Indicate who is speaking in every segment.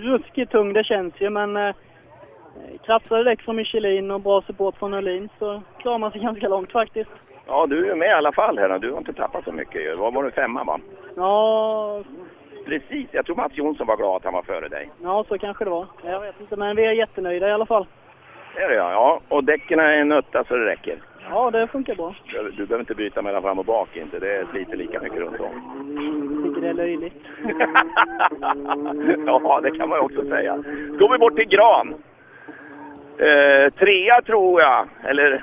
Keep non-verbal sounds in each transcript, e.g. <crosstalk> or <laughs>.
Speaker 1: Ruskigt tung det känns ju men eh, kraftigare däck från Michelin och bra support från Öhlin så klarar man sig <laughs> ganska långt faktiskt.
Speaker 2: Ja, du är ju med i alla fall här. Du har inte tappat så mycket ju. Var var du femma va?
Speaker 1: Ja,
Speaker 2: Precis, jag tror Mats Jonsson var glad att han var före dig.
Speaker 1: ja, så kanske det var. Jag vet inte men vi är jättenöjda i alla fall.
Speaker 2: Det är det ja. ja. Och däcken är en nötta så det räcker.
Speaker 1: Ja, det funkar bra.
Speaker 2: Du behöver inte byta mellan fram och bak inte. Det sliter lika mycket runt om. <laughs>
Speaker 1: Jag tycker det är löjligt.
Speaker 2: ja, det kan man ju också säga. Så går vi bort till Gran. Eh, trea tror jag, eller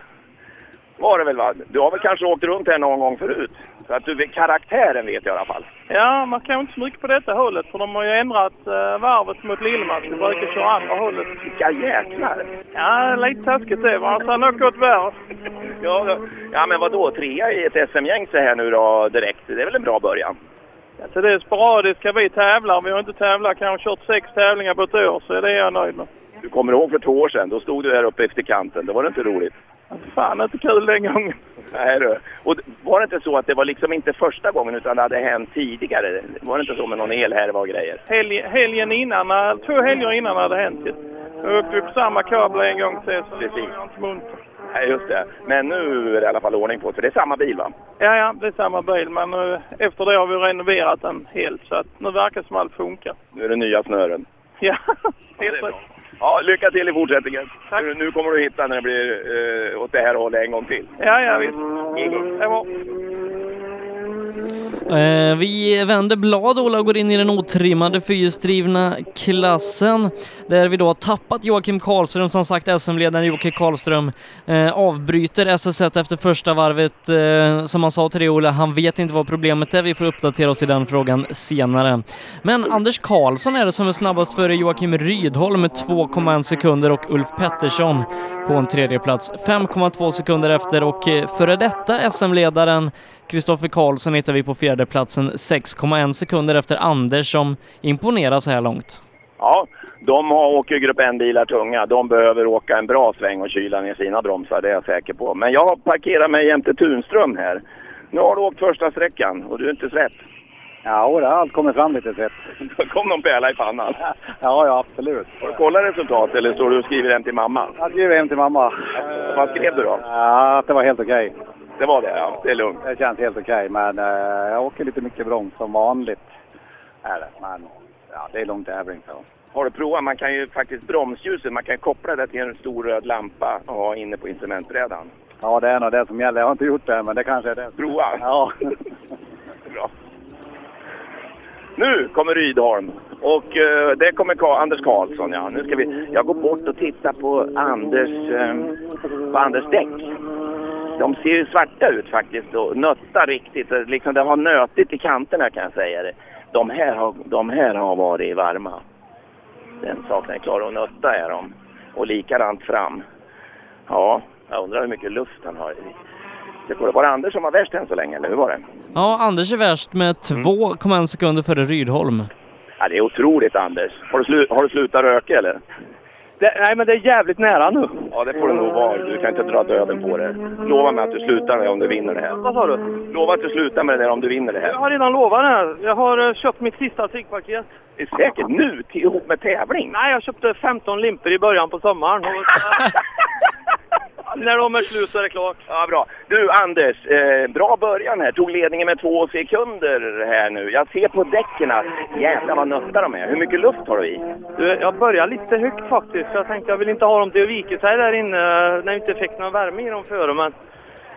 Speaker 2: var det väl va? Du har väl kanske åkt runt här någon gång förut? Så att du vet karaktären vet jag i alla fall.
Speaker 3: Ja, man kan ju inte så mycket på detta hållet för de har ju ändrat eh, varvet mot Lillemans. De brukar köra andra hållet.
Speaker 2: Vilka jäklar!
Speaker 3: Ja, lite taskigt det. Men alltså, han åker åt värre.
Speaker 2: Ja, ja. ja men vadå, trea i ett SM-gäng så här nu då direkt, det är väl en bra början?
Speaker 3: Alltså, det är sporadiska vi tävlar. Vi har inte tävlat, kanske kört sex tävlingar på ett år, så det är jag nöjd med.
Speaker 2: Du kommer ihåg för två år sedan, då stod du här uppe efter kanten, det var det inte roligt?
Speaker 3: Alltså, fan, inte kul den gången.
Speaker 2: Nej du. Och d- var det inte så att det var liksom inte första gången utan det hade hänt tidigare? Var det inte så med någon elhärva och grejer?
Speaker 3: Helg, helgen innan, eh, två helger innan hade det hänt ju. Då åkte vi på samma kabel en gång till, så det
Speaker 2: Precis.
Speaker 3: var inte munter.
Speaker 2: Nej, just det. Men nu är det i alla fall ordning på det, för det är samma bil va?
Speaker 3: Ja, ja, det är samma bil, men nu, efter det har vi renoverat den helt, så att nu verkar det som allt funkar.
Speaker 2: Nu är det nya snören.
Speaker 3: Ja, <laughs>
Speaker 2: Ja, det är bra. Ja, lycka till i fortsättningen.
Speaker 3: Tack.
Speaker 2: Nu- Nu kommer du hitta när det blir eh, åt det här hållet en gång till.
Speaker 3: Ja, ja, visst.
Speaker 2: Det är lugnt.
Speaker 3: Det var.
Speaker 4: Eh, Vi vänder blad Ola och går in i den otrimmade fyrhjulsdrivna klassen där vi då har tappat Joakim Karlström, som sagt SM-ledaren Jocke Karlström eh, avbryter SS1 efter första varvet. Eh, som han sa till dig Ola, han vet inte vad problemet är. Vi får uppdatera oss i den frågan senare. Men Anders Karlsson är det som är snabbast före Joakim Rydholm med 2,1 sekunder och Ulf Pettersson på en tredje plats 5,2 sekunder efter och eh, före detta SM-ledaren Kristoffer Karlsson hittar vi på fjärde platsen 6,1 sekunder efter Anders som imponerar så här långt.
Speaker 2: Ja, de har, åker grupp 1-bilar tunga. De behöver åka en bra sväng och kyla ner sina bromsar, det är jag säker på. Men jag parkerar mig jämte Tunström här. Nu har du åkt första sträckan och du är inte svett.
Speaker 5: Ja, och det har allt kommit fram lite svett.
Speaker 2: Då kom någon pärla i pannan.
Speaker 5: Ja, ja, absolut.
Speaker 2: Har du kollat resultat eller står du och skriver hem till mamma?
Speaker 5: Jag skrev hem till mamma.
Speaker 2: Vad skrev du då?
Speaker 5: Ja, att det var helt okej.
Speaker 2: Det var det, ja. Det är lugnt.
Speaker 5: Det känns helt okej, men eh, jag åker lite mycket broms som vanligt. Är det. Men ja, det är lång tävling så.
Speaker 2: Har du provat? Man kan ju faktiskt bromsljuset, man kan koppla det till en stor röd lampa och ha inne på instrumentbrädan.
Speaker 5: Ja, det är nog det som gäller. Jag har inte gjort det än, men det kanske är det.
Speaker 2: Prova!
Speaker 5: Ja.
Speaker 2: Bra. Nu kommer Rydholm och eh, det kommer Ka- Anders Karlsson. Ja. Nu ska vi, jag går bort och tittar på Anders, eh, på Anders däck. De ser ju svarta ut faktiskt och nötta riktigt. Eh, Liksom det har nötigt i kanterna kan jag säga det. De här har, de här har varit varma. Den saken är klar. Och nötta är de. Och likadant fram. Ja, jag undrar hur mycket luft han har. i. Det var det Anders som var värst än så länge, eller hur var det?
Speaker 4: Ja, Anders är värst med 2,1 sekunder före Rydholm.
Speaker 2: Ja, det är otroligt, Anders. Har du, slu- har du slutat röka, eller?
Speaker 3: nej, men det är jävligt nära nu.
Speaker 2: Ja, det får du nog vara. Du kan inte dra döden på det. Lova mig att du slutar med det om du vinner det här.
Speaker 3: Vad sa du?
Speaker 2: Lova att du slutar med det där om du vinner det
Speaker 3: Jag
Speaker 2: här.
Speaker 3: har redan lovat det här. Jag har eh, köpt mitt sista ciggpaket.
Speaker 2: Det är säkert nu, till, ihop med tävling.
Speaker 3: Nej, jag köpte 15 limper i början på sommaren. Och,
Speaker 5: <laughs>
Speaker 3: när de är slut så är det klart.
Speaker 2: Ja, bra. Du, Anders. Eh, bra början här. Tog ledningen med två sekunder här nu. Jag ser på däcken att jävlar vad nötta de är. Hur mycket luft har du i?
Speaker 3: Du, jag börjar lite högt faktiskt. Jag tänkte jag vill inte ha dem till att vika sig där inne eh, när jag inte fick någon värme i dem före. Men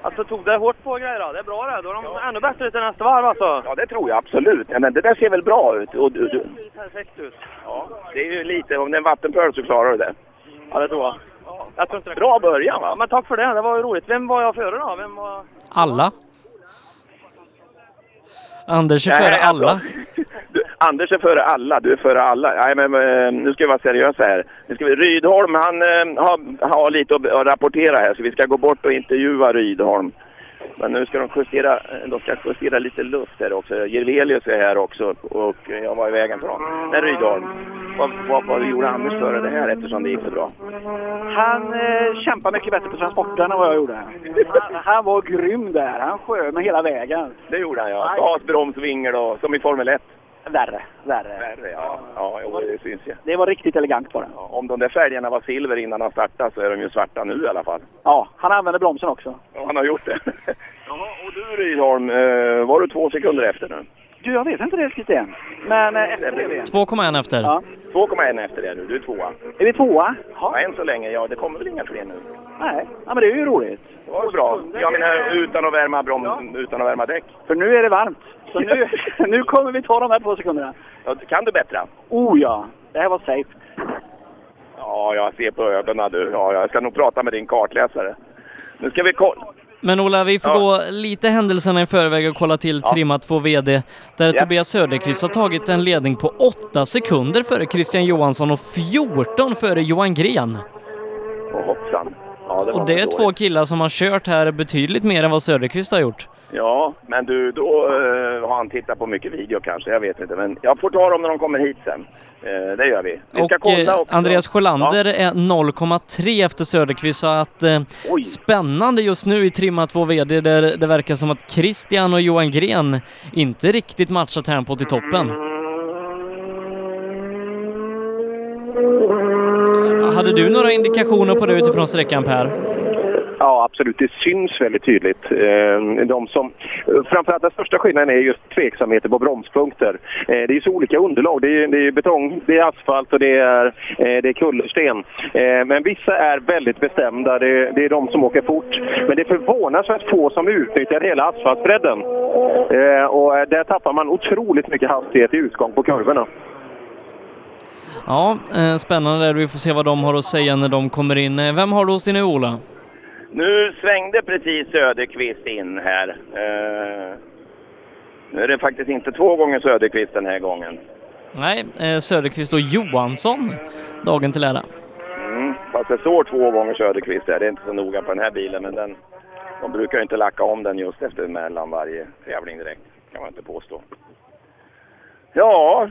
Speaker 3: alltså tog det hårt på grejerna. Det är bra det. Då är de ännu bättre till nästa varv alltså.
Speaker 2: Ja, det tror jag absolut. Ja, men det där ser väl bra ut? Och du, du.
Speaker 3: Perfekt ut.
Speaker 2: Ja, det är ju lite. Om det är en vattenpöl så klarar du det.
Speaker 3: Ja, det tror jag. Jag tror inte det.
Speaker 2: Bra början,
Speaker 3: Ja,
Speaker 2: va?
Speaker 3: men tack för det. Det var ju roligt. Vem var jag före då? Vem var...
Speaker 4: Alla. Anders är
Speaker 2: Nej,
Speaker 4: före
Speaker 2: alltså,
Speaker 4: alla.
Speaker 2: <laughs> Du, Anders är före alla, du är före alla. Nej, men eh, nu ska vi vara seriösa här. Nu ska vi, Rydholm, han eh, har, har lite att, att rapportera här, så vi ska gå bort och intervjua Rydholm. Men nu ska de justera, de ska justera lite luft här också. Jirvelius är här också och jag var i vägen för honom. Men Rydholm, vad, vad, vad gjorde Anders före det här eftersom det gick så bra?
Speaker 5: Han eh, kämpar mycket bättre på transporten än vad jag gjorde. Han, han var grym där. Han sjöng hela vägen.
Speaker 2: Det gjorde han ja. Gas, broms, vingel och som i Formel 1.
Speaker 6: Värre. Värre.
Speaker 2: Värre, ja. Ja, jo, det syns ju.
Speaker 6: Det var riktigt elegant var det.
Speaker 2: Ja, Om de där fälgarna var silver innan han startade så är de ju svarta nu i alla fall.
Speaker 6: Ja, han använde bromsen också.
Speaker 2: Ja, han har gjort det. <laughs> Ja, och du Rydholm, eh, var du två sekunder efter nu?
Speaker 6: Du, jag vet inte det riktigt än. Men eh, efter det.
Speaker 4: 2,1 efter.
Speaker 6: Ja.
Speaker 2: 2,1 efter det nu, du är tvåa.
Speaker 6: Är vi tvåa?
Speaker 2: Ja, än så länge, ja. Det kommer väl inga fler nu?
Speaker 6: Nej. Ja, men det är ju roligt.
Speaker 2: Det var ju bra. Jag menar utan att värma bromsen, utan att värma däck.
Speaker 6: För nu är det varmt. Så nu, <laughs> nu kommer vi ta de här två sekunderna.
Speaker 2: Ja, kan du bättra?
Speaker 6: Oh ja, det här var safe.
Speaker 2: Ja, jag ser på ögonen du. Ja, jag ska nog prata med din kartläsare. Nu ska vi kolla.
Speaker 4: Men Ola, vi får
Speaker 2: Ja.
Speaker 4: gå lite händelserna i förväg och kolla till Trimma 2 VD, där Tobias Söderqvist har tagit en ledning på 8 sekunder före Christian Johansson och 14 före Johan Gren.
Speaker 2: Åh hoppsan. Ja, det var
Speaker 4: Och det är
Speaker 2: dåligt.
Speaker 4: två killar som har kört här betydligt mer än vad Söderqvist har gjort.
Speaker 2: Ja, men du, då eh, har han tittat på mycket video kanske. Jag vet inte. Men jag får ta dem när de kommer hit sen. Eh, det gör vi. Vi ska
Speaker 4: Och eh,
Speaker 2: kolla också.
Speaker 4: Andreas Sjölander
Speaker 2: Ja.
Speaker 4: är 0,3 efter Söderqvist, så att eh,
Speaker 2: Oj.
Speaker 4: spännande just nu i Trimma 2 VD, där det verkar som att Christian och Johan Gren inte riktigt matchar tempot i toppen. Hade du några indikationer på det utifrån sträckan Per?
Speaker 7: Ja, absolut. Det syns väldigt tydligt. Eh, De som, framförallt den största skillnaden är just tveksamheter på bromspunkter. Eh, Det är ju så olika underlag. Det är, det är betong, det är asfalt och det är, eh, det är kullersten. Eh, Men vissa är väldigt bestämda. Det, det är de som åker fort. Men det är förvånansvärt få som utnyttjar hela asfaltbredden. Eh, Och eh, där tappar man otroligt mycket hastighet i utgång på kurvorna.
Speaker 4: Ja, eh, spännande. Vi får se vad de har att säga när de kommer in. Eh, Vem har du hos dig nu Ola?
Speaker 2: Nu svängde precis Söderqvist in här. Eh, nu är det faktiskt inte två gånger Söderqvist den här gången.
Speaker 4: Nej, eh, Söderqvist och Johansson, dagen till ära.
Speaker 2: Mm. Fast det står två gånger Söderqvist där. Det är inte så noga på den här bilen, men den, de brukar ju inte lacka om den just efter mellan varje tävling direkt. kan man inte påstå. Ja,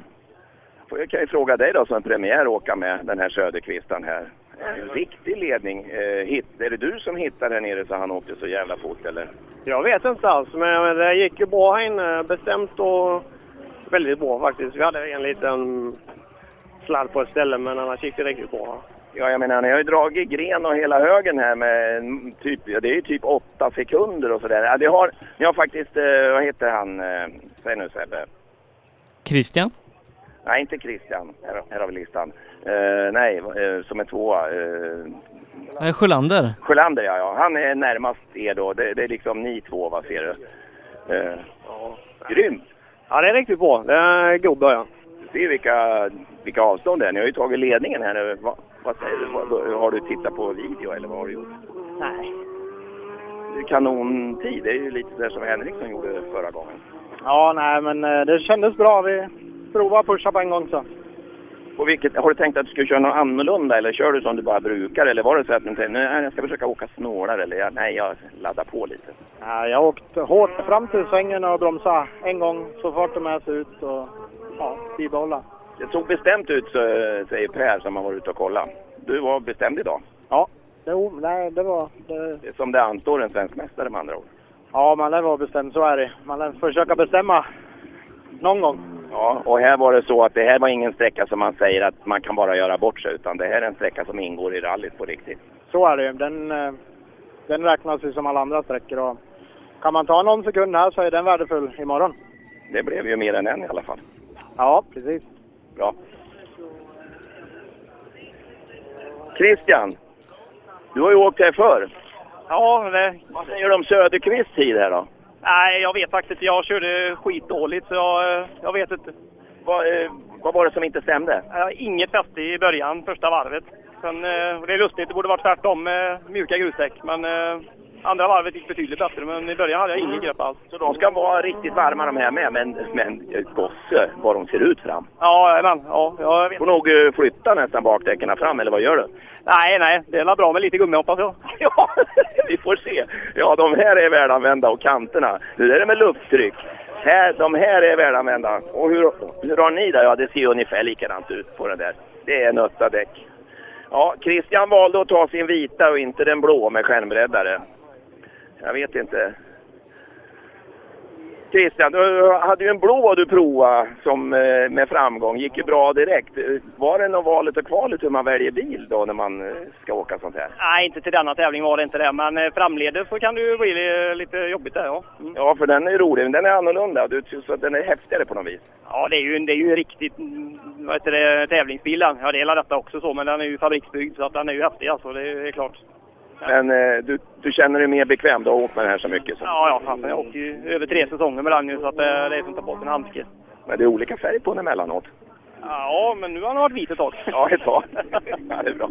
Speaker 2: får jag kan ju fråga dig då som en premiär åka med den här Söderqvisten här. En riktig ledning. Eh, hit, är det du som hittar den nere så han åkte så jävla fort eller?
Speaker 3: Jag vet inte alls, men det gick ju bra här inne. Bestämt och väldigt bra faktiskt. Vi hade en liten sladd på ett ställe, men annars gick det riktigt bra.
Speaker 2: Ja, jag menar, ni har ju dragit gren och hela högen här med en typ, ja, det är ju typ åtta sekunder och sådär. Ja, det har, ni har faktiskt, eh, vad heter han, eh, säg nu Sebbe.
Speaker 4: Christian?
Speaker 2: Nej, inte Christian, här, här har vi listan. Eh, nej, eh, som är tvåa. Eh,
Speaker 4: Eh, Sjölander?
Speaker 2: Sjölander, ja, ja. Han är närmast er då. Det, det är liksom ni två, vad ser du? Eh, Grymt!
Speaker 3: Ja, det är riktigt bra. Det är en god början.
Speaker 2: Du ser ju vilka, vilka avstånd det är. Ni har ju tagit ledningen här nu. Va, vad säger du? Vad- har du tittat på video eller vad har du gjort?
Speaker 6: Nej.
Speaker 2: Det är kanontid. Det är ju lite där som Henriksson gjorde förra gången.
Speaker 1: Ja, nej, men eh, det kändes bra. Vi provar att pusha på en gång så.
Speaker 2: Och vilket, har du tänkt att du skulle köra något annorlunda eller kör du som du bara brukar? Eller var det så att du tänkte nej, jag ska försöka åka snålare eller jag, nej, jag laddar på lite?
Speaker 1: Ja, jag åkte hårt fram till svängen och bromsade en gång så fort det med sig ut och ja, bibehålla.
Speaker 2: Det såg bestämt ut, så, säger Per som har varit ute och kollat. Du var bestämd idag.
Speaker 1: Jo, nej, det var... Det,
Speaker 2: Det är som det anstår en svensk mästare med andra ord.
Speaker 1: ja, man lär vara bestämd, så är det. Man lär försöka bestämma någon gång.
Speaker 2: Ja, och här var det så att det här var ingen sträcka som man säger att man kan bara göra bort sig utan det här är en sträcka som ingår i rallyt på riktigt.
Speaker 1: Så är det ju. Den, eh, den räknas ju som alla andra sträckor och kan man ta någon sekund här så är den värdefull imorgon.
Speaker 2: Det blev ju mer än en i alla fall.
Speaker 1: Ja, precis.
Speaker 2: Bra. Christian, du har ju åkt här förr.
Speaker 3: Ja, det...
Speaker 2: Vad säger du om Söderqvists tid här då?
Speaker 3: Nej, jag vet faktiskt inte. Jag körde skitdåligt, så jag, eh, jag vet inte.
Speaker 2: Vad, eh, vad var det som inte stämde?
Speaker 3: Jag har inget fäste i början, första varvet. Sen, eh, och det är lustigt, det borde varit tvärtom med mjuka grusdäck. Men eh, andra varvet gick betydligt bättre, men i början hade jag inget grepp alls.
Speaker 2: Så de ska vara riktigt varma de här med, men, men eh, gosse vad de ser ut fram.
Speaker 3: Ja, jajamän. Ja, jag vet.
Speaker 2: Får nog eh, flytta nästan bakdäcken fram, eller vad gör du?
Speaker 3: Nej, nej. Det är väl bra med lite gummi, hoppas jag. <laughs>
Speaker 2: <laughs> Ja, vi får se. Ja, de här är välanvända och kanterna. Det där är med lufttryck. Här, de här är välanvända. Och hur, hur har ni det? Ja, det ser ungefär likadant ut på den där. Det är nötta däck. Ja, Christian valde att ta sin vita och inte den blå med skärmbreddare. Jag vet inte. Christian, du hade ju en blå du provade som, eh, med framgång. gick ju bra direkt. Eh, Var det något valet och kvalet hur man väljer bil då när man eh, ska åka sånt här?
Speaker 3: Nej, inte till denna tävling var det inte det, men eh, framledes så kan det ju bli eh, lite jobbigt där ja. Mm.
Speaker 2: Ja, för den är ju rolig, men den är annorlunda. Du tycker att den är häftigare på något vis.
Speaker 3: Ja, det är ju, det är ju en riktigt mm, vad heter det, tävlingsbil den. Jag delar detta också så, men den är ju fabriksbyggd så att den är ju häftig alltså, det är, det är klart.
Speaker 2: Men eh, du, du känner dig mer bekväm, du har åkt med den här så mycket. Så.
Speaker 3: Ja, ja, fan, jag åkte ju över tre säsonger med den nu så att eh, det är som att ta på sig en handske.
Speaker 2: Men det är olika färg på den emellanåt.
Speaker 3: Ja, men nu har den varit vit ett tag.
Speaker 2: Ja, ett tag. ja, det är bra.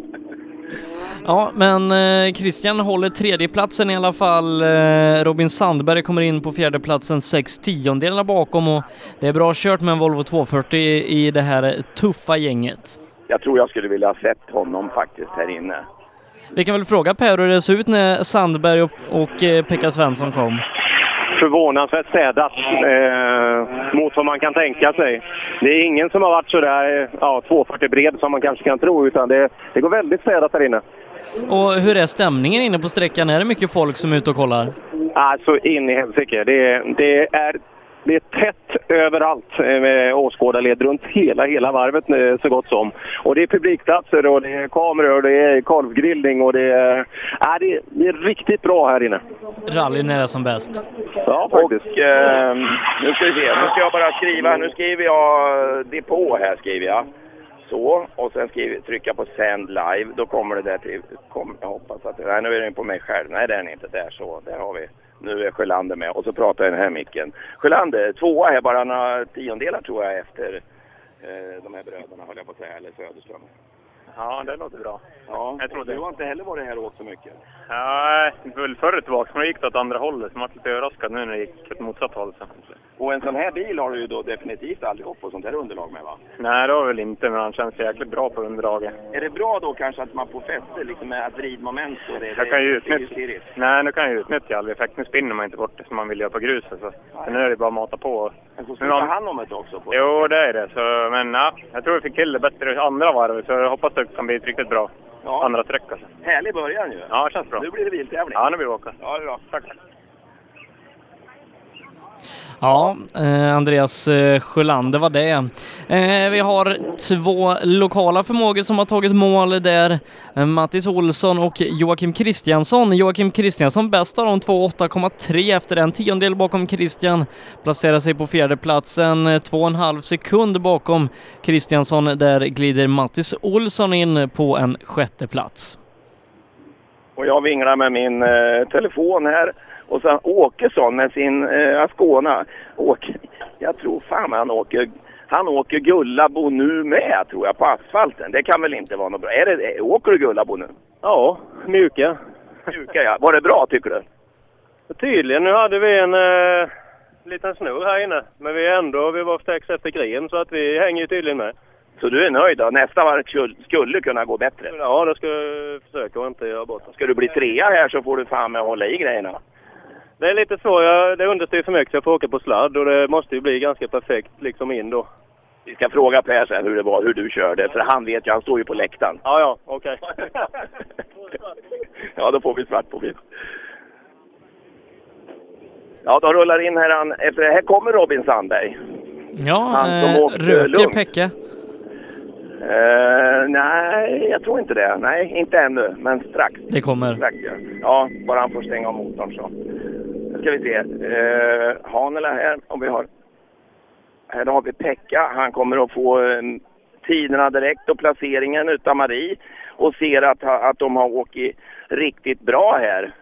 Speaker 4: Ja, men eh, Christian håller tredjeplatsen i alla fall. Eh, Robin Sandberg kommer in på fjärdeplatsen, sex tiondelar bakom och det är bra kört med en Volvo 240 i, i det här tuffa gänget.
Speaker 2: Jag tror jag skulle vilja ha sett honom faktiskt här inne.
Speaker 4: Vi kan väl fråga Per hur det såg ut när Sandberg och, och eh, Pekka Svensson kom?
Speaker 8: förvånansvärt städat eh, mot vad man kan tänka sig. Det är ingen som har varit så där eh, ja, 240 bred som man kanske kan tro, utan det, det går väldigt städat där inne.
Speaker 4: Och hur är stämningen inne på sträckan? Är det mycket folk som är ute och kollar?
Speaker 8: Alltså in i helsike. Det, det, är, det är tätt överallt eh, med åskådarled runt hela, hela varvet nu, så gott som. Och det är publikplatser och det är kameror och det är korvgrillning och det är... Äh, det, det är riktigt bra här inne.
Speaker 4: Rallyn är det som bäst.
Speaker 8: Ja, faktiskt.
Speaker 2: Och eh, nu ska vi se, nu ska jag bara skriva, nu skriver jag eh, depå här skriver jag. Så, och sen skriver, trycker jag på send live, då kommer det där till, kom, jag hoppas att, nej nu är den på mig själv, nej det är den inte, där så, där har vi. Nu är Sjölander med och så pratar jag i den här micken. Sjölander, tvåa är bara några tiondelar tror jag efter eh, de här bröderna höll jag på att säga, eller Söderström.
Speaker 9: Ja, det låter bra.
Speaker 2: Ja,
Speaker 9: Jag trodde-
Speaker 2: du har inte heller varit här och åkt så mycket.
Speaker 9: Nej, det var väl förr tillbaka, men det gick det åt andra hållet. Så man blev lite överraskad nu när det gick åt motsatt håll. Så.
Speaker 2: Och en sån här bil har du ju då definitivt aldrig åkt på sånt här underlag med va?
Speaker 9: Nej, det var väl inte, men han känns jäkligt bra på underlaget.
Speaker 2: Är det bra då kanske att man får fäste liksom med att vridmoment så det,
Speaker 9: Jag kan ju
Speaker 2: det är
Speaker 9: utnyttja,
Speaker 2: stirrigt?
Speaker 9: nej, nu kan jag ju utnyttja all effekt. Nu spinner man inte bort det som man vill göra på gruset. Så. Men nu är det bara att mata på.
Speaker 2: Men så
Speaker 9: Men
Speaker 2: ska
Speaker 9: man-
Speaker 2: ta hand om det också. På.
Speaker 9: Jo, det är det. Så, men ja, jag tror vi fick till det bättre i andra varvet, så jag hoppas det kan bli ett riktigt bra
Speaker 2: Ja.
Speaker 9: andra sträcka. Så.
Speaker 2: Härlig början ju.
Speaker 9: Ja, det känns bra.
Speaker 2: Nu blir det biltävling.
Speaker 9: Ja, nu blir vi åka.
Speaker 2: Ja, det är bra. Tack.
Speaker 4: Ja, eh, Andreas eh, Sjölander var det. Eh, vi har två lokala förmågor som har tagit mål där. Eh, Mattis Olsson och Joakim Kristiansson. Joakim Kristiansson bäst av de två, 8,3 efter en tiondel bakom Kristian. Placerar sig på fjärdeplatsen, eh, två och en halv sekund bakom Kristiansson. Där glider Mattis Olsson in på en sjätte plats.
Speaker 2: Och jag vinglar med min eh, telefon här. Och sen Åkesson med sin eh, Ascona. Åke, jag tror fan han åker, han åker Gullabo nu med tror jag på asfalten. Det kan väl inte vara något bra. Är det, eh, åker du Gullabo nu?
Speaker 3: Ja, mjuka.
Speaker 2: Mjuka ja. Var det bra tycker du?
Speaker 3: Tydligen. Nu hade vi en eh, liten snurr här inne. Men vi är ändå, vi var strax efter green så att vi hänger ju tydligen med.
Speaker 2: Så du är nöjd då? Nästa varv skulle- skulle kunna gå bättre.
Speaker 3: Ja, det ska jag försöka och inte göra bort oss.
Speaker 2: Ska du bli trea här så får du fan med hålla i grejerna.
Speaker 3: Det är lite svårt, jag, det understyr för mycket så jag får åka på sladd och det måste ju bli ganska perfekt liksom in då.
Speaker 2: Vi ska fråga Per sen hur det var, hur du körde. För han vet ju, han står ju på läktaren.
Speaker 3: Ja, ja, okej.
Speaker 2: <laughs> ja, då får vi svart på vitt. Ja, de rullar in här. Han, efter det här kommer Robin Sandberg.
Speaker 4: Ja,
Speaker 2: Han som
Speaker 4: eh,
Speaker 2: åkte
Speaker 4: röker
Speaker 2: lugnt.
Speaker 4: Pekka.
Speaker 2: Eh, nej, jag tror inte det. Nej, inte ännu. Men strax.
Speaker 4: Det kommer.
Speaker 2: strax ja. ja, bara han får stänga av motorn så. Nu ska vi se. Uh, Hanela här, om vi har... Här har vi Pekka. Han kommer att få eh, tiderna direkt och placeringen utav Marie. Och ser att, att de har åkt i riktigt bra här.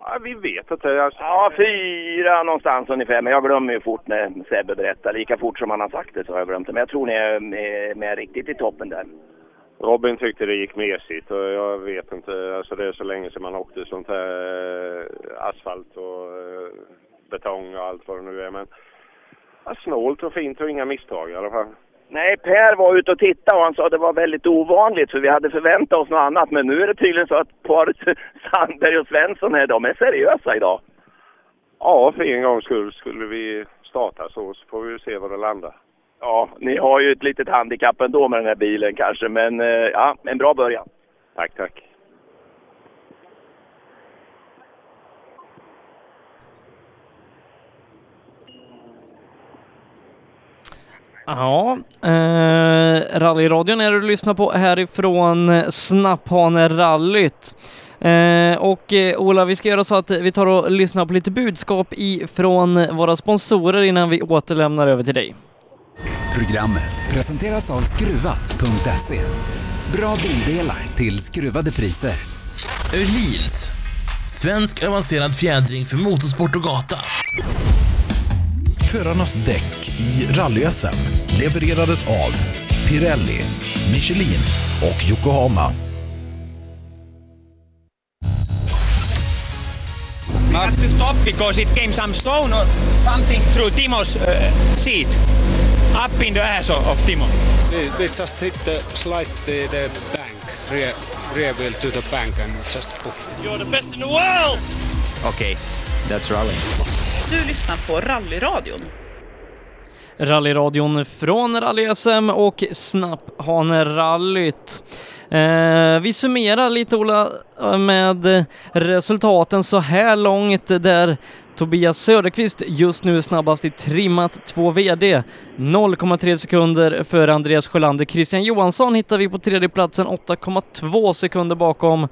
Speaker 9: Ja, vi vet att det är...
Speaker 2: Ja, fyra någonstans ungefär. Men jag glömmer ju fort när Sebbe berättar. Lika fort som han har sagt det så har jag glömt det. Men jag tror ni är med, med riktigt i toppen där.
Speaker 9: Robin tyckte det gick mesigt och jag vet inte. Alltså det är så länge sedan man åkte sånt här eh, asfalt och eh, betong och allt vad det nu är. Men ja, snålt och fint och inga misstag i alla fall.
Speaker 2: Nej, Per var ute och tittade och han sa att det var väldigt ovanligt för vi hade förväntat oss något annat. Men nu är det tydligen så att paret <laughs> Sandberg och Svensson här, de är seriösa idag.
Speaker 9: Ja, för en gångs skull skulle vi starta så, så får vi ju se var det landar.
Speaker 2: Ja, ni har ju ett litet handikapp ändå med den här bilen kanske, men eh, ja, en bra början.
Speaker 9: Tack, tack.
Speaker 4: Ja, eh, rallyradion är det du lyssnar på härifrån Snapphanerallyt. Eh, och eh, Ola, vi ska göra så att vi tar och lyssnar på lite budskap ifrån våra sponsorer innan vi återlämnar över till dig.
Speaker 10: Programmet presenteras av Skruvat.se. Bra bildelar till skruvade priser.
Speaker 11: Öhlins. Svensk avancerad fjädring för motorsport och gata.
Speaker 12: Förarnas däck i rally levererades av Pirelli, Michelin och Yokohama.
Speaker 13: I have to stop because it came some stone or something through Timo's uh, seat. Up in the ass of, of Timo.
Speaker 14: We, we just hit the slide the, the bank, rear, rear wheel to the bank and just poof.
Speaker 13: You're the best in the world!
Speaker 15: Okej, that's rally.
Speaker 16: Du lyssnar på Rallyradion.
Speaker 4: Rallyradion från Rally-SM och Snapphanerallyt. Eh, vi summerar lite Ola med resultaten så här långt där Tobias Söderqvist just nu är snabbast i trimmat 2 VD. 0,3 sekunder för Andreas Sjölander. Christian Johansson hittar vi på tredjeplatsen 8,2 sekunder bakom.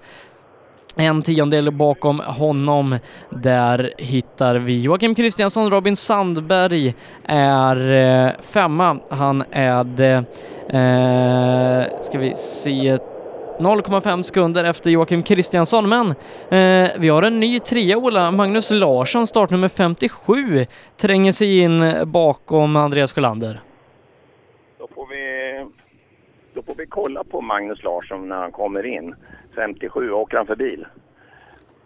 Speaker 4: En tiondel bakom honom. Där hittar vi Joakim Kristiansson. Robin Sandberg är eh, femma. Han är det, eh, ska vi se, 0,5 sekunder efter Joakim Kristiansson, men eh, vi har en ny trea, Ola. Magnus Larsson, startnummer 57, tränger sig in bakom Andreas Sjölander.
Speaker 2: Då får vi, då får vi kolla på Magnus Larsson när han kommer in. 57, vad åker han för bil?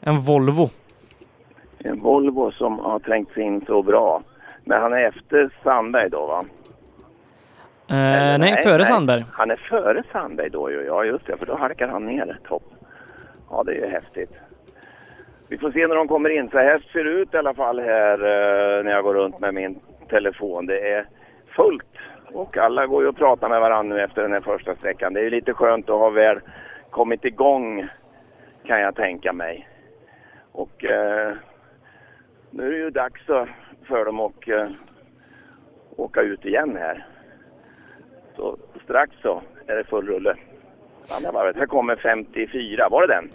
Speaker 4: En Volvo. Eh,
Speaker 2: En Volvo som har trängt sig in så bra. Men han är efter Sandberg då va?
Speaker 4: Eh, nej, före Sandberg.
Speaker 2: Han är före Sandberg då ju. Ja just det, för då halkar han ner ett hopp. Ja det är ju häftigt. Vi får se när de kommer in. Så här ser det ut i alla fall här eh, när jag går runt med min telefon. Det är fullt och alla går ju och pratar med varandra nu efter den här första sträckan. Det är ju lite skönt att ha väl kommit igång kan jag tänka mig. Och eh, nu är det ju dags eh, för dem att eh, åka ut igen här. Så strax så är det full rulle. Andra varvet. Här kommer 54, var det den?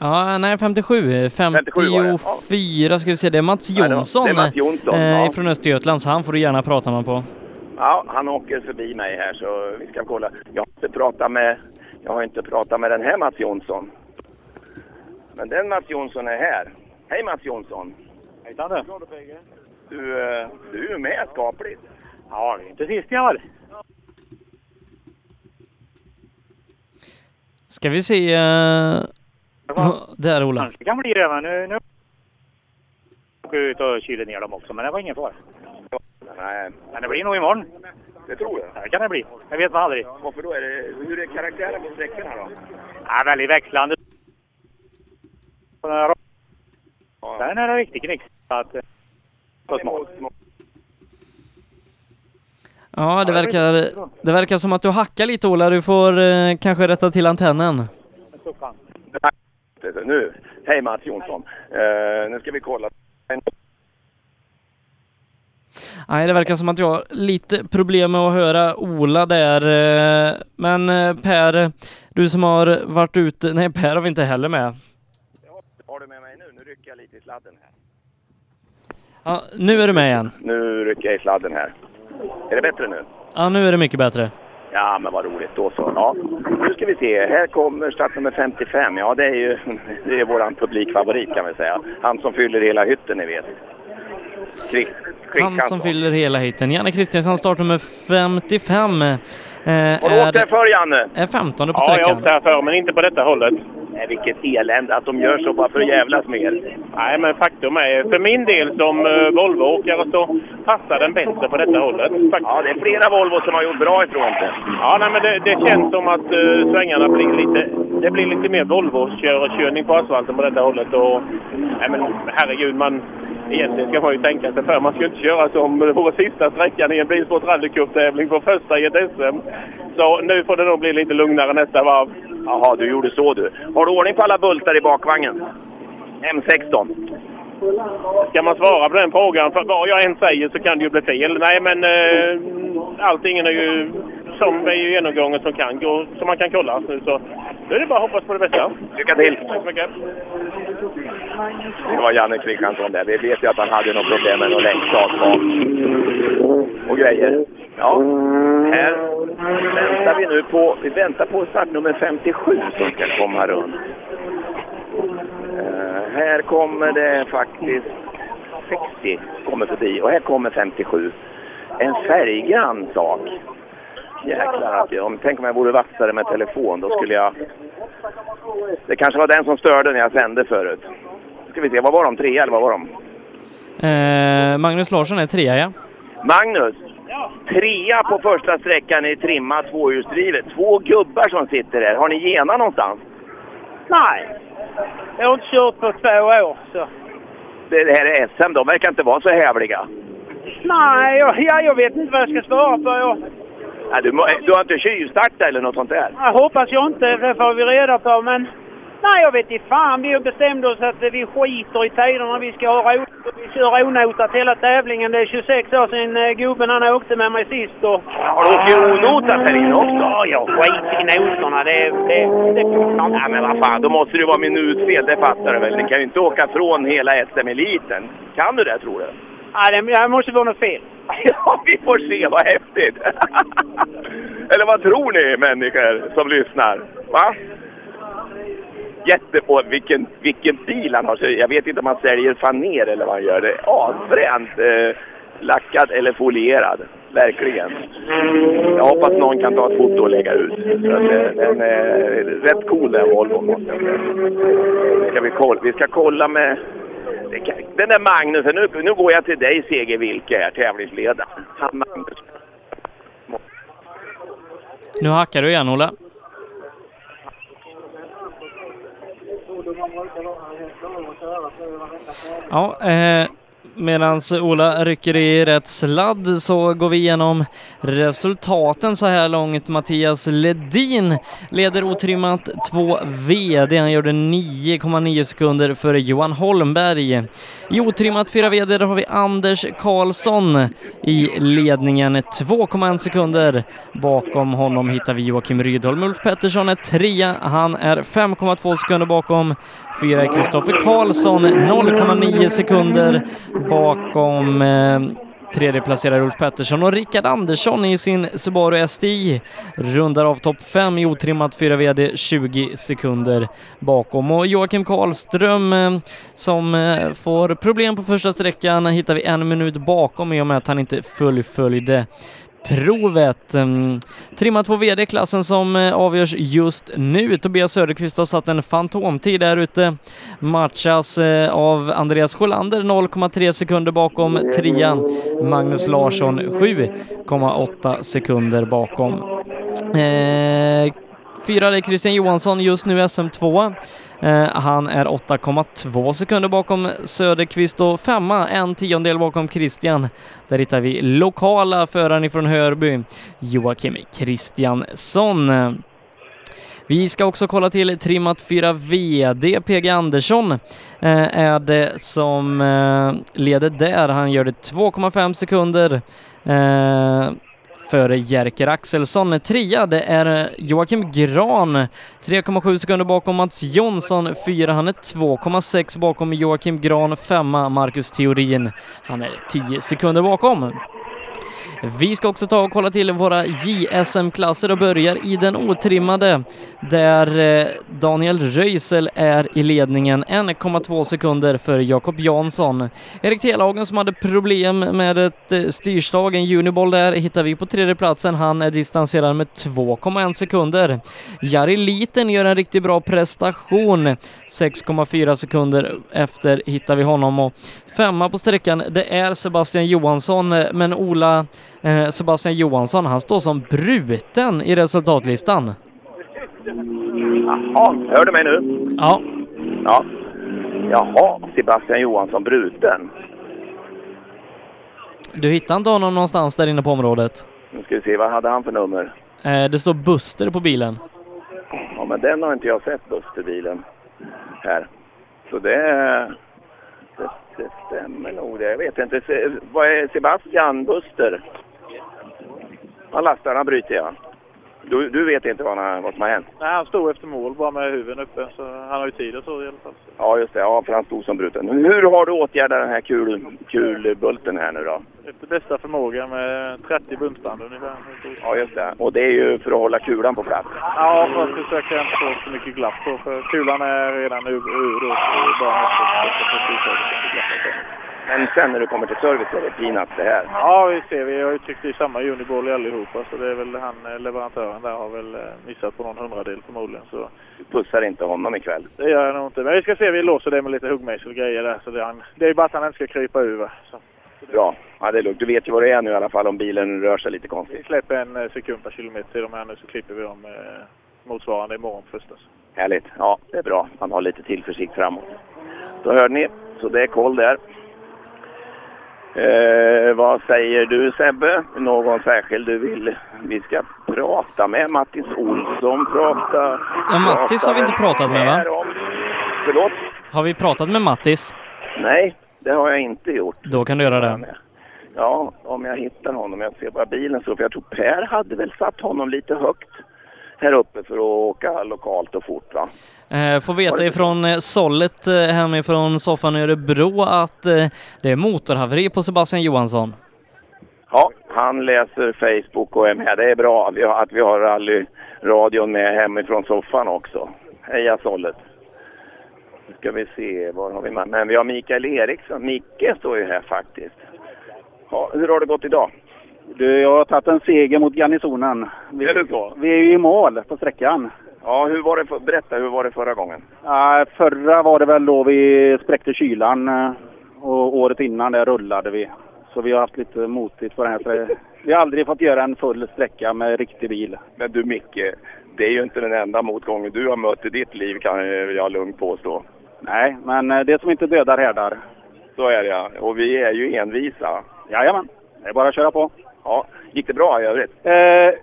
Speaker 4: Ja, nej, 57.
Speaker 2: 57 var det,
Speaker 4: 54 ska vi se, det är Mats
Speaker 2: Nej, det var-
Speaker 4: Jonsson,
Speaker 2: det är Mats Jonsson,
Speaker 4: eh,
Speaker 2: ja.
Speaker 4: från Östergötland, så han får du gärna prata med på.
Speaker 2: Ja, han åker förbi mig här så vi ska kolla. Jag har inte pratat med, jag har inte pratat med den här Mats Jonsson. Men den Mats Jonsson är här. Hej Mats Jonsson! Hej Danne! Du, eh, du är ju med skapligt. Ja, det är inte sist jag var.
Speaker 4: Ska vi se... Eh... Där Ola.
Speaker 17: Det kan bli det, men nu... nu... åker jag ut och kyler ner dem också, men det var ingen fara.
Speaker 2: Nej.
Speaker 17: Men det blir nog imorgon.
Speaker 2: Det tror jag.
Speaker 17: Det kan det bli. Jag vet man aldrig.
Speaker 2: Varför då? Är det, hur är karaktären på sträckorna då?
Speaker 17: Ja, väldigt växlande. På den här- Sen är det riktigt knick. Så att... eh, Så små.
Speaker 4: Ja, det verkar, det verkar som att du hackar lite Ola. Du får eh, kanske rätta till antennen.
Speaker 2: Nu, hej Mats Jonsson. Eh, nu ska vi kolla.
Speaker 4: Nej, det verkar som att jag har lite problem med att höra Ola där. eh, Men eh, Per, du som har varit ute... Nej, Per har vi inte heller med.
Speaker 2: Har du med mig nu? Nu rycker jag lite i sladden här.
Speaker 4: Ja, nu är du med igen.
Speaker 2: Nu rycker jag i sladden här. Är det bättre nu?
Speaker 4: Ja, nu är det mycket bättre.
Speaker 2: Ja, men vad roligt. Då så. Ja. Nu ska vi se. Här kommer start nummer 55. Ja, det är ju det är våran publikfavorit kan vi säga. Han som fyller hela hytten, ni vet. Kri-
Speaker 4: Han som fyller hela hytten. Janne Kristiansson, startnummer 55. eh,
Speaker 2: Har du åkt där
Speaker 4: Är,
Speaker 2: förr, Janne?
Speaker 4: är 15 på sträckan.
Speaker 2: där förr, men inte på detta hållet. Nej, vilket elände att de gör så bara för att jävlas med er.
Speaker 9: Nej, men faktum är, för min del som eh, Volvo-åkare så passar den bättre på detta hållet.
Speaker 2: Ja, det är flera Volvo som har gjort bra ifrån sig.
Speaker 9: Ja, nej, men det, det känns som att eh, svängarna blir lite... Det blir lite mer Volvo-körning på asfalten på detta hållet. Och, nej, men herregud, man... Egentligen ska man ju tänka sig för. Man ska ju inte köra som det vore sista sträckan i en Bilsport rallycup-tävling på första i ett SM. Så nu får det nog bli lite lugnare nästa varv.
Speaker 2: Jaha, du gjorde så du. Har du ordning på alla bultar i bakvagnen? M16.
Speaker 9: Ska man svara på den frågan? För vad jag än säger så kan det ju bli fel. Nej, men eh, allting är ju som är ju genomgången som kan gå, som man kan kolla nu. Så nu är det bara att hoppas på det bästa.
Speaker 2: Lycka till!
Speaker 9: Tack så mycket!
Speaker 2: Det var Janne Kristiansson där. Vi vet ju att han hade något problem med någon länkstart bak. Och grejer. Ja, här väntar vi nu på... Vi väntar på start nummer 57 som ska komma runt. Eh, här kommer det faktiskt 60 kommer förbi och här kommer 57. En färggrann sak. Jäklar, att jag, om- tänk om jag vore vassare med telefon. Då skulle jag... Det kanske var den som störde när jag sände förut. Nu ska vi se, vad var de? Trea eller vad var de?
Speaker 4: Eh, Magnus Larsson är trea, ja.
Speaker 2: Magnus! Trea på första sträckan i trimma tvåhjulsdrivet. Två gubbar som sitter där. Har ni gena någonstans?
Speaker 1: Nej, jag har inte kört på två år. Så.
Speaker 2: Det det här är SM, de verkar inte vara så hävliga.
Speaker 1: Nej, jag, ja, jag vet inte vad jag ska svara på. Jag,
Speaker 2: Nej, du, må- du har inte tjuvstartat eller något sånt där?
Speaker 1: jag hoppas jag inte, det får vi reda på. Men nej, jag vet inte fan. Vi bestämde oss att vi skiter i tiderna. Vi ska ha roligt och vi kör onotat hela tävlingen. Det är 26 år sedan eh, gubben han åkte med mig sist. Och...
Speaker 2: Har du åkt onotat här inne också?
Speaker 1: Ja, jag skiter i noterna. Det, det, det funkar inte.
Speaker 2: Ja, men vad fan, då måste det ju vara minutfel, det fattar du väl? Ni kan ju inte åka från hela SM-eliten. Kan du det, tror du?
Speaker 1: Nej, det det måste vara något fel.
Speaker 2: <laughs> Ja, vi får se, vad häftigt! <laughs> Eller vad tror ni, människor som lyssnar? Va? Jätte... Och vilken, vilken bil han har! Så Jag vet inte om han säljer faner eller vad han gör. Det är asfränt! Eh, lackad eller folierad. Verkligen. Jag hoppas någon kan ta ett foto och lägga ut. För att, eh, Den är rätt cool den Volvon. måste jag säga. Ska vi, kolla? vi ska kolla med... det kan- Den där Magnusen, nu, nu går jag till dig Seger Wilke här, tävlingsledaren. Han Magnus.
Speaker 4: Nu hackar du igen, Olle. Ja, eh, medan Ola rycker i rätt sladd så går vi igenom resultaten så här långt. Mattias Ledin leder otrimmat 2V. Det han gjorde 9,9 sekunder före Johan Holmberg. I otrimmat 4V där har vi Anders Karlsson i ledningen 2,1 sekunder. Bakom honom hittar vi Joakim Rydholm. Ulf Pettersson är trea. Han är 5,2 sekunder bakom. Fyra är Kristoffer Karlsson, 0,9 sekunder bakom eh, Tredje placerar Ulf Pettersson och Rickard Andersson i sin Subaru STI rundar av topp 5 i otrimmat 4 VD 20 sekunder bakom. Och Joakim Karlström eh, som eh, får problem på första sträckan hittar vi en minut bakom i och med att han inte fullföljde provet. Mm. Trimma 2 VD, klassen som eh, avgörs just nu. Tobias Söderqvist har satt en fantomtid där ute. Matchas eh, av Andreas Sjölander 0,3 sekunder bakom trean. Magnus Larsson 7,8 sekunder bakom. Eh, Fyra är Christian Johansson, just nu SM2. Eh, han är 8,2 sekunder bakom Söderqvist och femma, en tiondel bakom Christian. Där hittar vi lokala föraren ifrån Hörby, Joakim Kristiansson. Vi ska också kolla till Trimmat 4 VD PG Andersson eh, är det som eh, leder där. Han gör det 2,5 sekunder eh, före Jerker Axelsson. Trea, det är eh, Joakim Gran. 3,7 sekunder bakom Mats Jonsson. Fyra, han är 2,6 bakom Joakim Gran. Femma, Marcus Theorin. Han är 10 sekunder bakom. Vi ska också ta och kolla till våra JSM-klasser och börjar i den otrimmade där eh, Daniel Röisel är i ledningen 1,2 sekunder före Jakob Jansson. Erik Telhagen som hade problem med ett eh, styrslag, en Uniball där, hittar vi på tredje platsen. Han är distanserad med 2,1 sekunder. Jari Liten gör en riktigt bra prestation. 6,4 sekunder efter hittar vi honom och femma på sträckan, det är Sebastian Johansson, eh, men Ola eh, Sebastian Johansson, han står som bruten i resultatlistan.
Speaker 2: Jaha, hör du mig nu?
Speaker 4: Ja.
Speaker 2: Ja. Jaha, Sebastian Johansson bruten.
Speaker 4: Du hittar inte honom någonstans där inne på området?
Speaker 2: Nu ska vi se, vad hade han för nummer?
Speaker 4: Eh, det står Buster på bilen.
Speaker 2: Ja, men den har inte jag sett, Busterbilen. Här. Så det... Det, det stämmer nog det. Jag vet inte. Se, vad är Sebastian Buster? Han lastar, han bryter ja. Du, du vet inte vad, han, har- vad som har hänt?
Speaker 9: Nej, han stod efter mål bara med huvuden uppe, så han har ju tid och så i alla fall.
Speaker 2: Ja, just det. Ja, för han stod som bruten. Hur har du åtgärdat den här kul, kulbulten här nu då?
Speaker 9: Efter bästa förmåga med 30 buntband ungefär.
Speaker 2: Ja, just det. Och det är ju för att hålla kulan på plats.
Speaker 9: Ja, fast det försöker jag inte få så mycket glapp på, för kulan är redan ur, ur och bara
Speaker 2: Men sen när du kommer till service är det peanuts det här.
Speaker 9: Ja, vi ser. Vi har ju tryckt i samma uniball i allihopa, så det är väl han eh, leverantören där har väl eh, missat på någon hundradel förmodligen. Så
Speaker 2: Du pussar inte honom ikväll.
Speaker 9: det gör jag nog inte. Men vi ska se. Vi låser det med lite huggmejsel och grejer där. Så det, är han, det är ju bara att han inte ska krypa ur. va. Så
Speaker 2: Bra. Ja, det är lugnt. Du vet ju vad det är nu i alla fall om bilen rör sig lite
Speaker 9: vi
Speaker 2: konstigt.
Speaker 9: släpper en eh, sekund per kilometer till de här nu, så klipper vi dem eh, motsvarande imorgon först. Alltså.
Speaker 2: Härligt. Ja, det är bra. Man har lite tillförsikt framåt. Då hörde ni. Så det är koll där. Eh, vad säger du Sebbe? Någon särskild du vill vi ska prata med? Mattis Olsson prata.
Speaker 4: Ja, Mattis har vi inte pratat med va?
Speaker 2: Förlåt?
Speaker 4: Har vi pratat med Mattis?
Speaker 2: Nej, det har jag inte gjort.
Speaker 4: Då kan du göra det.
Speaker 2: Ja, om jag hittar honom. Jag ser bara bilen så. För jag tror Per hade väl satt honom lite högt här uppe för att åka lokalt och fort va?
Speaker 4: Eh, får veta ifrån eh, Sollet eh, hemifrån soffan i Örebro att eh, det är motorhaveri på Sebastian Johansson.
Speaker 2: Ja, han läser Facebook och är med. Det är bra vi har- att vi har rallyradion med hemifrån soffan också. Heja Sollet! Nu ska vi se, var har vi med? Men vi har Mikael Eriksson. Micke står ju här faktiskt. Ja, hur har det gått idag?
Speaker 1: Du, jag har tagit en seger mot garnisonen. Vi,
Speaker 2: Är det så?
Speaker 1: vi är ju i mål på sträckan.
Speaker 2: Ja, hur var det för, berätta, hur var det förra gången?
Speaker 1: Ja, förra var det väl då vi spräckte kylan eh, och året innan där rullade vi. Så vi har haft lite motigt på den här strä- Vi har aldrig fått göra en full sträcka med riktig bil.
Speaker 2: Men du Micke, det är ju inte den enda motgången du har mött i ditt liv kan jag lugnt påstå.
Speaker 1: Nej, men eh, det som inte dödar härdar.
Speaker 2: Så är det ja. Och vi är ju envisa. Jajamän, det är bara att köra på. Ja, gick det bra i övrigt?
Speaker 1: Eh,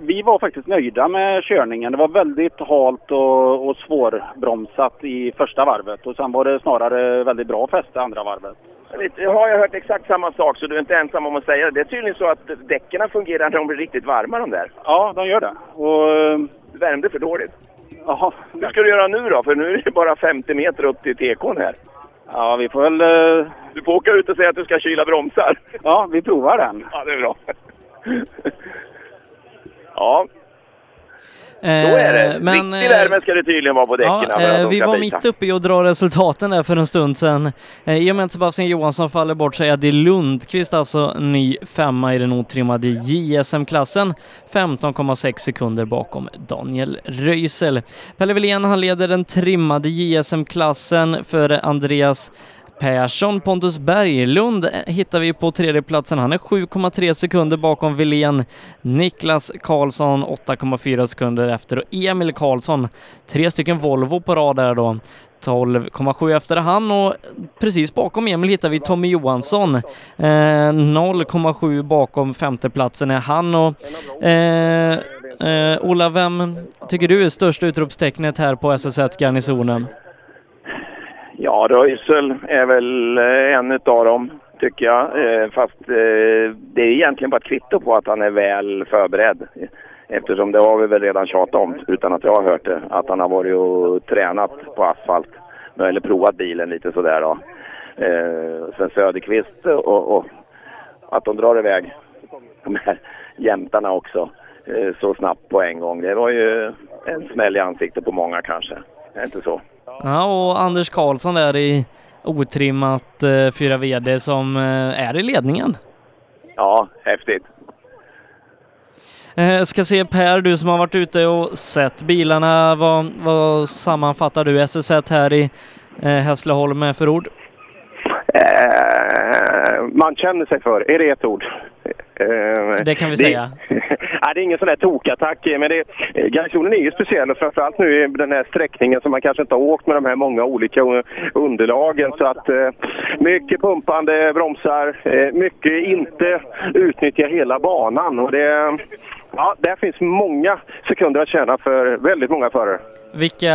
Speaker 1: vi var faktiskt nöjda med körningen. Det var väldigt halt och, och svårbromsat i första varvet och sen var det snarare väldigt bra fäste andra varvet.
Speaker 2: Lite, har jag hört exakt samma sak så du är inte ensam om att säga det. Det är tydligen så att däcken fungerar när de blir riktigt varma de där.
Speaker 1: Ja, de gör det. Och, eh,
Speaker 2: Du värmde för dåligt.
Speaker 1: Jaha.
Speaker 2: Hur ska du göra nu då? För nu är det bara 50 meter upp till tekon här.
Speaker 1: Ja, vi får väl... eh,
Speaker 2: Du får åka ut och säga att du ska kyla bromsar.
Speaker 1: Ja, vi provar den.
Speaker 2: Ja, det är bra. <laughs> Ja,
Speaker 4: Eh,
Speaker 2: så är det.
Speaker 4: Men,
Speaker 2: Riktig
Speaker 4: eh,
Speaker 2: värme ska det tydligen vara på däcken.
Speaker 4: Ja,
Speaker 2: för att
Speaker 4: eh,
Speaker 2: de
Speaker 4: vi
Speaker 2: ska
Speaker 4: var
Speaker 2: bita.
Speaker 4: mitt uppe i att dra resultaten där för en stund sedan. Eh, I och med att Sebastian Johansson faller bort så är det Lundqvist alltså ny femma i den otrimmade JSM-klassen. 15,6 sekunder bakom Daniel Röisel. Pelle Wilén, han leder den trimmade JSM-klassen före Andreas Persson, Pontus Berglund eh, hittar vi på tredjeplatsen. Han är 7,3 sekunder bakom Wilén. Niklas Karlsson 8,4 sekunder efter och Emil Karlsson, tre stycken Volvo på rad där då. 12,7 efter han och precis bakom Emil hittar vi Tommy Johansson. Eh, 0,7 bakom femteplatsen är han och eh, eh, Ola, vem tycker du är största utropstecknet här på SS1 Garnisonen?
Speaker 2: Ja, Röisel är väl eh, en utav dem, tycker jag. Eh, Fast eh, det är egentligen bara ett kvitto på att han är väl förberedd. Eftersom det har vi väl redan tjatat om, utan att jag har hört det, att han har varit och tränat på asfalt. Eller provat bilen lite sådär då. Eh, Sen Söderqvist och, och att de drar iväg de här jämtarna också eh, så snabbt på en gång. Det var ju en smäll i ansiktet på många kanske. Är det inte så?
Speaker 4: Ja, och Anders Karlsson där i otrimmat eh, 4 VD som eh, är i ledningen.
Speaker 2: Ja, häftigt.
Speaker 4: Eh, ska se Per, du som har varit ute och sett bilarna, vad, vad sammanfattar du SS1 här i eh, Hässleholm med för ord?
Speaker 3: Eh, man känner sig för. Är det ett ord? Eh,
Speaker 4: Det kan vi
Speaker 3: <laughs>
Speaker 4: säga.
Speaker 3: Nej, det är ingen sån där tokattack, men det, eh, garnisonen är ju speciell och framförallt nu i den här sträckningen som man kanske inte har åkt med de här många olika eh, underlagen. Så att eh, mycket pumpande bromsar, eh, mycket inte utnyttja hela banan. Och det, ja, där finns många sekunder att tjäna för väldigt många förare.
Speaker 4: Vilka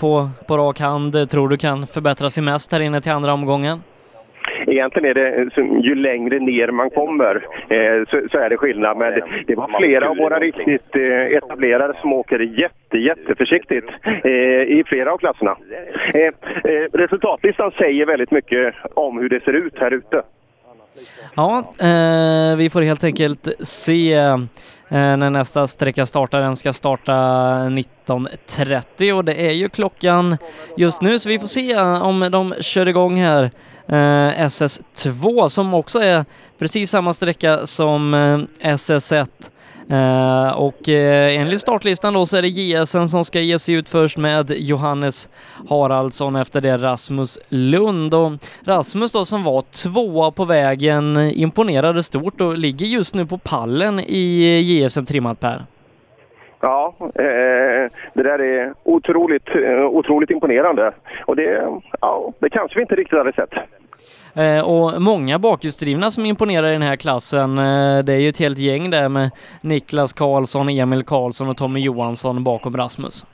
Speaker 4: på, på rak hand eh, tror du kan förbättra sig mest här inne till andra omgången?
Speaker 3: Eh,
Speaker 18: egentligen är det så- ju längre ner man kommer eh, så, så är det skillnad. Men det, det var flera av våra riktigt eh, etablerade som åker jätte, jätteförsiktigt eh, i flera av klasserna. Eh, eh, resultatlistan säger väldigt mycket om hur det ser ut här ute.
Speaker 4: Ja, eh, vi får helt enkelt se eh, när nästa sträcka startar. Den ska starta 19.30 och det är ju klockan just nu så vi får se eh, om de kör igång här. Eh, SS2 som också är precis samma sträcka som eh, SS1. Eh, och eh, enligt startlistan då så är det JSN som ska ge sig ut först med Johannes Haraldsson efter det Rasmus Lund. Och Rasmus då som var tvåa på vägen imponerade stort och ligger just nu på pallen i JSN trimmat Per.
Speaker 18: Ja, eh, det där är otroligt, eh, otroligt imponerande. Och det, ja, det kanske vi inte riktigt hade sett.
Speaker 4: Eh, och många bakhjulsdrivna som imponerar i den här klassen. Eh, det är ju ett helt gäng där med Niklas Karlsson, Emil Karlsson och Tommy Johansson bakom Rasmus.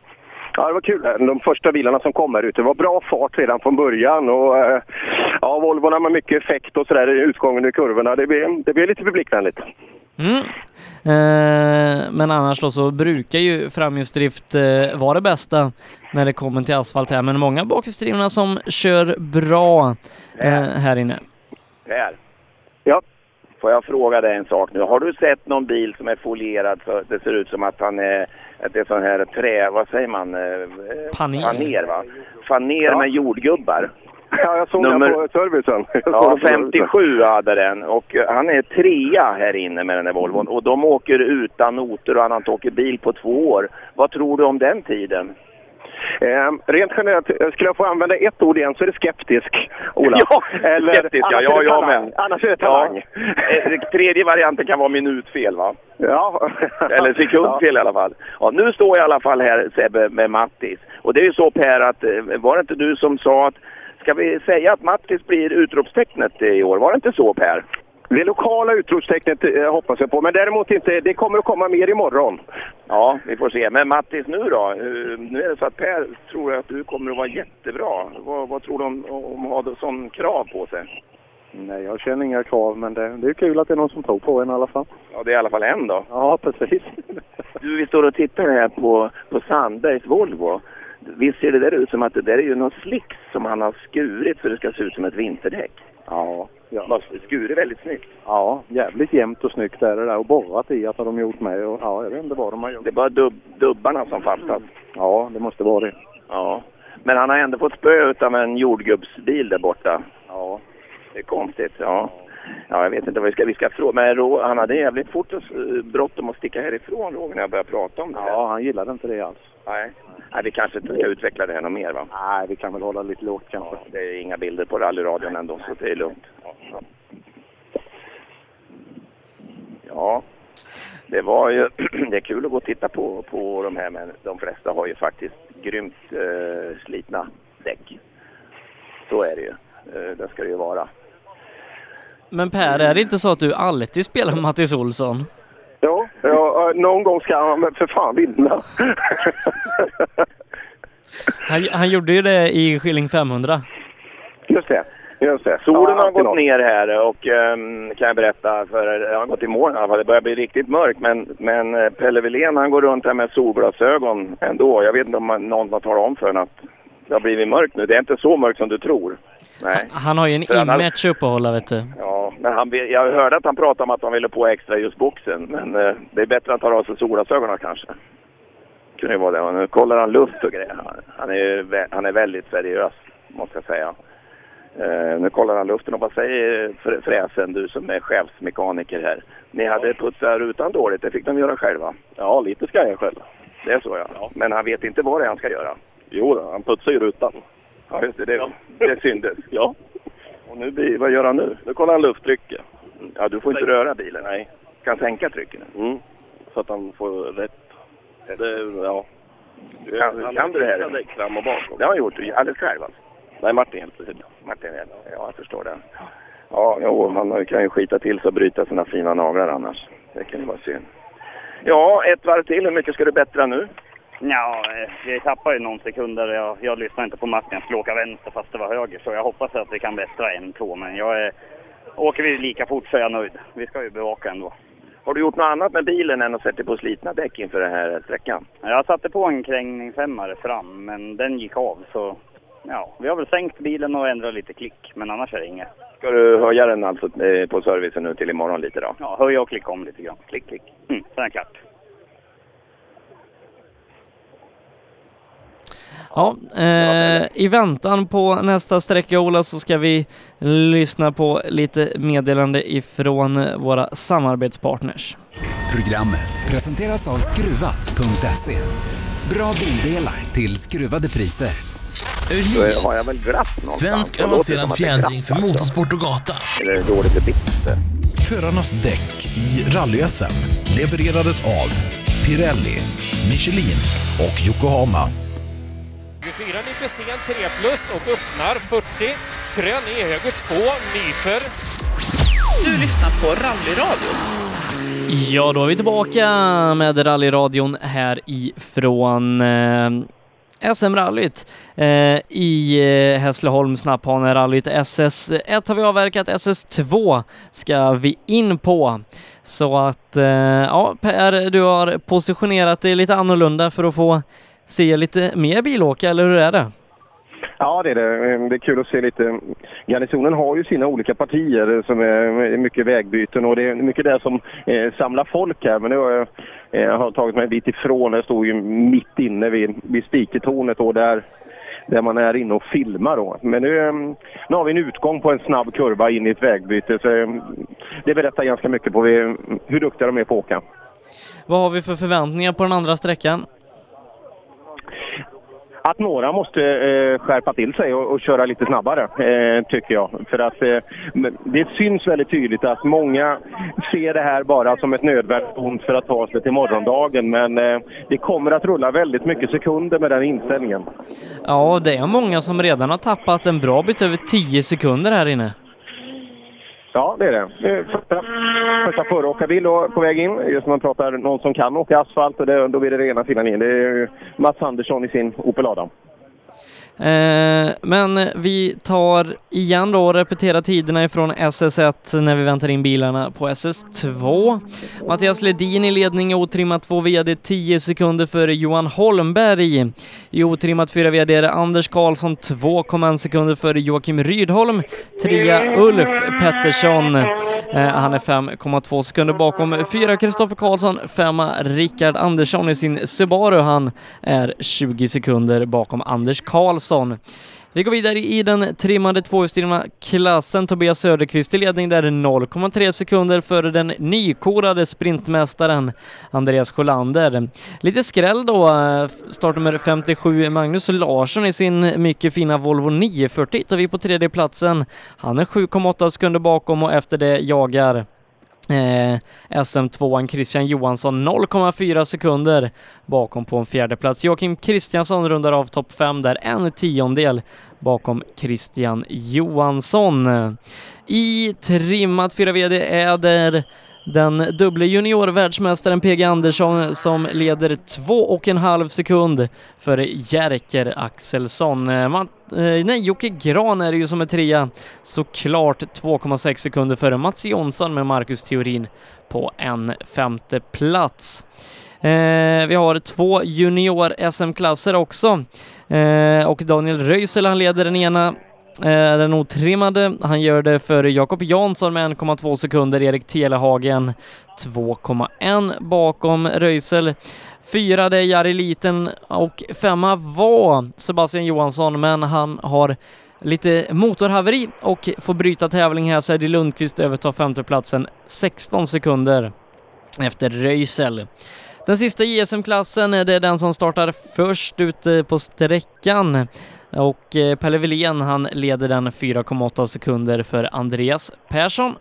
Speaker 18: Ja, det var kul. De första bilarna som kom här ute. Det var bra fart redan från början. Och, eh, ja, Volvorna med mycket effekt och sådär i utgången ur kurvorna. Det blev, det blev lite publikvänligt.
Speaker 4: Mm. Eh, men annars då så brukar ju framhjulsdrift eh, vara det bästa när det kommer till asfalt här, men många bakhjulsdrivna som kör bra eh, här inne.
Speaker 2: Per. Ja? Får jag fråga dig en sak nu? Har du sett någon bil som är folierad så det ser ut som att han är, att det är sån här trä, vad säger man? Eh,
Speaker 4: Paner.
Speaker 2: Faner va? Faner med jordgubbar.
Speaker 18: Ja, jag såg
Speaker 2: Nummer-
Speaker 18: den på servicen. Jag såg
Speaker 2: Ja,
Speaker 18: den på servicen.
Speaker 2: 57 hade den och eh, han är trea här inne med den här Volvon och de åker utan noter och han har inte åkt bil på två år. Vad tror du om den tiden?
Speaker 18: Ehm, rent generellt, eh, skulle jag få använda ett ord igen så är det skeptisk, Ola.
Speaker 2: <laughs> Ja,
Speaker 18: Eller,
Speaker 2: skeptisk, ja,
Speaker 18: annars
Speaker 2: ja,
Speaker 18: är det
Speaker 2: jag
Speaker 18: talang.
Speaker 2: med.
Speaker 18: Annars är det
Speaker 2: Ja.
Speaker 18: talang.
Speaker 2: Eh, Tredje varianten kan vara minutfel va?
Speaker 18: Ja.
Speaker 2: <laughs> Eller sekundfel i alla fall. Ja, nu står jag i alla fall här Sebbe med Mattis. Och det är ju så Per att eh, var det inte du som sa att ska vi säga att Mattis blir utropstecknet i år? Var det inte så Per?
Speaker 18: Det lokala utropstecknet eh, hoppas jag på, men däremot inte. Det kommer att komma mer imorgon.
Speaker 2: Ja, vi får se. Men Mattis nu då? Eh, Nu är det så att Per tror att du kommer att vara jättebra. Vad, vad tror du om, om att ha sån krav på sig?
Speaker 3: Nej, jag känner inga krav, men det, det är kul att det är någon som tror på en i alla fall.
Speaker 2: Ja, det är i alla fall en då.
Speaker 3: Ja, precis.
Speaker 2: Du, vi står och tittar här på, på Sandbergs Volvo. Visst ser det där ut som att det där är ju någon slicks som han har skurit för det ska se ut som ett vinterdäck?
Speaker 3: Ja,
Speaker 2: ja. Skurit väldigt snyggt.
Speaker 3: <laughs> Ja, jävligt jämnt och snyggt är det där. Och borrat i att har de gjort med. Och, ja, jag vet inte vad de har gjort.
Speaker 2: Det är bara dubb, dubbarna som fattas.
Speaker 3: Mm. Ja, det måste vara det.
Speaker 2: Ja. Men han har ändå fått spö utav en jordgubbsbil där borta.
Speaker 3: Ja.
Speaker 2: Det är konstigt, ja. Ja, jag vet inte vad vi ska, vi ska fråga. Men Rå- han hade jävligt fort och, eh, bråttom att sticka härifrån, Roger, när jag började prata om det här.
Speaker 3: Ja, han gillade inte det alls.
Speaker 2: Nej. Nej, vi kanske inte ska utveckla det här något mer, va?
Speaker 3: Nej, vi kan väl hålla lite lågt kanske.
Speaker 2: Ja, det är inga bilder på rallyradion ändå, så det är lugnt. Ja. Ja, det var ju... <clears throat> Det är kul att gå och titta på, på de här, men de flesta har ju faktiskt grymt eh, slitna däck. Så är det ju. Eh, det ska det ju vara.
Speaker 4: Men Per, är det inte så att du alltid spelar Mattis Olsson?
Speaker 18: Ja, ja, eh, någon gång ska han väl för fan vinna.
Speaker 4: Han, han gjorde ju det i Skilling 500.
Speaker 18: Just det. Just det.
Speaker 2: Solen
Speaker 18: Ja,
Speaker 2: har
Speaker 18: alltid
Speaker 2: gått
Speaker 18: något.
Speaker 2: ner här och ehm, kan jag berätta för er, jag har gått i moln i alla fall. Det börjar bli riktigt mörkt men, men eh, Pelle Wilén han går runt här med solglasögon ändå. Jag vet inte om man- någon har talat om för honom att det har blivit mörkt nu. Det är inte så mörkt som du tror. Nej.
Speaker 4: Han har ju en
Speaker 2: För han hade-
Speaker 4: image att uppehålla vet du.
Speaker 2: Ja, men han, vill- jag hörde att han pratade om att han ville på extra just boxen. Men eh, det är bättre att han har av sig solglasögonen kanske. Kunde ju vara det. Och nu kollar han luft och grejer. Han- Han är, ju vä- han är väldigt seriös, måste jag säga. Eh, nu kollar han luften och vad säger Fr- Fräsen, du som är chefsmekaniker här? Ni hade putsat rutan dåligt, det fick de göra själva.
Speaker 19: Ja, lite ska jag själv.
Speaker 2: Det är så ja. Men han vet inte vad det är han ska göra.
Speaker 19: Jo, då, han putsar ju rutan.
Speaker 2: Ja, just det. Det, det syndes.
Speaker 19: Ja.
Speaker 2: Och nu blir, vad gör han nu?
Speaker 19: Nu kollar han lufttrycket.
Speaker 2: Ja, du får inte röra bilen. Nej. Kan sänka trycket.
Speaker 19: Mm. Så att han får rätt. Det, ja.
Speaker 2: Kan, kan du det här?
Speaker 19: Däck fram och bak.
Speaker 2: Det har jag gjort. Alldeles själv alltså.
Speaker 19: Nej, Martin hjälpte till.
Speaker 2: Martin Edel. Ja, jag förstår det. Ja, jo, han kan ju skita till sig och bryta sina fina naglar annars. Det kan ju vara synd. Ja, ett varv till. Hur mycket ska du bättra nu?
Speaker 20: Ja, vi tappar ju någon sekund där. Jag, jag lyssnar inte på Martin. Jag skulle åka vänster fast det var höger. Så jag hoppas att vi kan bättra en tå. Men jag är, åker vi lika fort så är jag nöjd. Vi ska ju bevaka ändå.
Speaker 2: Har du gjort något annat med bilen än att sätta på slitna däck inför den här sträckan?
Speaker 20: Jag satte på en krängningshämmare fram, men den gick av. Så ja, vi har väl sänkt bilen och ändrat lite klick. Men annars är det inget.
Speaker 2: Ska du höja den alltså eh, på servicen nu till imorgon lite då?
Speaker 20: Ja, höja och klicka om lite grann.
Speaker 2: Klick, klick.
Speaker 20: Mm, sen är det klart.
Speaker 4: Ja, eh, i väntan på nästa sträcka Ola så ska vi lyssna på lite meddelande ifrån våra samarbetspartners.
Speaker 10: Programmet presenteras av Skruvat.se. Bra bildelar till skruvade priser.
Speaker 11: Öhlins.
Speaker 2: Har jag väl glapp någonstans?
Speaker 11: Svensk
Speaker 2: Det låter som
Speaker 11: avancerad
Speaker 2: att det är
Speaker 11: fjädring för
Speaker 2: glapp, alltså.
Speaker 11: motorsport och gata.
Speaker 2: Eller är det dåligt för bitter?
Speaker 12: Förarnas däck i rally levererades av Pirelli, Michelin och Yokohama.
Speaker 21: 24 Nipesen 3 plus och öppnar 40. Krön i höger 2, Nyfer.
Speaker 16: Du lyssnar på Rallyradion.
Speaker 4: Ja, då är vi tillbaka med rallyradion härifrån eh, SM-rallyt eh, i eh, Hässleholm Snapphanerallyt. SS1 har vi avverkat, SS2 ska vi in på. Så att eh, ja, Per, du har positionerat dig lite annorlunda för att få se lite mer bilåka, eller hur är det?
Speaker 3: Ja, det är det. Det är kul att se lite. Garnisonen har ju sina olika partier som är mycket vägbyten och det är mycket där som eh, samlar folk här. Men nu har jag eh, har tagit mig en bit ifrån. Jag står ju mitt inne vid, vid Spiketornet och där, där man är inne och filmar. Då. Men nu, eh, nu har vi en utgång på en snabb kurva in i ett vägbyte. Så, eh, det berättar ganska mycket på vi- hur duktiga de är på att åka.
Speaker 4: Vad har vi för förväntningar på den andra sträckan?
Speaker 3: Att några måste eh, skärpa till sig och, och köra lite snabbare, eh, tycker jag. För att eh, men det syns väldigt tydligt att många ser det här bara som ett nödvändigt ont för att ta sig till morgondagen. Men eh, det kommer att rulla väldigt mycket sekunder med den inställningen.
Speaker 4: Ja, det är många som redan har tappat en bra bit över 10 sekunder här inne.
Speaker 3: Ja, det är det. Eh, Första, första föråkarbil då på väg in. Just när man pratar någon som kan åka asfalt, och det, då blir det rena sidan in. Det är eh, Mats Andersson i sin Opel Adam.
Speaker 4: Eh, men vi tar igen då och repeterar tiderna ifrån SS1 när vi väntar in bilarna på SS2. Mattias Ledin i ledning i otrimmat 2 VD 10 sekunder före Johan Holmberg. I otrimmat 4 VD är det Anders Karlsson 2,1 sekunder före Joakim Rydholm. Trea Ulf Pettersson. Eh, han är 5,2 sekunder bakom. Fyra Kristoffer Karlsson, femma Rickard Andersson i sin Subaru. Han är 20 sekunder bakom Anders Karlsson. Vi går vidare i den trimmade tvåhjulsdrivna klassen. Tobias Söderqvist i ledning där 0,3 sekunder före den nykorade sprintmästaren Andreas Sjölander. Lite skräll då, eh, startnummer 57 Magnus Larsson i sin mycket fina Volvo 940 hittar vi på tredje platsen. Han är 7,8 sekunder bakom och efter det jagar Eh, SM2an Christian Johansson 0,4 sekunder bakom på en fjärde plats. Joakim Kristiansson rundar av topp 5 där, en tiondel bakom Christian Johansson. I trimmat 4 VD är där den dubbla juniorvärldsmästaren PG Andersson som leder 2,5 sekund före Jerker Axelsson. Eh, Matt, eh, nej, Jocke Gran är det ju som är trea, såklart 2,6 sekunder före Mats Jonsson med Marcus Theorin på en femte plats. Eh, vi har två junior-SM-klasser också eh, och Daniel Röisel han leder den ena Eh, Den otrimmade, han gör det före Jakob Jansson med 1,2 sekunder, Erik Telehagen 2,1 bakom Röisel. Fyra det är Jari Liten och femma var Sebastian Johansson, men han har lite motorhaveri och får bryta tävling här så Eddie Lundqvist övertar femteplatsen 16 sekunder efter Röisel. Den sista JSM-klassen, eh, det är den som startar först ute på sträckan. Och eh, Pelle Wilén, han leder den 4,8 sekunder för Andreas Persson.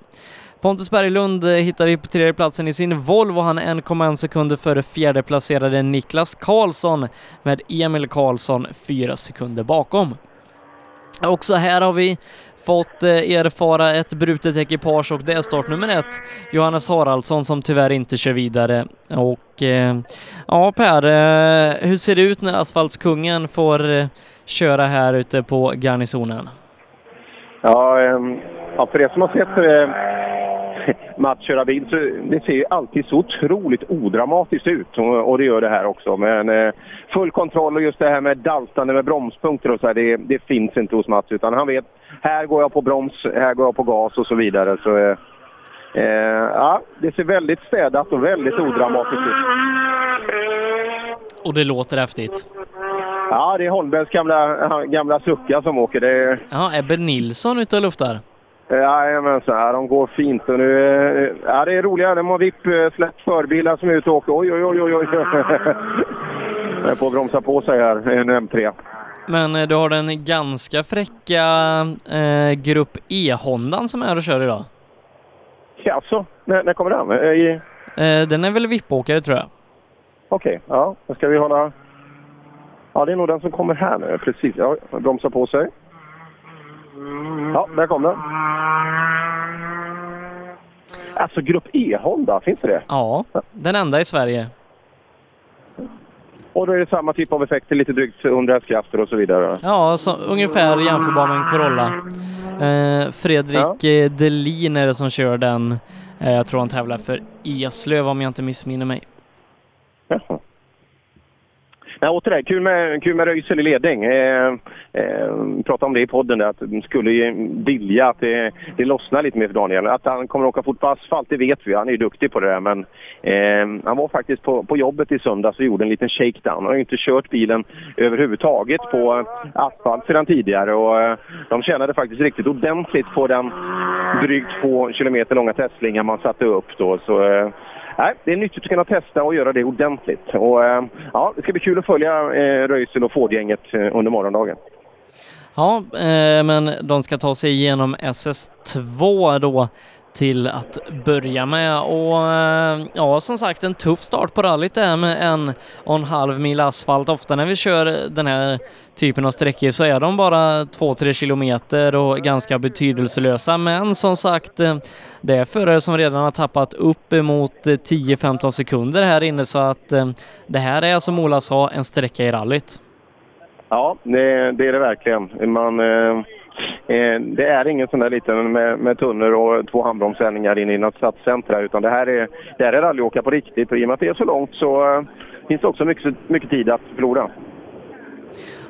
Speaker 4: Pontus Berglund eh, hittar vi på tredje platsen i sin Volvo. Han är 1,1 sekunder före fjärdeplacerade Niklas Karlsson med Emil Karlsson 4 sekunder bakom. Också här har vi fått eh, erfara ett brutet ekipage och det är start nummer ett, Johannes Haraldsson, som tyvärr inte kör vidare. Och eh, ja, Per, eh, hur ser det ut när asfaltskungen får eh, köra här ute på garnisonen?
Speaker 3: Ja, ehm, ja, för er som har sett eh, Mats köra bil så det ser ju alltid så otroligt odramatiskt ut och, och det gör det här också. Men eh, full kontroll och just det här med daltande med bromspunkter och så här, det, det finns inte hos Mats utan han vet här går jag på broms, här går jag på gas och så vidare. Så, eh, eh, ja, det ser väldigt städat och väldigt odramatiskt ut.
Speaker 4: Och det låter häftigt.
Speaker 3: Ja, det är Holmbergs gamla, han- gamla sucka som åker. Det är,
Speaker 4: Ja, Ebbe Nilsson ute och luftar.
Speaker 3: Eh, Jajamensan, de går fint. Och nu, eh, ja, det är roliga. De har vipp eh, släppt förbilar som är ute och åker. Oj, oj, oj, oj, oj. Jag är på att bromsa på sig här, en M3.
Speaker 4: Men eh, du har den ganska fräcka eh, Grupp E-Hondan som är och kör idag.
Speaker 3: Jaså, när, när kommer den? Eh, i-
Speaker 4: Eh, den är väl vippåkare tror jag.
Speaker 3: Okej, ja. Då ska vi hålla... Ja, det är nog den som kommer här nu. Precis, ja. Bromsa på sig. Ja, där kom den. Alltså, Grupp E-Honda, finns det det?
Speaker 4: Ja, den enda i Sverige.
Speaker 3: Och då är det samma typ av effekter, lite drygt 100 hästkrafter och så vidare.
Speaker 4: Ja, så, ungefär jämförbar med en Corolla. Eh, Fredrik eh, Delin är det som kör den. Eh, jag tror han tävlar för Eslöv om jag inte missminner mig.
Speaker 3: Nej, återigen, kul med, kul med Röisel i ledning. Eh, eh, pratade om det i podden, där, att de skulle ju vilja att det, det lossnar lite mer för Daniel. Att han kommer åka fort på asfalt, det vet vi. Han är ju duktig på det där. Men eh, han var faktiskt på, på jobbet i söndags och gjorde en liten shakedown. Han har ju inte kört bilen överhuvudtaget på asfalt sedan tidigare. Och, eh, de tjänade faktiskt riktigt ordentligt på den drygt två kilometer långa testslingan man satte upp då. Så, eh, Nej, det är nyttigt att kunna testa och göra det ordentligt. Och, eh, ja, det ska bli kul att följa eh, Röisel och Ford-gänget eh, under morgondagen.
Speaker 4: Ja, eh, men de ska ta sig igenom SS2 då till att börja med och eh, ja, som sagt en tuff start på rallyt där med en och en halv mil asfalt. Ofta när vi kör den här typen av sträckor så är de bara 2-3 kilometer och ganska betydelselösa. Men som sagt, eh, det är förare som redan har tappat uppemot eh, 10-15 sekunder här inne så att eh, det här är som Ola sa, en sträcka i rallyt.
Speaker 3: Ja, det, det är det verkligen. Man, eh, eh, det är ingen sån där liten med, med tunnor och två handbromssändningar in i något stadscentra utan det här är, det här är rallyåka på riktigt och i och med att det är så långt så eh, finns det också mycket, mycket tid att förlora.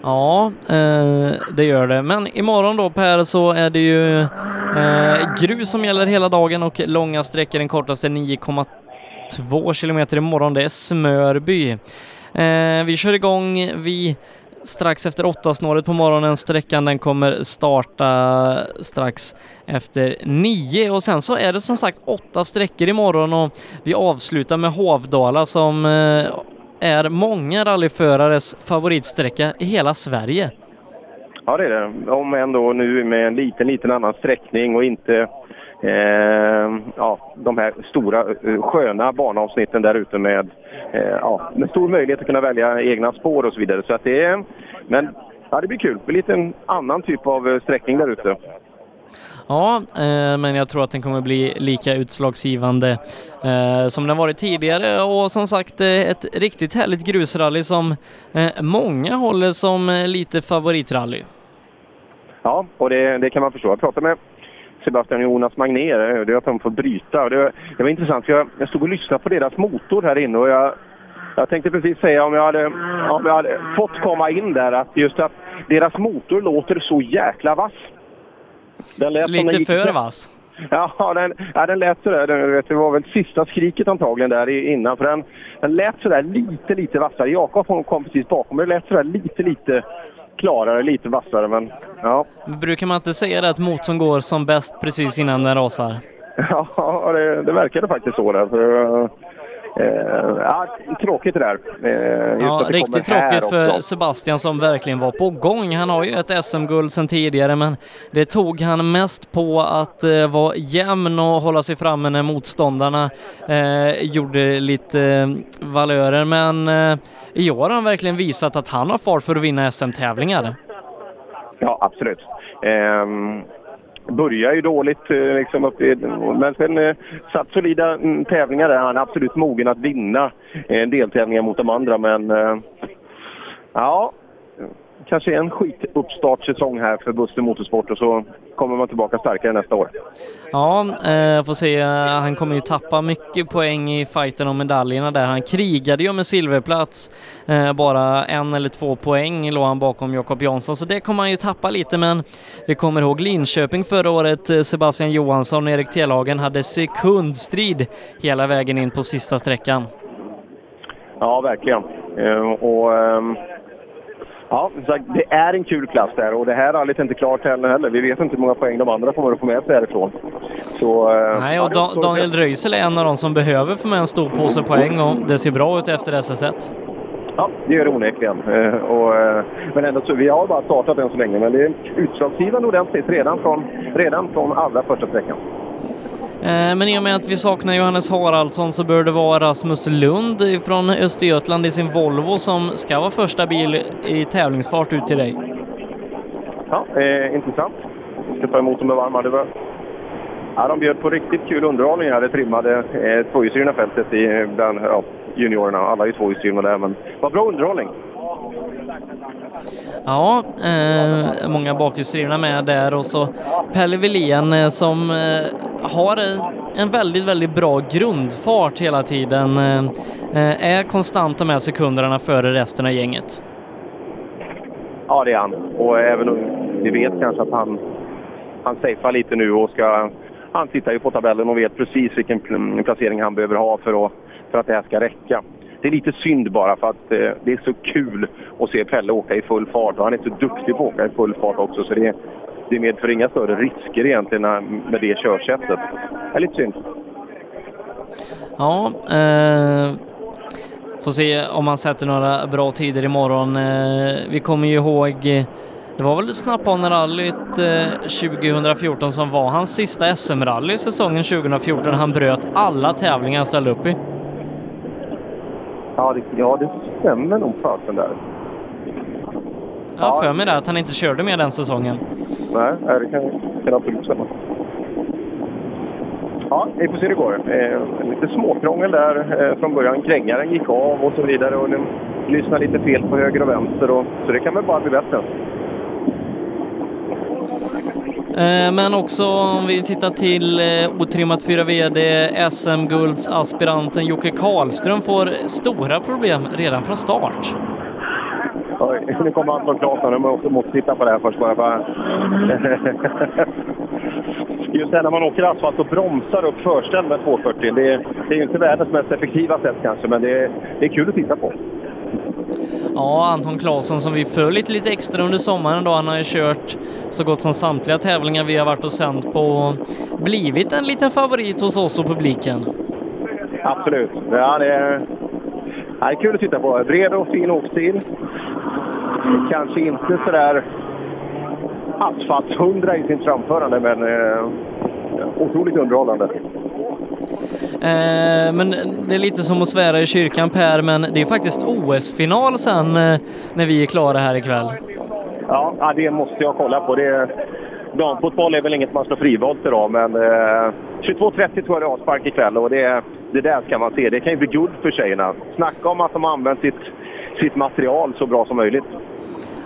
Speaker 4: Ja, eh, det gör det. Men imorgon då Per så är det ju eh, grus som gäller hela dagen och långa sträckor. Den kortaste 9,2 kilometer imorgon. Det är Smörby. Eh, vi kör igång vid strax efter åtta snåret på morgonen. Sträckan den kommer starta strax efter nio och sen så är det som sagt åtta sträckor imorgon och vi avslutar med Hovdala som eh, är många rallyförares favoritsträcka i hela Sverige.
Speaker 3: Ja, det är det. Om ändå nu med en liten, liten annan sträckning och inte eh, ja, de här stora eh, sköna banavsnitten där ute med, eh, ja, med stor möjlighet att kunna välja egna spår och så vidare. Så att det är, men ja, det blir kul. Det blir lite en annan typ av eh, sträckning där ute.
Speaker 4: Ja, eh, men jag tror att den kommer bli lika utslagsgivande eh, som den varit tidigare och som sagt eh, ett riktigt härligt grusrally som eh, många håller som eh, lite favoritrally.
Speaker 3: Ja, och det, det kan man förstå. Jag pratade med Sebastian och Jonas Magnér, jag hörde att de får bryta. Och Det, det var intressant, för jag, jag stod och lyssnade på deras motor här inne och jag, jag tänkte precis säga om jag, hade, om jag hade fått komma in där att just att deras motor låter så jäkla vass. Den lät som den
Speaker 4: Lite
Speaker 3: gick-
Speaker 4: för vass.
Speaker 3: <laughs> Ja, den, ja, den lät sådär. Den, vet, du, det var väl sista skriket antagligen där i- innan. För den, den lät sådär lite, lite vassare. Jakob hon kom precis bakom. men Det lät sådär lite, lite klarare, lite vassare. Men ja,
Speaker 4: Brukar man inte säga det att motorn går som bäst precis innan den rasar?
Speaker 3: <laughs> Ja, det, det verkade faktiskt så. Där. För, eh, ja, tråkigt det där. Eh, just
Speaker 4: Ja,
Speaker 3: att det
Speaker 4: riktigt
Speaker 3: kommer här
Speaker 4: tråkigt för
Speaker 3: också.
Speaker 4: Sebastian som verkligen var på gång. Han har ju ett SM-guld sedan tidigare, men det tog han mest på att eh, vara jämn och hålla sig framme när motståndarna eh, gjorde lite eh, valörer. Men eh, i år har han verkligen visat att han har fart för att vinna SM-tävlingar.
Speaker 3: Ja, absolut. Ehm, började ju dåligt, eh, liksom, upp i, men sen eh, satt solida mm, tävlingar där. Han är absolut mogen att vinna eh, deltävlingar mot de andra, men eh, ja, kanske en skituppstartssäsong här för Buster Motorsport och så kommer man tillbaka starkare nästa år.
Speaker 4: Ja, eh, får se. Han kommer ju tappa mycket poäng i fighten om medaljerna där. Han krigade ju om en silverplats. Eh, bara en eller två poäng låg han bakom Jakob Jansson, så det kommer han ju tappa lite. Men vi kommer ihåg Linköping förra året. Eh, Sebastian Johansson och Erik Telhagen hade sekundstrid hela vägen in på sista sträckan.
Speaker 3: Ja, verkligen. Eh, och, ehm, ja, som sagt, det är en kul klass där och det här rallyt är inte klart heller. heller. Vi vet inte hur många poäng de andra kommer att få med sig därifrån. Så, eh,
Speaker 4: Nej,
Speaker 3: ja,
Speaker 4: och
Speaker 3: det
Speaker 4: da-
Speaker 3: står-
Speaker 4: Daniel Röisel är en av de som behöver få med en stor påse poäng och det ser bra ut efter SS1.
Speaker 3: Ja, det gör det onekligen. Eh, och, eh, men ändå, så, vi har bara startat än så länge, men det är utslagsgivande ordentligt redan från, redan från allra första sträckan.
Speaker 4: Eh, Men i och med att vi saknar Johannes Haraldsson så bör det vara Rasmus Lund från Östergötland i sin Volvo som ska vara första bil i tävlingsfart ut till dig.
Speaker 3: Ja, eh, intressant. Ska ta emot dem med varm hand. Det var- Ja, de bjöd på riktigt kul underhållning här. Det trimmade eh, tvåhjulsdrivna fältet i, eh, bland ja, juniorerna. Alla är ju tvåhjulsdrivna där, men vad bra underhållning.
Speaker 4: Ja, eh, många bakhjulsdrivna med där och så Pelle Wilén eh, som eh, har en- en väldigt, väldigt bra grundfart hela tiden. Eh, eh, är konstanta med sekunderna före resten av gänget.
Speaker 3: Ja, det är han. Och även om vi vet kanske att han, han safear lite nu och ska... Han tittar ju på tabellen och vet precis vilken pl- placering han behöver ha för att, för att det här ska räcka. Det är lite synd bara för att eh, det är så kul att se Pelle åka i full fart och han är så duktig på att åka i full fart också så det, det medför inga större risker egentligen när- med det körsättet. Det är lite synd.
Speaker 4: Ja, eh, får se om han sätter några bra tider imorgon. Eh, vi kommer ju ihåg, eh, det var väl Snapphanerallyt eh, 2014 som var hans sista SM-rally säsongen 2014. Han bröt alla tävlingar han ställde upp i.
Speaker 3: Ja, det, ja, det stämmer nog fasen där.
Speaker 4: Jag har för mig det, att han inte körde mer den säsongen.
Speaker 3: Nej, nej, det kan, kan absolut stämma. Ja, vi får se hur det går. Eh, lite småkrångel där eh, från början. Krängaren gick av och så vidare. Och den lyssnade lite fel på höger och vänster. Och, så det kan väl bara bli bättre.
Speaker 4: Eh, Men också om vi tittar till eh, otrimmat 4 VD, SM-guldsaspiranten Jocke Karlström får stora problem redan från start.
Speaker 3: Oj, nu kommer Anton Claesson. Jag måste, måste titta på det här först bara. bara. <laughs> Just det här när man åker asfalt och bromsar upp förställ med 240. Det, är- det är ju inte världens mest effektiva sätt kanske, men det, är- det är kul att titta på.
Speaker 4: Ja, Anton Claesson som vi följt lite extra under sommaren då. Han har ju kört så gott som samtliga tävlingar vi har varit och sänt på och blivit en liten favorit hos oss och publiken.
Speaker 3: Absolut. Ja, det, är, ja, det är kul att titta på. Bred och fin åkstil. Kanske inte sådär asfaltshundra i sin framförande, men eh, otroligt underhållande.
Speaker 4: Eh, men det är lite som att svära i kyrkan Per, men det är faktiskt OS-final sen eh, när vi är klara här ikväll.
Speaker 3: Ja, ja, det måste jag kolla på. Det är, damfotboll är väl inget man slår frivolter av, men eh, 22.30 tror jag det är avspark ikväll och det, det där ska man se. Det kan ju bli guld för tjejerna. Snacka om att de har använt sitt, sitt material så bra som möjligt.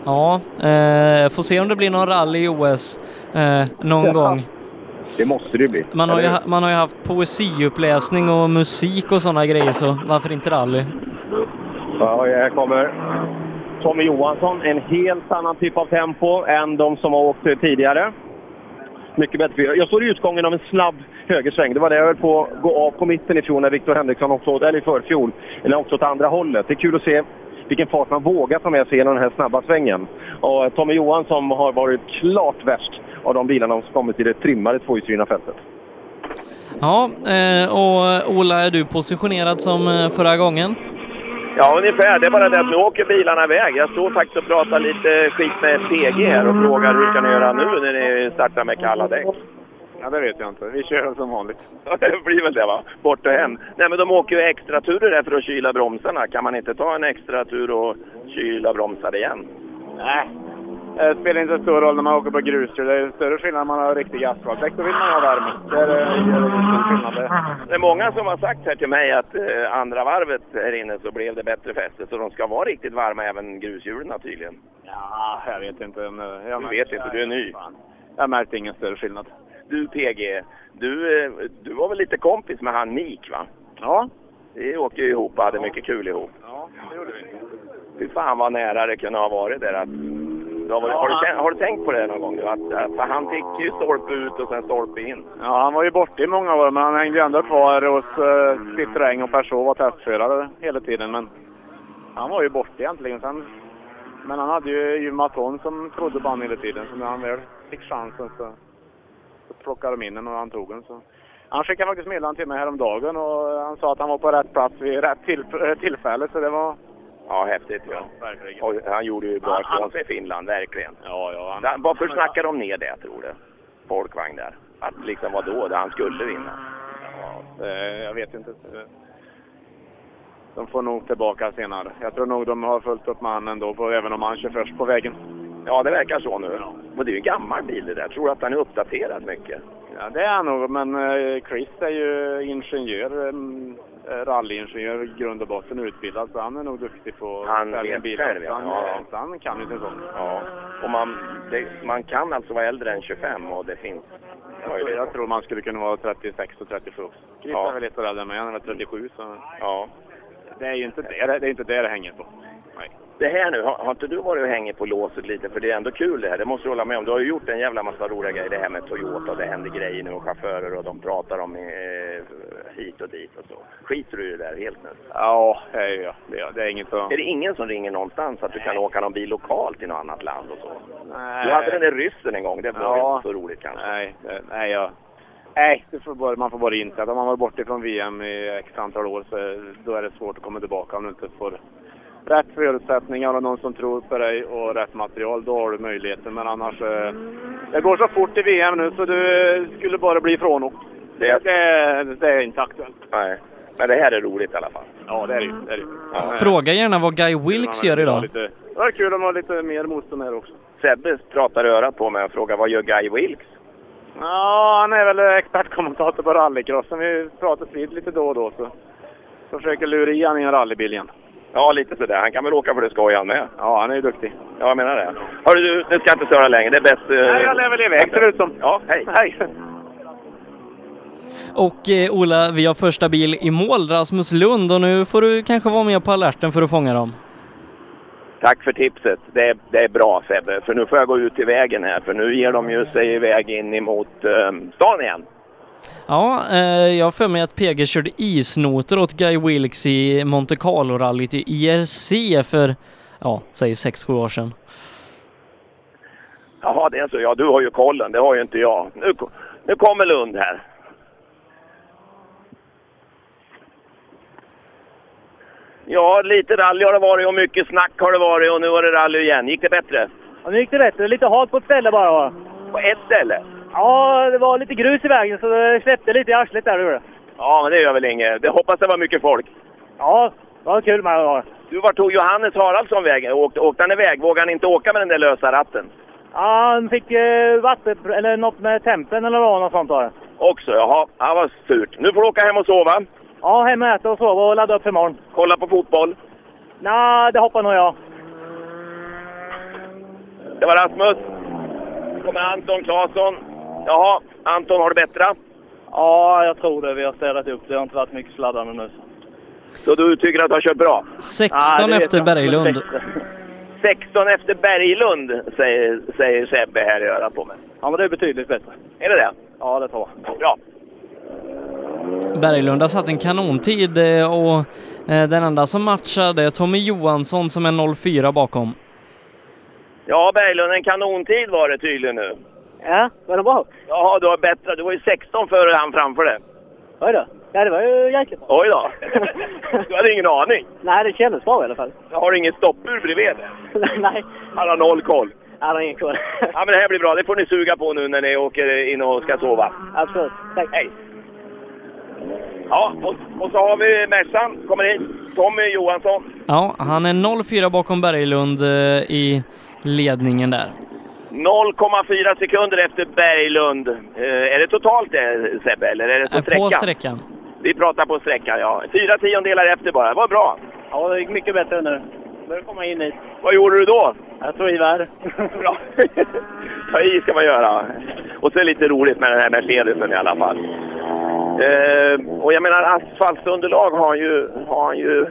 Speaker 4: Ja, eh, får se om det blir någon rally i OS eh, någon
Speaker 3: Ja.
Speaker 4: gång.
Speaker 3: Det måste det ju bli.
Speaker 4: Man har ju,
Speaker 3: Eller hur?
Speaker 4: ha- man har ju haft poesiuppläsning och musik och sådana grejer, så varför inte rally?
Speaker 3: Ja, här kommer Tommy Johansson. En helt annan typ av tempo än de som har åkt tidigare. Mycket bättre. Jag står i utgången av en snabb högersväng. Det var det jag höll på att gå av på mitten i fjol när Victor Henriksson också, eller i förfjol, när också åt andra hållet. Det är kul att se vilken fart man vågar ta med sig genom den här snabba svängen. Och Tommy Johansson har varit klart värst av de bilarna som kommit i det trimmade tvåhjulsdrivna fältet.
Speaker 4: Ja, eh, och Ola, är du positionerad som eh, förra gången?
Speaker 2: Ja, ungefär. Det är bara det att nu åker bilarna iväg. Jag står faktiskt och pratar lite skit med PG här och frågar hur ska ni göra nu när ni startar med kalla däck?
Speaker 22: Ja, det vet jag inte. Vi kör som vanligt.
Speaker 2: <laughs> Ja, det blir väl det va? Bort och hem. Nej, men de åker ju extra turer där för att kyla bromsarna. Kan man inte ta en extra tur och kyla bromsar igen?
Speaker 17: Nej,
Speaker 23: eh, spelar inte så stor roll när man åker på grus. Det är större skillnad när man har riktig asfaltdäck. Då vill man ha värme. Det är, eh, gör det stor skillnad. det.
Speaker 2: Det är många som har sagt här till mig att eh, andra varvet här inne så blev det bättre fäste. Så de ska vara riktigt varma även grushjulen tydligen.
Speaker 23: Ja, jag vet inte. men Jag
Speaker 2: Du
Speaker 23: märker-
Speaker 2: vet inte, du är ny.
Speaker 23: Jag märkte ingen större skillnad.
Speaker 2: Du PG, du, eh, du var väl lite kompis med han Nick va?
Speaker 23: Ja.
Speaker 2: Vi åkte ju ihop och hade mycket kul ihop.
Speaker 23: Ja, det gjorde vi.
Speaker 2: Fy fan vad nära det kunde ha varit där. Att, du har, varit, har, du, tän- har du tänkt på det någon gång? nu? Att, att, för han fick ju stolpe ut och sen stolpe in.
Speaker 23: Ja, han var ju borta i många år, men han hängde ju ändå kvar hos eh, Citroën och Peugeot var testförare hela tiden. Men han var ju borta egentligen. Sen, men han hade ju Yves Maton som trodde på honom hela tiden, så när han väl fick chansen så, så plockade de in honom och han tog den. Så. Han skickade faktiskt meddelande till mig häromdagen och han sa att han var på rätt plats vid rätt till, eh, tillfälle, så det var...
Speaker 2: Ja, häftigt ja.
Speaker 23: Verkligen.
Speaker 2: Och han gjorde ju bra
Speaker 23: Han- han-
Speaker 2: ifrån sig i Finland, verkligen.
Speaker 23: Ja, ja.
Speaker 2: Där- Varför snackar de ner det tror du? Folkvagn där. Att liksom vadå, det han skulle vinna.
Speaker 23: Eh, Jag vet inte. De får nog tillbaka senare. Jag tror nog de har följt upp med han ändå, på, även om han kör först på vägen.
Speaker 2: Ja, det verkar så nu. Och det är ju en gammal bil det där. Tror du att den är uppdaterad mycket?
Speaker 23: Ja, det är han nog, men eh, Chris är ju ingenjör, em, eh, rallyingenjör i grund och botten utbildad, så han är nog duktig på
Speaker 2: Han
Speaker 23: sälja
Speaker 2: vet
Speaker 23: bilar.
Speaker 2: själv, ja.
Speaker 23: han, eh,
Speaker 2: Ja.
Speaker 23: så han kan ju sin sak.
Speaker 2: Ja. Och man, det, man kan alltså vara äldre än 25 och det finns
Speaker 23: Jag, tror- jag tror man skulle kunna vara 36 och 37 också. Chris
Speaker 2: Ja.
Speaker 23: är väl lite äldre, men han är väl 37, så...
Speaker 2: Ja.
Speaker 23: Det är ju inte det det, är inte det, det hänger på.
Speaker 2: Det här nu, har, har inte du varit och hänger på låset lite? För det är ändå kul det här, det måste du hålla med om. Du har ju gjort en jävla massa roliga grejer. Det här med Toyota, det händer grejer nu och chaufförer och de pratar om eh, hit och dit och så. Skiter du i det där helt nu?
Speaker 23: Ja, det är ju jag. Det är- Det är inget att...
Speaker 2: Är det ingen som ringer någonstans att du kan åka någon bil lokalt i något annat land och så?
Speaker 23: Nej.
Speaker 2: Du hade den där ryssen en gång, det var
Speaker 23: Ja.
Speaker 2: inte så roligt kanske.
Speaker 23: Nej, det- nej, jag... Nej, det får bara, man får bara inse att om man var borta från VM i x antal år så eh, då är det svårt att komma tillbaka om du inte får rätt förutsättningar och någon som tror på dig och rätt material. Då har du möjligheten, men annars... eh, Det går så fort i VM nu så du eh, skulle bara bli ifrån det, det, det är inte aktuellt.
Speaker 2: Nej. Men det här är roligt i alla fall.
Speaker 23: Ja, det är det ju. Det är det ju.
Speaker 4: Fråga gärna vad Guy Wilkes gör idag.
Speaker 23: Det var kul om man har lite mer motstånd här också.
Speaker 2: Sebbe pratar i örat på mig och frågar vad gör Guy Wilkes?
Speaker 23: Ja, han är väl expertkommentator på rallycrossen. Vi pratar vid lite då och då. Så så försöker lura i han i en rallybil igen.
Speaker 2: Ja, lite sådär. Han kan väl åka för det skoj han med.
Speaker 23: Ja, han är ju duktig.
Speaker 2: Ja, jag menar det. Hörru du, nu ska jag inte störa längre. Det är bäst... eh,
Speaker 23: Nej, jag lever iväg ser det ut som.
Speaker 2: Ja, hej.
Speaker 23: Hej!
Speaker 4: Och eh, Ola, vi har första bil i mål, Rasmus Lund, och nu får du kanske vara med på alerten för att fånga dem.
Speaker 2: Tack för tipset. Det är, det är bra Sebbe, för nu får jag gå ut i vägen här. För nu ger de ju sig iväg in emot um, stan igen.
Speaker 4: Ja, eh, jag har för mig att PG körde isnoter åt Guy Wilkes i Monte Carlo-rallyt i IRC för, ja, säg 6-7 år sedan.
Speaker 2: Jaha, det är så. Ja, du har ju kollen. Det har ju inte jag. Nu, ko- nu kommer Lund här. Ja, lite rally har det varit och mycket snack har det varit och nu var det rally igen. Gick det bättre?
Speaker 24: Ja, nu gick det bättre. Lite halt på ett ställe bara. Va?
Speaker 2: På ett ställe?
Speaker 24: Ja, det var lite grus i vägen så det släppte lite i arslet där. det gjorde det.
Speaker 2: Ja, men det gör väl inget. Det hoppas det var mycket folk.
Speaker 24: Ja, det var kul med det. var det.
Speaker 2: Du, var tog Johannes Haraldsson vägen? Åkte, åkte han iväg? Vågade han inte åka med den där lösa ratten?
Speaker 24: Ja, han fick eh, vatten eller något med tempen eller vad något sånt var det.
Speaker 2: Också, jaha. Ja, vad surt. Nu får du åka hem och sova.
Speaker 24: Ja, hem och äta och sova och ladda upp för imorgon.
Speaker 2: Kolla på fotboll.
Speaker 24: Nej, det hoppar nog jag.
Speaker 2: Det var Rasmus. Nu kommer Anton Claesson. Jaha, Anton har det bättre?
Speaker 24: Ja, jag tror det. Vi har städat upp. Det har inte varit mycket sladdande nu.
Speaker 2: Så du tycker att du har kört bra?
Speaker 4: 16 efter Berglund.
Speaker 2: 16 efter Berglund, säger, säger Sebbe här i örat på mig.
Speaker 24: Ja, men det är betydligt bättre.
Speaker 2: Är det det?
Speaker 24: Ja, det tror
Speaker 2: jag. Bra.
Speaker 4: Berglund har satt en kanontid eh, och eh, den enda som matchade är Tommy Johansson som är 04 bakom.
Speaker 2: Ja, Berglund, en kanontid var det tydligen nu.
Speaker 24: Ja, var det bra?
Speaker 2: Jaha, du har bättre. Du var ju 16 före han framför dig.
Speaker 24: Oj då. Ja, det var ju jäkligt bra.
Speaker 1: <laughs>
Speaker 2: Oj då. Du hade ingen aning.
Speaker 24: Nej, det kändes bra i alla fall. <laughs>
Speaker 2: Jag har ingen stoppur bredvid.
Speaker 24: Nej.
Speaker 2: Han har noll koll.
Speaker 24: Ja, det är ingen koll.
Speaker 2: Ja, men det här blir bra. Det får ni suga på nu när ni åker in och ska sova.
Speaker 24: Absolut. Tack.
Speaker 2: Hej. Ja, och, och så har vi Mercan, kommer hit. Tommy Johansson.
Speaker 4: Ja, han är 04 bakom Berglund eh, i ledningen där.
Speaker 2: 0,4 sekunder efter Berglund. Eh, är det totalt det, Sebbe, eller är det på
Speaker 4: Eh,
Speaker 2: sträckan?
Speaker 4: På sträckan.
Speaker 2: Vi pratar på sträckan, ja. Fyra tiondelar efter bara. Det var bra.
Speaker 17: Ja, det gick mycket bättre nu. Börjar komma in hit.
Speaker 2: Vad gjorde du då?
Speaker 17: Jag tog i värre.
Speaker 2: <laughs> Bra. Ta i ska man göra. Och så är det lite roligt med den här Mercedesen i alla fall. Eh, och jag menar, asfaltsunderlag har han ju, har han ju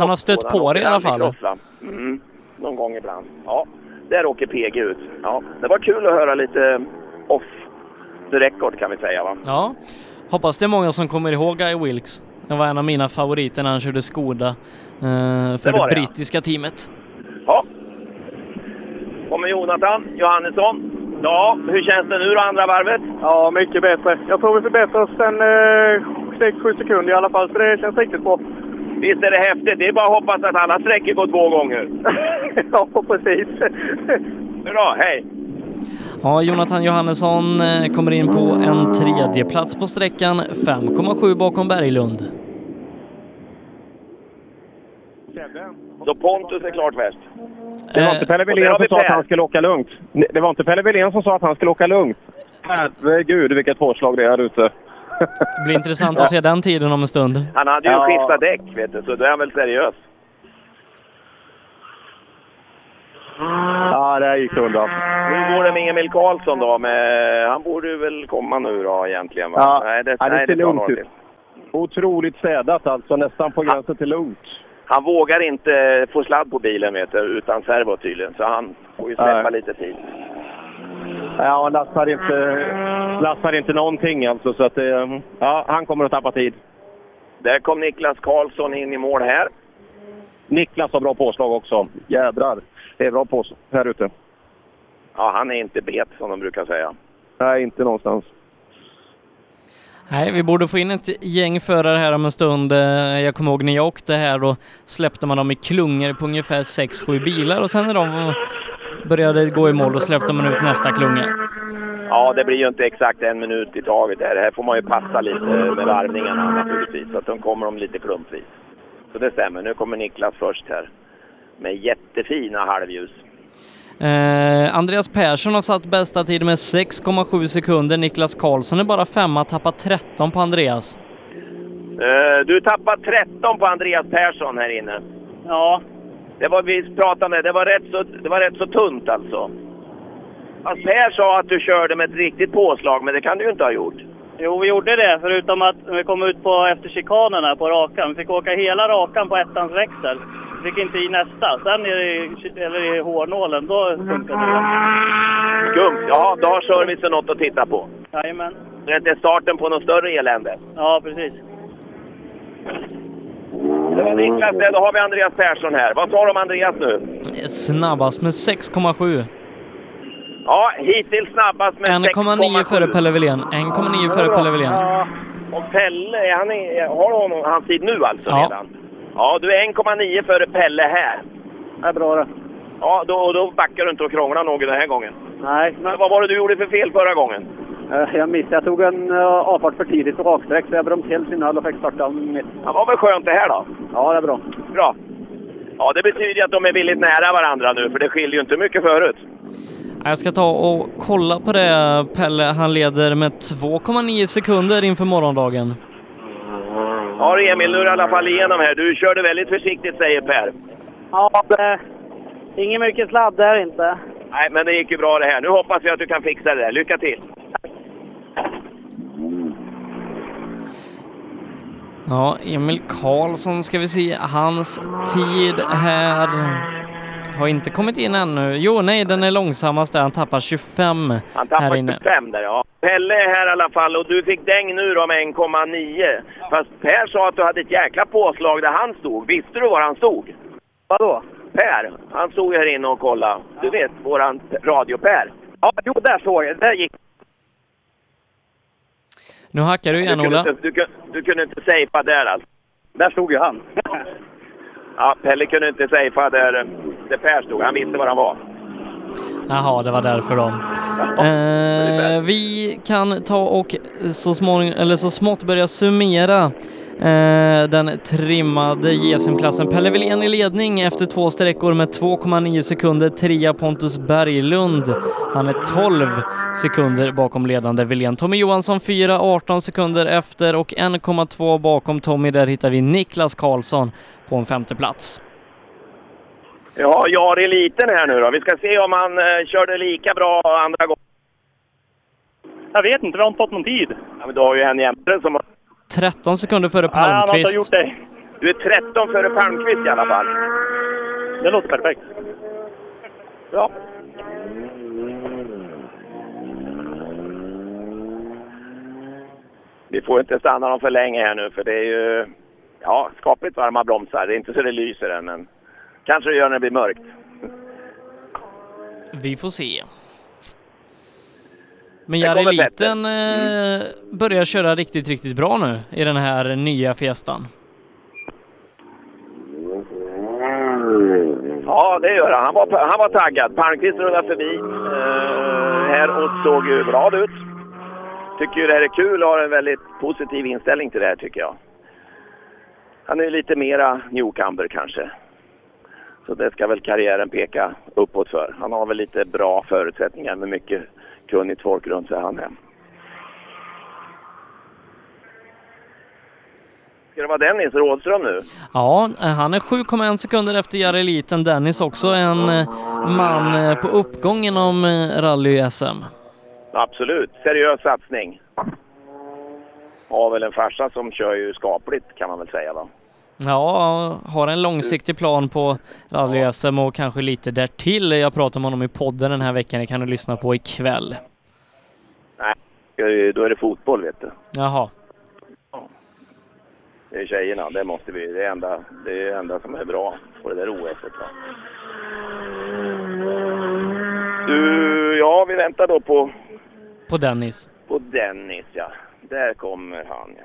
Speaker 4: Han har stött på det i alla fall.
Speaker 2: Mm. Någon gång ibland. Ja, där åker PG ut. Ja, det var kul att höra lite off the record kan vi säga va.
Speaker 4: Ja. Hoppas det är många som kommer ihåg Guy Wilkes. Det var en av mina favoriter när han körde Skoda eh, för
Speaker 2: Det var
Speaker 4: det,
Speaker 2: det, ja.
Speaker 4: brittiska teamet.
Speaker 2: Ja. Kommer Jonathan Johannesson. Ja, hur känns det nu då, andra varvet?
Speaker 13: Ja, mycket bättre. Jag tror vi förbättrar oss en eh, 6-7 sekunder i alla fall, så det känns riktigt bra.
Speaker 2: Visst är det häftigt? Det är bara att hoppas att alla sträckor går två gånger.
Speaker 13: <laughs> ja, precis.
Speaker 2: Bra, hej!
Speaker 4: Ja, Jonathan Johannesson eh, kommer in på en tredje plats på sträckan, 5,7 bakom Berglund.
Speaker 2: Så Pontus är klart värst.
Speaker 3: Det var inte Pelle
Speaker 2: Eh, och där
Speaker 3: Wilén
Speaker 2: har
Speaker 3: som
Speaker 2: vi
Speaker 3: sa att
Speaker 2: Per.
Speaker 3: han skulle åka lugnt. Det var inte Pelle Wilén som sa att han skulle åka lugnt. Herregud, vilket påslag det är här
Speaker 23: <laughs>
Speaker 3: ute.
Speaker 4: Det blir intressant att se den tiden om en stund.
Speaker 2: Han hade ju
Speaker 4: Ja.
Speaker 2: skiftat däck, vet du, så då är han väl seriös.
Speaker 3: Ja, det här gick undan.
Speaker 2: Hur går det med Emil Karlsson då? Med, han borde väl komma nu då egentligen? Va?
Speaker 3: Ja.
Speaker 2: Nej, det,
Speaker 3: Ja, det
Speaker 2: nej,
Speaker 3: ser
Speaker 2: det tar
Speaker 3: lugnt
Speaker 2: några
Speaker 3: ut.
Speaker 2: till.
Speaker 3: Otroligt städat alltså, nästan på gränsen till lugnt.
Speaker 2: Han vågar inte få sladd på bilen, vet du, utan servo tydligen. Så han får ju släppa
Speaker 3: Nej.
Speaker 2: lite tid.
Speaker 3: Ja, han lastar inte, lastar inte någonting alltså, så att det, ja, han kommer att tappa tid.
Speaker 2: Där kom Niklas Karlsson in i mål här.
Speaker 3: Niklas har bra påslag också. Jädrar, det är bra påslag här ute.
Speaker 2: Ja, han är inte bet som de brukar säga.
Speaker 3: Nej, inte någonstans.
Speaker 4: Nej, vi borde få in ett gäng förare här om en stund. Eh, Jag kommer ihåg när jag åkte här, då släppte man dem i klungor på ungefär 6-7 bilar och sen när de började gå i mål, då släppte man ut nästa klunga.
Speaker 2: Ja, det blir ju inte exakt en minut i taget. Där. Här får man ju passa lite med varvningarna naturligtvis. Så att de kommer de lite klumpvis. Så det stämmer. Nu kommer Niklas först här. Med jättefina halvljus.
Speaker 4: Eh, Andreas Persson har satt bästa tid med 6,7 sekunder. Niklas Karlsson är bara femma, tappar 13 på Andreas.
Speaker 2: Eh, du tappar 13 på Andreas Persson här inne. Ja. Det var vi pratade med. Det var rätt så, det var rätt så tunt alltså. Fast Per sa att du körde med ett riktigt påslag, men det kan du ju inte ha gjort.
Speaker 14: Jo, vi gjorde det, förutom att vi kom ut på efter chikanen här på rakan. Vi fick åka hela rakan på ettans växel. Vi fick inte i nästa. Sen nere i, eller i hårnålen, då funkade det.
Speaker 2: Skumt. Ja, då har servicen något att titta på.
Speaker 14: Jajamän.
Speaker 2: Det är inte starten på något större elände.
Speaker 14: Ja, precis.
Speaker 2: Det var Niklas det. Då har vi Andreas Persson här. Vad sa du om Andreas nu?
Speaker 4: Snabbast med 6,7.
Speaker 2: Ja, hittills snabbast med
Speaker 4: 1,9 före Pelle Wilén. 1,9 före Pelle Wilén.
Speaker 2: Ja, Och Pelle, är han i, har honom, hans tid nu alltså
Speaker 4: Ja.
Speaker 2: redan? Ja, du är 1,9 före Pelle här.
Speaker 14: Det är bra det.
Speaker 2: Ja, då, då backar du inte och krånglar något den här gången.
Speaker 14: Nej,
Speaker 2: Men vad var det du gjorde för fel förra gången?
Speaker 14: eh, jag missade. Jag tog en eh, avfart för tidigt på raksträck, så jag bromsade helt innan och fick starta mitt.
Speaker 2: Ja, vad var skönt det här då?
Speaker 14: Ja, det är bra.
Speaker 2: Bra. Ja, det betyder ju att de är väldigt nära varandra nu, för det skiljer ju inte mycket förut.
Speaker 4: Jag ska ta och kolla på det. Pelle, han leder med 2,9 sekunder inför morgondagen.
Speaker 2: Ja du, Emil, nu är du i alla fall igenom här. Du körde väldigt försiktigt säger Per.
Speaker 1: Ja, det... Ingen mycket sladd där inte.
Speaker 2: Nej, men det gick ju bra det här. Nu hoppas vi att du kan fixa det där. Lycka till!
Speaker 4: Ja, Emil Karlsson ska vi se. Hans tid här har inte kommit in ännu. Jo, nej, den är långsammast där. Han tappar 25
Speaker 2: Han tappar
Speaker 4: här inne.
Speaker 2: 25 där ja. Pelle är här i alla fall och du fick däng nu då med 1,9. Fast Per sa att du hade ett jäkla påslag där han stod. Visste du var han stod? Vadå? Per. Han stod ju här inne och kollade. Du vet, våran radio-Per. Ja, jo där såg jag. Där gick
Speaker 4: Nu hackar du igen,
Speaker 2: du, kunde
Speaker 4: Ola.
Speaker 2: inte, du, kunde- du kunde inte safea där alltså. Där stod ju han. ja, Pelle kunde inte safea där, eh, där Per stod. Han visste var han var.
Speaker 4: Jaha, det var därför då. Eh, vi kan ta och så, småning- eller så smått börja summera Eh, den trimmade JSM-klassen. Pelle Wilén i ledning efter två sträckor med 2,9 sekunder. Trea Pontus Berglund. Han är 12 sekunder bakom ledande Wilén. Tommy Johansson 4, 18 sekunder efter och 1,2 bakom Tommy. Där hittar vi Niklas Karlsson på en femte plats.
Speaker 2: Ja, jag är liten här nu då. Vi ska se om han eh, körde lika bra andra gången.
Speaker 14: Jag vet inte, vi har inte fått någon tid.
Speaker 2: Ja, men du har ju en jämte som...
Speaker 4: 13 sekunder före
Speaker 14: Nej, han har inte
Speaker 4: Palmqvist.
Speaker 14: gjort det.
Speaker 2: alltså, Du är 13 före Palmqvist i alla fall.
Speaker 14: Det låter perfekt.
Speaker 2: Ja. Vi får inte stanna dem för länge här nu för det är ju ja, skapligt varma bromsar. Det är inte så det lyser än men kanske det gör när det blir mörkt.
Speaker 4: Vi får se. Men
Speaker 2: Det
Speaker 4: Jari
Speaker 2: kommer bättre. Mm.
Speaker 4: Liten eh, börjar köra riktigt, riktigt bra nu i den här nya Fiestan.
Speaker 2: Ja, det gör han. Han var, han var taggad. Palmqvist rullade förbi eh, här och såg ju glad ut. Tycker ju det här är kul och har en väldigt positiv inställning till det här tycker jag. Han är ju lite mera newcomer kanske. Så det ska väl karriären peka uppåt för. Han har väl lite bra förutsättningar med mycket kunnigt folk runt sig han hem. Ska det vara Dennis Rådström nu?
Speaker 4: Ja, eh, han är 7,1 sekunder efter Jari Liten. Dennis också en eh, man eh, på uppgång inom eh, rally-SM.
Speaker 2: Absolut, seriös satsning. Har väl en farsa som kör ju skapligt kan man väl säga va.
Speaker 4: Ja, har en långsiktig plan på rally-SM och kanske lite därtill. Jag pratade med honom i podden den här veckan. Det kan du lyssna på ikväll.
Speaker 2: Nej, ska ju- då är det fotboll vet du.
Speaker 4: Jaha.
Speaker 2: Det är tjejerna, det måste vi. Det är enda, det är enda som är bra på det där OS. et, Va? Du, ja vi väntar då på,
Speaker 4: På Dennis.
Speaker 2: på Dennis ja. Där kommer han ja.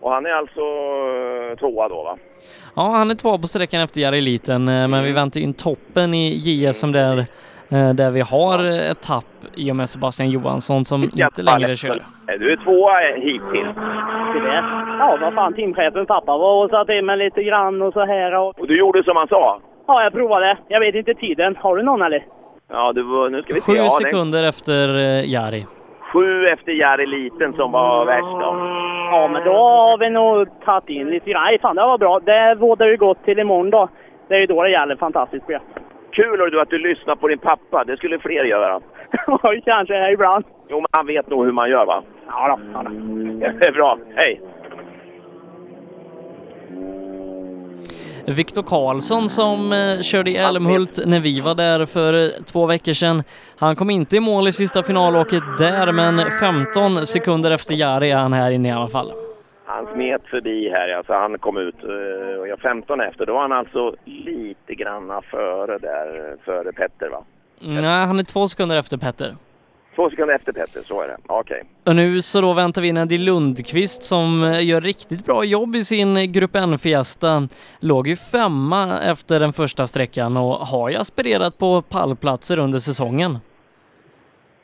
Speaker 2: Och han är alltså eh, tvåa då va?
Speaker 4: Ja, han är två på sträckan efter Jari Liten, eh,
Speaker 2: Mm.
Speaker 4: men vi väntar in toppen i JSM där, eh, där vi har eh, ett tapp i och med Sebastian Johansson som inte längre kör.
Speaker 2: Nej, Du är tvåa eh, hittills.
Speaker 1: Ja, vad fan. Teamchefen pappa var och satte in mig lite grann och så här. Och...
Speaker 2: Och du gjorde som han sa?
Speaker 1: Ja, jag provade. Jag vet inte tiden. Har du någon eller?
Speaker 2: Ja, du, var- nu ska vi se.
Speaker 4: Sju
Speaker 2: ja, det är
Speaker 4: sekunder efter eh, Jari.
Speaker 2: Sju efter Jari Liten som var värst då.
Speaker 1: Ja, men då har vi nog tagit in lite grann. Nej, fan det var bra. Det vårdar ju gott till imorgon då. Det är ju då det gäller. Fantastiskt bra.
Speaker 2: Kul hör du att du lyssnar på din pappa. Det skulle fler göra.
Speaker 1: <laughs> Oj, kanske är ibland.
Speaker 2: Jo, men han vet nog hur man gör va?
Speaker 1: Ja då, ja då.
Speaker 2: <laughs> Det är bra. Hej!
Speaker 4: Viktor Karlsson som eh, körde i Älmhult när vi var där för eh, två veckor sedan. Han kom inte i mål i sista finalåket där, men 15 sekunder efter Jari är han här inne i alla fall.
Speaker 2: Han smet förbi här, alltså han kom ut eh, och jag 15 efter. Då var han alltså lite granna före där, eh, före Petter va?
Speaker 4: Nej, han är två sekunder efter Petter.
Speaker 2: Två sekunder efter Petter, så är det. Okej.
Speaker 4: Och nu så då väntar vi in Eddie Lundqvist som eh, gör riktigt bra jobb i sin eh, Grupp N-fiesta. Låg ju femma efter den första sträckan och har ju aspirerat på pallplatser under säsongen.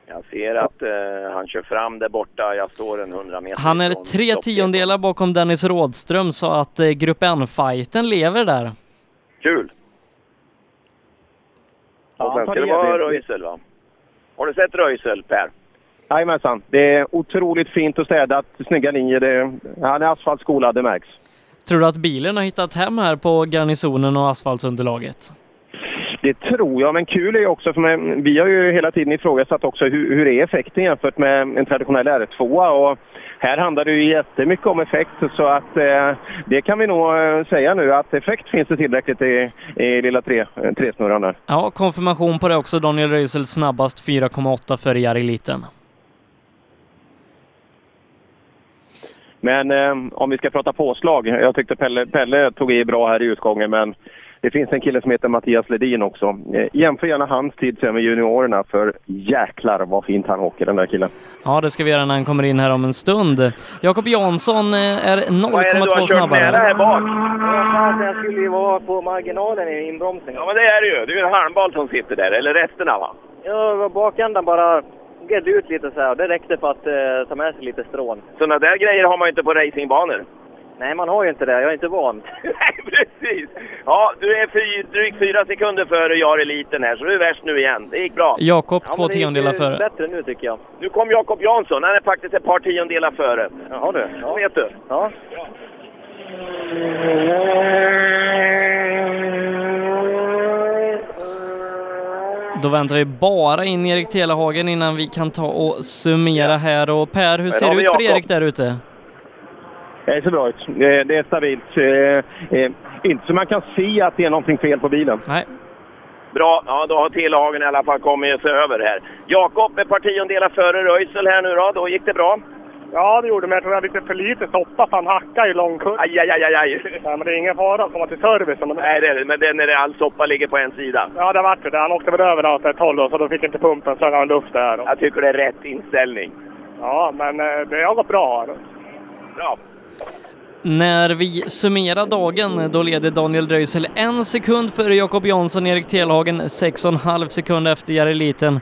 Speaker 2: Jag ser att eh, han kör fram där borta. Jag står en 100 meter
Speaker 4: Han är
Speaker 2: ifrån
Speaker 4: tre
Speaker 2: stopp.
Speaker 4: tiondelar bakom Dennis Rådström så att eh, Grupp N-fighten lever där.
Speaker 2: Kul! och sen
Speaker 3: tar
Speaker 2: ska det
Speaker 3: det
Speaker 2: vara
Speaker 3: det.
Speaker 2: Röisel va? Har du sett Röisel Per?
Speaker 3: Jajamensan. Det är otroligt fint och städat. Snygga linjer. Det, han är asfaltskolad, det märks.
Speaker 4: Tror du att bilen har hittat hem här på garnisonen och asfaltsunderlaget?
Speaker 3: Det tror jag, men kul är ju också, för men vi har ju hela tiden ifrågasatt också hur, hur är effekten jämfört med en traditionell R2. Och här handlar det ju jättemycket om effekt, så att eh, det kan vi nog eh, säga nu att effekt finns det tillräckligt i, i lilla tre, eh, tresnurran där.
Speaker 4: Ja, konfirmation på det också. Daniel Röisel snabbast 4,8 före Jari Liten.
Speaker 3: Men eh, om vi ska prata påslag. Jag tyckte Pelle, Pelle tog i bra här i utgången, men det finns en kille som heter Mattias Ledin också. Eh, jämför gärna hans tid sen med juniorerna, för jäklar vad fint han åker den där killen.
Speaker 4: Ja, det ska vi göra när han kommer in här om en stund. Jakob Jansson eh, är
Speaker 2: Vad är det du har
Speaker 4: 0,2
Speaker 2: kört nära här
Speaker 4: snabbare.
Speaker 2: bak?
Speaker 15: Jag skulle ju vara på marginalen i inbromsningen.
Speaker 2: Ja men det är det ju. Det är ju en halmbal som sitter där, eller resterna va?
Speaker 15: Jag var bakändan bara gled ut lite så här och det räckte för att eh, ta med sig lite strån.
Speaker 2: Sådana där grejer har man ju inte på racingbanor.
Speaker 23: Nej, man har ju inte det. Jag är
Speaker 2: <laughs>
Speaker 23: inte van.
Speaker 2: Precis! Ja, du är fy, drygt fyra sekunder före jag i eliten här, så du är värst nu igen. Det gick bra.
Speaker 4: Jakob,
Speaker 2: Ja,
Speaker 4: två
Speaker 2: men det gick,
Speaker 4: tiondelar
Speaker 2: eh,
Speaker 4: före.
Speaker 23: Bättre nu tycker jag.
Speaker 2: Nu kom Jakob Jansson, han är faktiskt ett par tiondelar före.
Speaker 23: Jaha du.
Speaker 2: Ja. vet du.
Speaker 23: Ja.
Speaker 4: Då väntar vi bara in Erik Telehagen innan vi kan ta och summera här. Och Per, hur
Speaker 3: Här
Speaker 4: ser
Speaker 3: har
Speaker 4: det
Speaker 3: vi
Speaker 4: ut för
Speaker 3: Jakob.
Speaker 4: Erik där ute?
Speaker 3: Det ser bra ut. Eh, Det är stabilt. Eh, eh, Inte så man kan se att det är någonting fel på bilen.
Speaker 4: Nej.
Speaker 2: Bra, ja då har Telehagen i alla fall kommit sig över här. Jakob är par tiondelar före Röisel här nu då, då gick det bra?
Speaker 9: Ja, det gjorde men jag tror jag hade lite för lite soppa så han hackade i långkurvan.
Speaker 2: Aj, aj, aj, aj, aj. <laughs>
Speaker 9: Nej, men det är ingen fara att komma till servicen. Men...
Speaker 2: Nej, det är det men det är när det all soppa ligger på en sida.
Speaker 9: Ja, det vart det. Han åkte väl över åt ett håll då, så då fick inte pumpen så han luft där.
Speaker 2: Jag tycker det är rätt inställning.
Speaker 9: Ja, men eh, det har gått bra.
Speaker 2: Bra.
Speaker 4: När vi summerar dagen, då leder Daniel Dröisel en sekund före Jakob Jansson, Erik Telhagen sex och en halv sekund efter Jari Liten,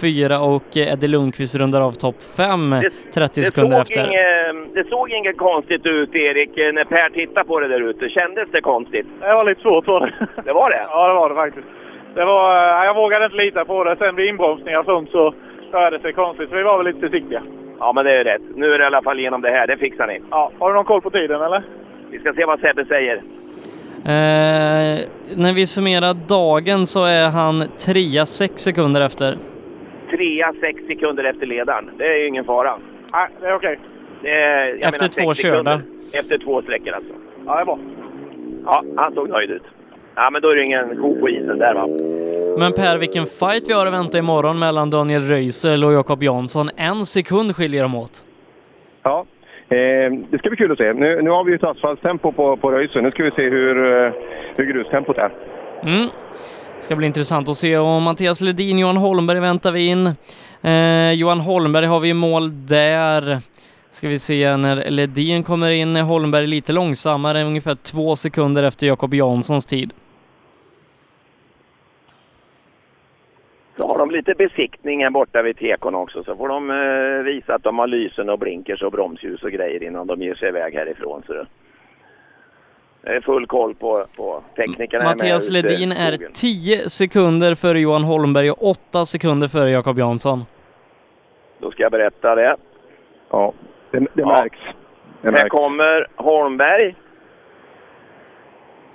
Speaker 4: fyra och eh, Eddie Lundqvist rundar av topp fem, 30 sekunder
Speaker 2: såg
Speaker 4: efter.
Speaker 2: Inget, Ehm, det såg inget konstigt ut, Erik, eh, när Per tittade på det där ute. Kändes det konstigt?
Speaker 9: Det var lite svårt var det.
Speaker 2: Det var det?
Speaker 9: Ja, det var det faktiskt. Det var, eh, jag vågade inte lita på det. Sen vid inbromsningar och sånt så rörde det sig konstigt. Så vi var väl lite försiktiga.
Speaker 2: Ja, men det är rätt. Nu är det i alla fall genom det här. Det fixar ni.
Speaker 9: Ja, har du någon koll på tiden eller?
Speaker 2: Vi ska se vad Sebbe säger.
Speaker 4: Eh, när vi summerar dagen så är han trea sex sekunder efter.
Speaker 2: Trea, sex sekunder efter ledaren. Det är ju ingen fara.
Speaker 9: Nej, det är okej.
Speaker 2: Det är, jag
Speaker 4: Efter
Speaker 2: menar, sex
Speaker 4: två körda.
Speaker 2: sekunder. Efter två sträckor alltså.
Speaker 9: Ja, det är bra.
Speaker 2: Ja, han såg nöjd ut. Ja, men då är det ingen ko på isen där va?
Speaker 4: Men Per, vilken fight vi har att vänta imorgon mellan Daniel Röisel och Jakob Jansson. En sekund skiljer de åt.
Speaker 3: Ja, eh, det ska bli kul att se. Nu, nu har vi ju ett asfalttempo på, på Röisel. Nu ska vi se hur, eh, hur grustempot är.
Speaker 4: Mm. Ska bli intressant att se. Och Mattias Ledin, Johan Holmberg väntar vi in. Eh, Johan Holmberg har vi i mål där. Ska vi se när Ledin kommer in. är Holmberg lite långsammare, ungefär två sekunder efter Jakob Janssons tid.
Speaker 2: Så har de lite besiktning här borta vid tekon också. Så får de eh, visa att de har lysen och blinkers och bromsljus och grejer innan de ger sig iväg härifrån. Så det det är full koll på, på teknikerna. här med
Speaker 4: Mattias
Speaker 2: ute i
Speaker 4: Ledin är
Speaker 2: skogen.
Speaker 4: 10 sekunder före Johan Holmberg och 8 sekunder före Jakob Jansson.
Speaker 2: Då ska jag berätta det.
Speaker 3: Ja, det, det märks. Det
Speaker 2: Här
Speaker 3: märks.
Speaker 2: kommer Holmberg.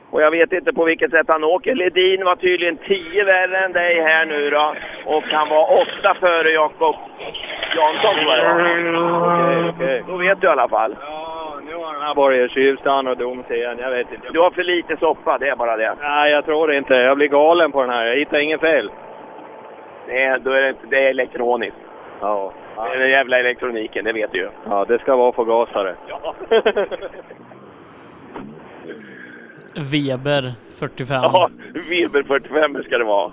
Speaker 2: Och jag vet inte på vilket sätt han åker. Ledin var tydligen 10 värre än dig här nu då. Och han var 8 före Jakob Jansson tror jag det var. Då vet du i alla fall.
Speaker 23: Han har varit i Kylstan och Domsén, jag vet inte.
Speaker 2: Du har för lite soppa, det är bara det.
Speaker 23: Nej, jag tror det inte. Jag blir galen på den här. Jag hittar inget fel.
Speaker 2: Det är, då är det, inte- det är elektroniskt.
Speaker 23: Ja.
Speaker 2: Det är den jävla elektroniken, det vet du ju.
Speaker 23: Ja, det ska vara förgasare.
Speaker 2: Ja.
Speaker 4: Weber, 45.
Speaker 2: Ja, Weber 45 ska det vara.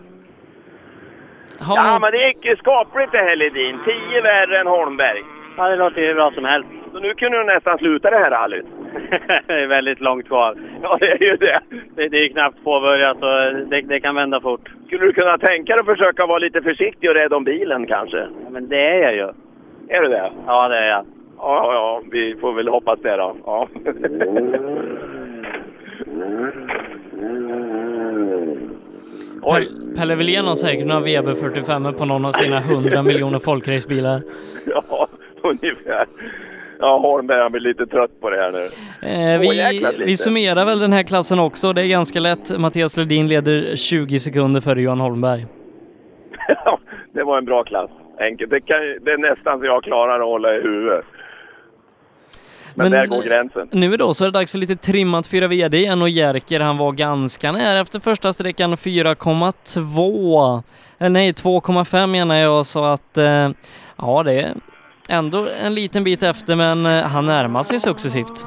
Speaker 4: Ja,
Speaker 2: men det gick ju skapligt det här Ledin. 10 värre än Holmberg.
Speaker 23: Ja, det låter hur bra som helst.
Speaker 2: Så nu kunde du nästan sluta det här rallyt.
Speaker 23: <laughs> det är väldigt långt kvar.
Speaker 2: Ja, det är ju det.
Speaker 23: Det, det är ju knappt påbörjat och det, det kan vända fort.
Speaker 2: Skulle du kunna tänka dig att försöka vara lite försiktig och rädd om bilen kanske?
Speaker 23: Ja, men det är jag ju.
Speaker 2: Är du det?
Speaker 23: Ja, det är jag.
Speaker 2: Ja, ja, vi får väl hoppas det då. Ja.
Speaker 4: Pe- Pelle Wilén har säkert några Weber 45 på någon av
Speaker 2: <laughs>
Speaker 4: sina 100 miljoner folkracebilar.
Speaker 2: ja, ungefär. Ja, Holmberg han blir lite trött på det här nu.
Speaker 4: Eh, vi,
Speaker 2: Åjäklas lite.
Speaker 4: vi summerar väl den här klassen också. Det är ganska lätt. Mattias Ledin leder 20 sekunder före Johan Holmberg.
Speaker 2: Ja, det var en bra klass. Enkelt. Det, kan, ju- det är nästan så jag klarar att hålla i huvudet. Men, där går gränsen.
Speaker 4: eh, Nu då så är det dags för lite trimmat 4 VD igen och Jerker han var ganska nära efter första sträckan 4,2. Eh, Nej 2,5 menar jag så att eh, ja det är ändå en liten bit efter men eh, han närmar sig successivt.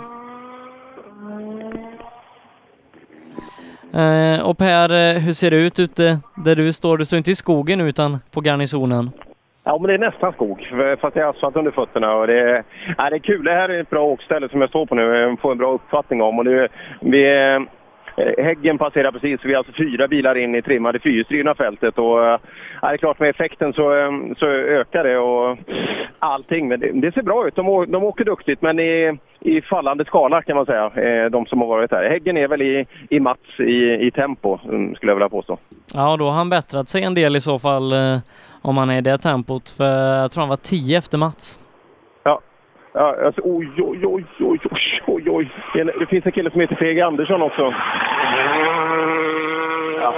Speaker 4: Eh, och Per, eh, hur ser det ut ute där du står? Du står inte i skogen utan på garnisonen.
Speaker 3: Ja, men det är nästan skog, fast det är asfalt under fötterna. Och det, är, ja, det är kul. Det här är ett bra åkställe som jag står på nu. Jag får en bra uppfattning om. Och det, är- vi, eh, Eh, Häggen passerar precis, så vi är alltså fyra bilar in i trimmade fyrhjulsdrivna fältet. Och, eh, ja, det är klart, med effekten så, eh, så ökar det och allting. Men det, det ser bra ut. De, å- de åker duktigt, men i, i fallande skala kan man säga, eh, de som har varit här. Häggen är väl i, i Mats i, i tempo, mm, skulle jag vilja påstå.
Speaker 4: Ja, då har han bättrat sig en del i så fall eh, om han är i det tempot. För jag tror han var 10 efter Mats.
Speaker 3: Ja. ja alltså, oj, oj, oj, oj, oj, oj, oj. Det är en- Det finns en kille som heter Fege Andersson också. Ja.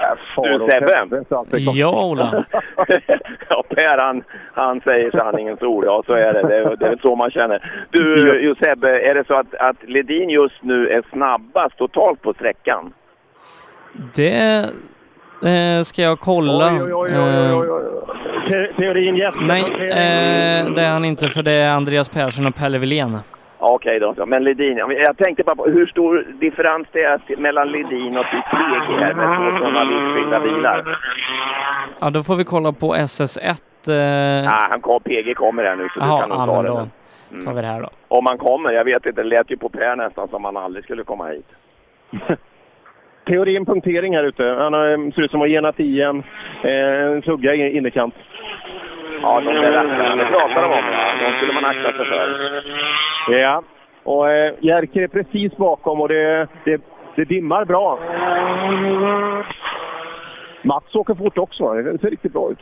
Speaker 3: Ja, Äh, far
Speaker 2: Du,
Speaker 3: åt
Speaker 2: Sebbe?
Speaker 3: helvete, alltså.
Speaker 4: Ja, Ola.
Speaker 2: <laughs> ja, Per han, han säger sanningens ord. Ja, så är det. Det är, det är väl så man känner.
Speaker 4: <laughs>
Speaker 2: Du Joseb, är det så att, att Ledin just nu är snabbast totalt på sträckan?
Speaker 4: Det eh, ska jag kolla.
Speaker 3: Te- Teorin Jesper.
Speaker 4: Nej, eh, det är han inte för det är Andreas Persson och Pelle Wilén.
Speaker 2: Ja, Okej då. Så, Men Ledin, ja, men jag tänkte bara på hur stor differens det är till- mellan Ledin och sitt PG här med två sådana livsskilda bilar.
Speaker 4: Ja, då får vi kolla på SS1. eh,
Speaker 2: Ah, han kom, PG kommer här nu så
Speaker 4: Jaha,
Speaker 2: du kan nog
Speaker 4: ja,
Speaker 2: ta
Speaker 4: men
Speaker 2: det.
Speaker 4: då
Speaker 2: men-
Speaker 4: tar vi det här då.
Speaker 2: Om han kommer, jag vet inte. Det lät ju på Per nästan som han aldrig skulle komma hit.
Speaker 3: Teorin punktering här ute. Han har, eh, ser ut som att ha genat i en eh, tugga i innerkant.
Speaker 2: Ja, de där rattarna, det pratar de om. Ja. De skulle man akta sig för.
Speaker 3: Ja, och eh, Jerker är precis bakom och det, det, det dimmar bra. Mats åker fort också. Det ser riktigt bra ut.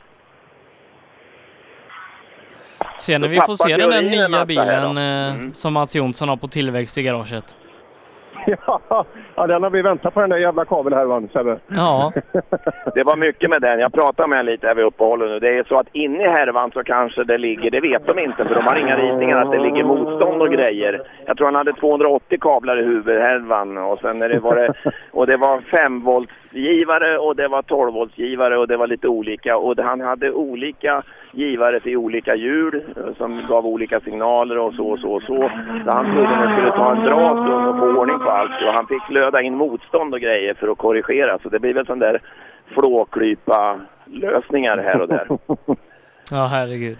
Speaker 3: <laughs>
Speaker 4: Sen när
Speaker 3: Så
Speaker 4: vi får
Speaker 3: tappar
Speaker 4: se den där
Speaker 3: teorin en
Speaker 4: nya
Speaker 3: massa här
Speaker 4: bilen
Speaker 3: då.
Speaker 4: eh, som Mats Jonsson har på tillväxt i garaget.
Speaker 3: Ja, den har vi väntat på den där jävla kabelhärvan, Sebbe. <laughs>
Speaker 4: Ja.
Speaker 3: Mm.
Speaker 2: Det var mycket med den. Jag pratade med henne lite här vid uppehållet nu. Det är så att inne i härvan så kanske det ligger, det vet de inte för de har inga ritningar, att det ligger motstånd och grejer. Jag tror han hade 280 kablar i huvudhärvan och sen är det var det, och det var 5 voltsgivare och det var 12 voltsgivare och det var lite olika och det, han hade olika givare till olika hjul eh, som gav olika signaler och så och så och så. Så han trodde det skulle ta en bra stund och få ordning på allt och han fick löda in motstånd och grejer för att korrigera så det blir väl sån där flåklypa lösningar här och där.
Speaker 4: Ja, herregud.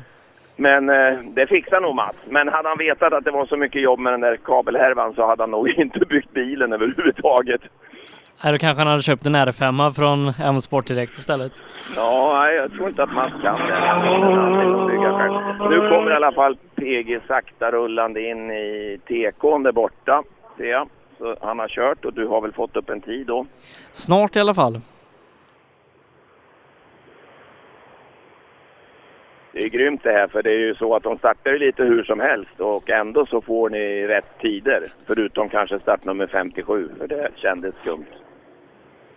Speaker 2: Men eh, det fixar nog Mats. Men hade han vetat att det var så mycket jobb med den där kabelhärvan så hade han nog <laughs> inte byggt bilen överhuvudtaget.
Speaker 4: Här då kanske han hade köpt en R5 från M-sport direkt istället.
Speaker 2: Ja, nej, jag tror inte att Mats kan det. Han vill nog bygga själv. Nu kommer i alla fall PG sakta rullande in i tekon där borta, ser jag. Så han har kört och du har väl fått upp en tid då?
Speaker 4: Snart i alla fall.
Speaker 2: Det är grymt det här, för det är ju så att de startar ju lite hur som helst och ändå så får ni rätt tider. Förutom kanske startnummer 57, för det kändes skumt.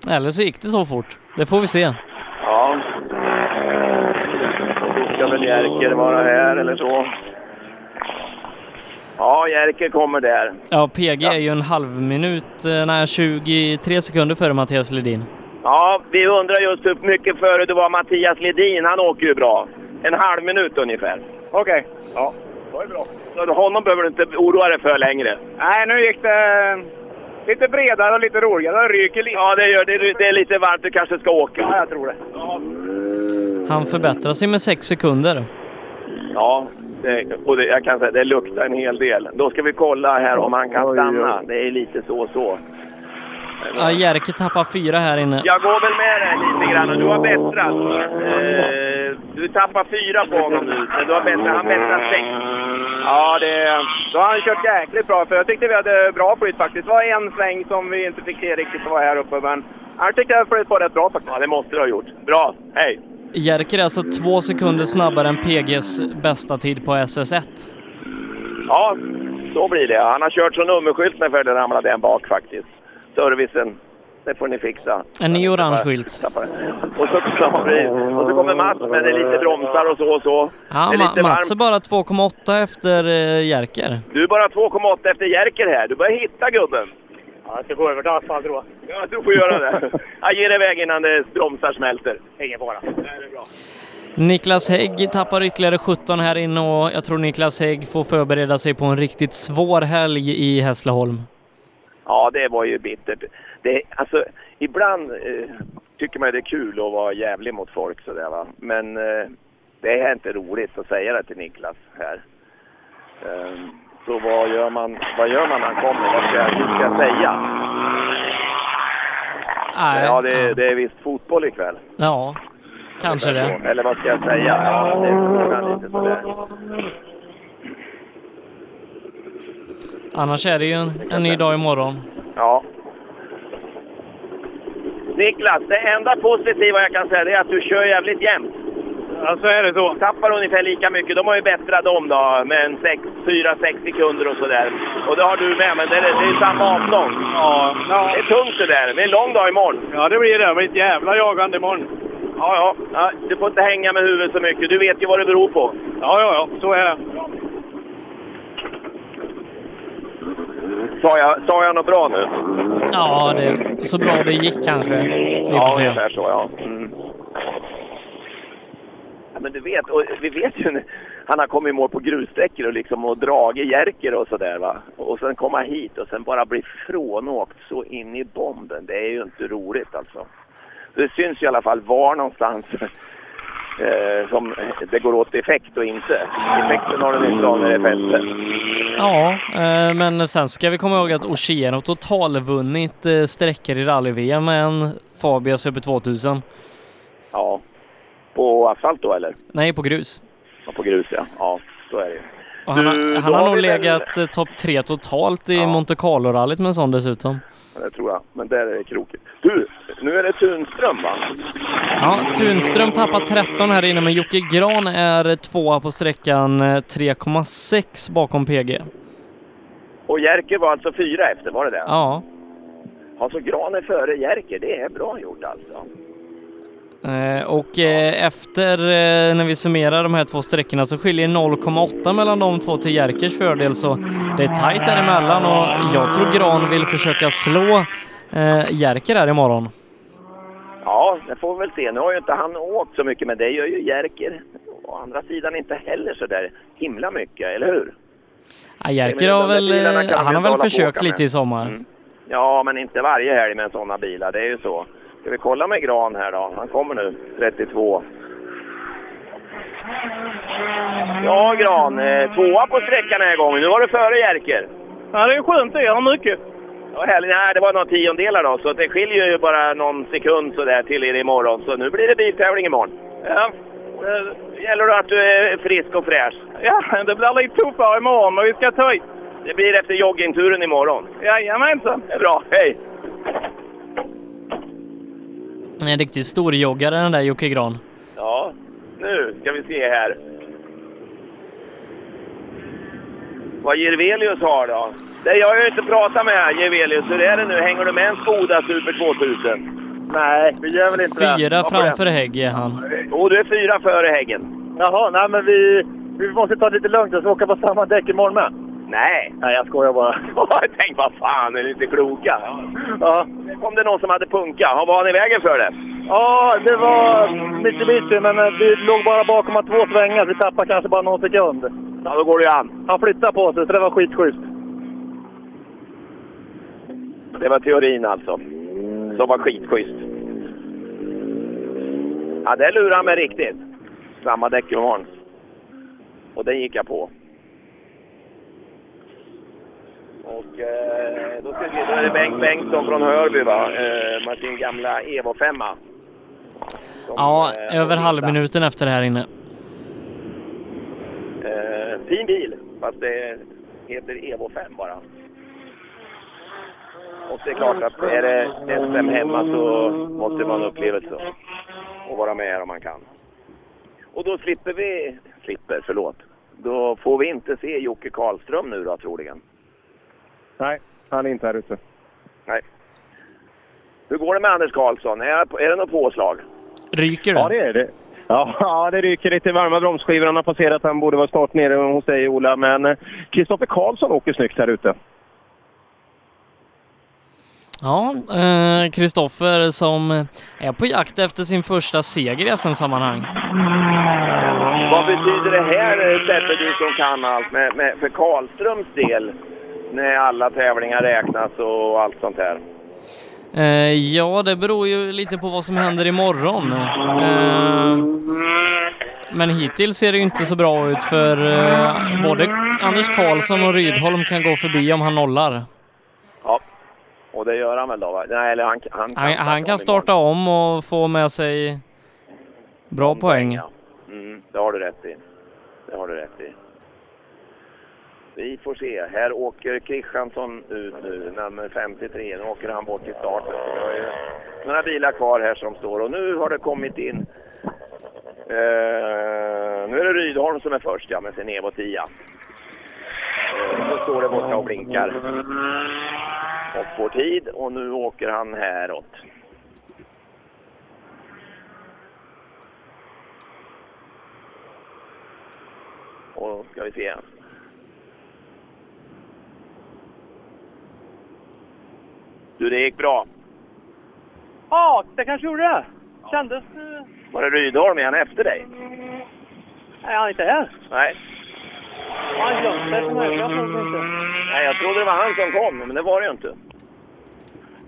Speaker 4: Eller så gick det så fort. Det får vi se.
Speaker 2: Ja. Då Ska väl Jerker vara här eller så? Ja, Jerker kommer där.
Speaker 4: Ja, PG är ju en halv minut, eh, nej 23 sekunder före Mattias Ledin.
Speaker 2: Ja, vi undrar just hur mycket före du var Mattias Ledin. Han åker ju bra. En halv minut ungefär.
Speaker 13: Okej.
Speaker 2: Ja, då är det bra. Så honom behöver du inte oroa dig för längre.
Speaker 13: Nej, nu gick det lite bredare och lite roligare. Det ryker lite.
Speaker 2: Ja, det gör det. Det är lite varmt. Du kanske ska åka.
Speaker 13: Ja, jag tror det.
Speaker 4: Han förbättrar sig med 6 sekunder.
Speaker 2: Ja, det, och det, jag kan säga det luktar en hel del. Då ska vi kolla här om han kan stanna. Det är lite så så.
Speaker 4: Ja, Jerker tappar fyra här inne.
Speaker 2: Jag går väl med dig lite grann och du har bättrat. Eh, du tappar fyra på honom nu, men du har bättrat. Han bättrar sex.
Speaker 13: Ja, det, då har han kört jäkligt bra. För jag tyckte vi hade bra flyt faktiskt. Det var en sväng som vi inte fick se riktigt vad här uppe. Men jag tyckte jag flöt på rätt bra faktiskt.
Speaker 2: Ja, det måste du ha gjort. Bra. Hej!
Speaker 4: Jerker är alltså två sekunder snabbare än PGs bästa tid på SS1.
Speaker 2: Ja, så blir det. Han har kört så nummerskylten för det ramlade en bak faktiskt. Servicen, det får ni fixa.
Speaker 4: En ny orange skylt.
Speaker 2: Och så, ja, precis. och så kommer Mats, men det är lite bromsar och så och så.
Speaker 4: Ja,
Speaker 2: det är
Speaker 4: Ma-
Speaker 2: lite
Speaker 4: Mats är
Speaker 2: varmt.
Speaker 4: bara 2,8 efter eh, Jerker.
Speaker 2: Du är bara 2,8 efter Jerker här. Du börjar hitta gubben.
Speaker 17: Ja, jag ska gå över till asfalt då.
Speaker 2: Ja, du får
Speaker 17: <laughs>
Speaker 2: göra det. Jag ger dig iväg innan det bromsar smälter.
Speaker 17: Ingen fara.
Speaker 4: Niklas Hägg tappar ytterligare 17 här inne och jag tror Niklas Hägg får förbereda sig på en riktigt svår helg i Hässleholm.
Speaker 2: Ja, det var ju bittert. Det, alltså, ibland eh, tycker man ju det är kul att vara jävlig mot folk sådär va. Men eh, det är inte roligt att säga det till Niklas här. Ehm, så vad gör man, vad gör man när han kommer? Vad ska jag, hur ska jag säga?
Speaker 4: Nej,
Speaker 2: ja, det, det är visst fotboll ikväll.
Speaker 4: Ja, kanske det.
Speaker 2: Eller vad ska jag säga? Ja, det är frågan lite sådär.
Speaker 4: Annars är det ju en, en ny dag imorgon.
Speaker 2: Ja. Niklas, det enda positiva jag kan säga det är att du kör jävligt jämnt.
Speaker 17: Ja, så är det så.
Speaker 2: Tappar ungefär lika mycket. De har ju bättrat om då med en 4-6 sekunder och sådär. Och det har du med, men det är, det är samma avstånd.
Speaker 17: Ja,
Speaker 2: Det är tungt det där. Det är en lång dag imorgon.
Speaker 17: ja, det blir det. Det blir ett jävla jagande imorgon.
Speaker 2: Ja, ja, ja. Du får inte hänga med huvudet så mycket. Du vet ju vad det beror på.
Speaker 17: Ja, ja, ja. Så är det.
Speaker 2: Sa jag, sa jag något bra nu?
Speaker 4: Ja, det är så bra det gick kanske. Vi får
Speaker 2: Ja,
Speaker 4: se.
Speaker 2: ungefär så, ja. Mm. Ja, men du vet, och vi vet ju när- han har kommit i mål på grussträckor och liksom och dragit jerker och sådär va. Och sen komma hit och sen bara bli frånåkt så in i bomben. Det är ju inte roligt alltså. Det syns ju i alla fall var någonstans <laughs> eh, som det går åt effekt och inte. Effekten har den inte av när det är fäste.
Speaker 4: Ja, eh, men sen ska vi komma ihåg att Oceano totalvunnit eh, sträckor i rally-VM med en Fabia Super 2000.
Speaker 2: Ja. På asfalt då eller?
Speaker 4: Nej, på grus.
Speaker 2: Ja, på grus ja. Ja, så är det ju.
Speaker 4: Och han,
Speaker 2: Du,
Speaker 4: har-
Speaker 2: då
Speaker 4: han har
Speaker 2: har
Speaker 4: nog
Speaker 2: vi väl-
Speaker 4: legat eh, topp tre totalt i Monte Carlo-rallyt med en sån dessutom.
Speaker 2: Ja, Det tror jag. Men där är det krokigt. Du, nu är det Tunström va?
Speaker 4: Ja, Tunström tappar 13 här inne, men Jocke Gran är tvåa på sträckan eh, 3,6 bakom PG.
Speaker 2: Och Jerker var alltså fyra efter, var det det?
Speaker 4: Ja,
Speaker 2: Alltså Gran är före Jerker, det är bra gjort alltså.
Speaker 4: eh, och eh, efter eh, när vi summerar de här två sträckorna så skiljer 0,8 mellan de två till Jerkers fördel, så det är tajt däremellan och jag tror Gran vill försöka slå eh, Jerker här imorgon.
Speaker 2: Ja, det får vi väl se. Nu har ju inte han åkt så mycket, men det gör ju Jerker. Å andra sidan inte heller så där himla mycket, eller hur?
Speaker 4: Ja,
Speaker 2: men
Speaker 4: Jerker
Speaker 2: de
Speaker 4: har
Speaker 2: där
Speaker 4: väl,
Speaker 2: bilarna kan de ju
Speaker 4: eh, han har
Speaker 2: inte
Speaker 4: väl
Speaker 2: hålla på och
Speaker 4: försökt
Speaker 2: åka med.
Speaker 4: lite i sommar.
Speaker 2: Mm. Ja, men inte varje helg med sådana bilar, det är ju så. Ska vi kolla med Gran här då? Han kommer nu, 32. Ja, Gran, eh, tvåa på sträckan den här gången. Nu var du före Jerker.
Speaker 14: Ja, det är skönt det. Jag har mycket.
Speaker 2: Ja, härligt. Nej, det var några tiondelar då, så det skiljer ju bara någon sekund sådär till er imorgon. Så nu blir det biltävling imorgon. Ja. Det gäller då att du är frisk och fräsch.
Speaker 17: Ja, det blir lite tuffare imorgon, men vi ska ta i.
Speaker 2: Det blir efter joggingturen imorgon.
Speaker 17: Jajamensan.
Speaker 2: Det är bra, hej!
Speaker 4: En riktig storjoggare den där Jocke Gran.
Speaker 2: Ja, nu ska vi se här. Vad Jirvelius har då? Det jag har ju inte pratat med här, Jirvelius. Hur är det nu? Hänger du med en Skoda Super 2000? Nej, vi gör väl inte det.
Speaker 4: Fyra
Speaker 2: Vad får
Speaker 4: framför
Speaker 2: jag?
Speaker 4: Hägg är han.
Speaker 2: Jo, du är fyra före Häggen.
Speaker 15: Jaha, nej men vi, vi måste ta det lite lugnt. Jag ska åka på samma däck imorgon med.
Speaker 2: Nej.
Speaker 15: Nej, jag skojar bara.
Speaker 2: <laughs> Tänk vad fan, är ni inte kloka? Ja. Nu kom det någon som hade punka. Ja, Vad var han i vägen för det?
Speaker 15: Ja, det var Mitsubishi, men eh, vi låg bara bakom att två svängar. Vi tappade kanske bara någon sekund.
Speaker 2: Ja, då går det ju an.
Speaker 15: Han flyttade på sig, så det var skitschysst.
Speaker 2: Det var teorin alltså. Som var skitschysst. Ja, det lurade han mig riktigt. Samma däck imorgon. Och den gick jag på. Och eh, då ska vi se, då är det Bengt Bengtsson från Hörby va? Eh, med sin gamla Evo 5
Speaker 4: Ja, över halvminuten efter här inne.
Speaker 2: Eh, fin bil, fast det heter Evo 5 bara. Och det är klart att är det SM hemma så måste det vara en upplevelse att vara med här om man kan. Och då slipper vi, slipper, förlåt. Då får vi inte se Jocke Karlström nu då troligen.
Speaker 3: Nej, han är inte här ute.
Speaker 2: Nej. Hur går det med Anders Karlsson? Är, är det något påslag?
Speaker 4: Ryker
Speaker 3: det? Ja, det är det. Ja, <laughs> ja, det ryker lite varma bromsskivor. Han har passerat. Han borde vara snart nere hos dig, Ola. Men eh, Kristoffer Karlsson åker snyggt här ute.
Speaker 4: Ja, eh, Kristoffer som är på jakt efter sin första seger i SM-sammanhang.
Speaker 2: Vad betyder det här, eh, Steppe, du som kan allt, med, med, för Karlströms del? När alla tävlingar räknas och allt sånt här.
Speaker 4: Eh, ja, det beror ju lite på vad som händer imorgon. Eh, men hittills ser det ju inte så bra ut för eh, både Anders Karlsson och Rydholm kan gå förbi om han nollar.
Speaker 2: Ja. Och det gör han väl då? Va? Nej, eller han, han,
Speaker 4: Han, han kan starta om och få med sig bra poäng.
Speaker 2: Mm, det har du rätt i. Det har du rätt i. Vi får se. Här åker Kristiansson ut nu, nummer 53. Nu åker han bort till starten. Vi har ju några bilar kvar här som står och nu har det kommit in. Eh, nu är det Rydholm som är först, ja, med sin Evo 10. Eh, Så står det borta och blinkar. Och får tid och nu åker han häråt. Och ska vi se. Du, det gick bra.
Speaker 1: Ja, det kanske gjorde det. Kändes... eh,
Speaker 2: Var det Rydholm? Är han efter dig?
Speaker 1: Nej, han är inte här.
Speaker 2: Nej.
Speaker 1: Han glömde det som jag såg inte.
Speaker 2: Nej, jag trodde det var han som kom, men det var det ju inte.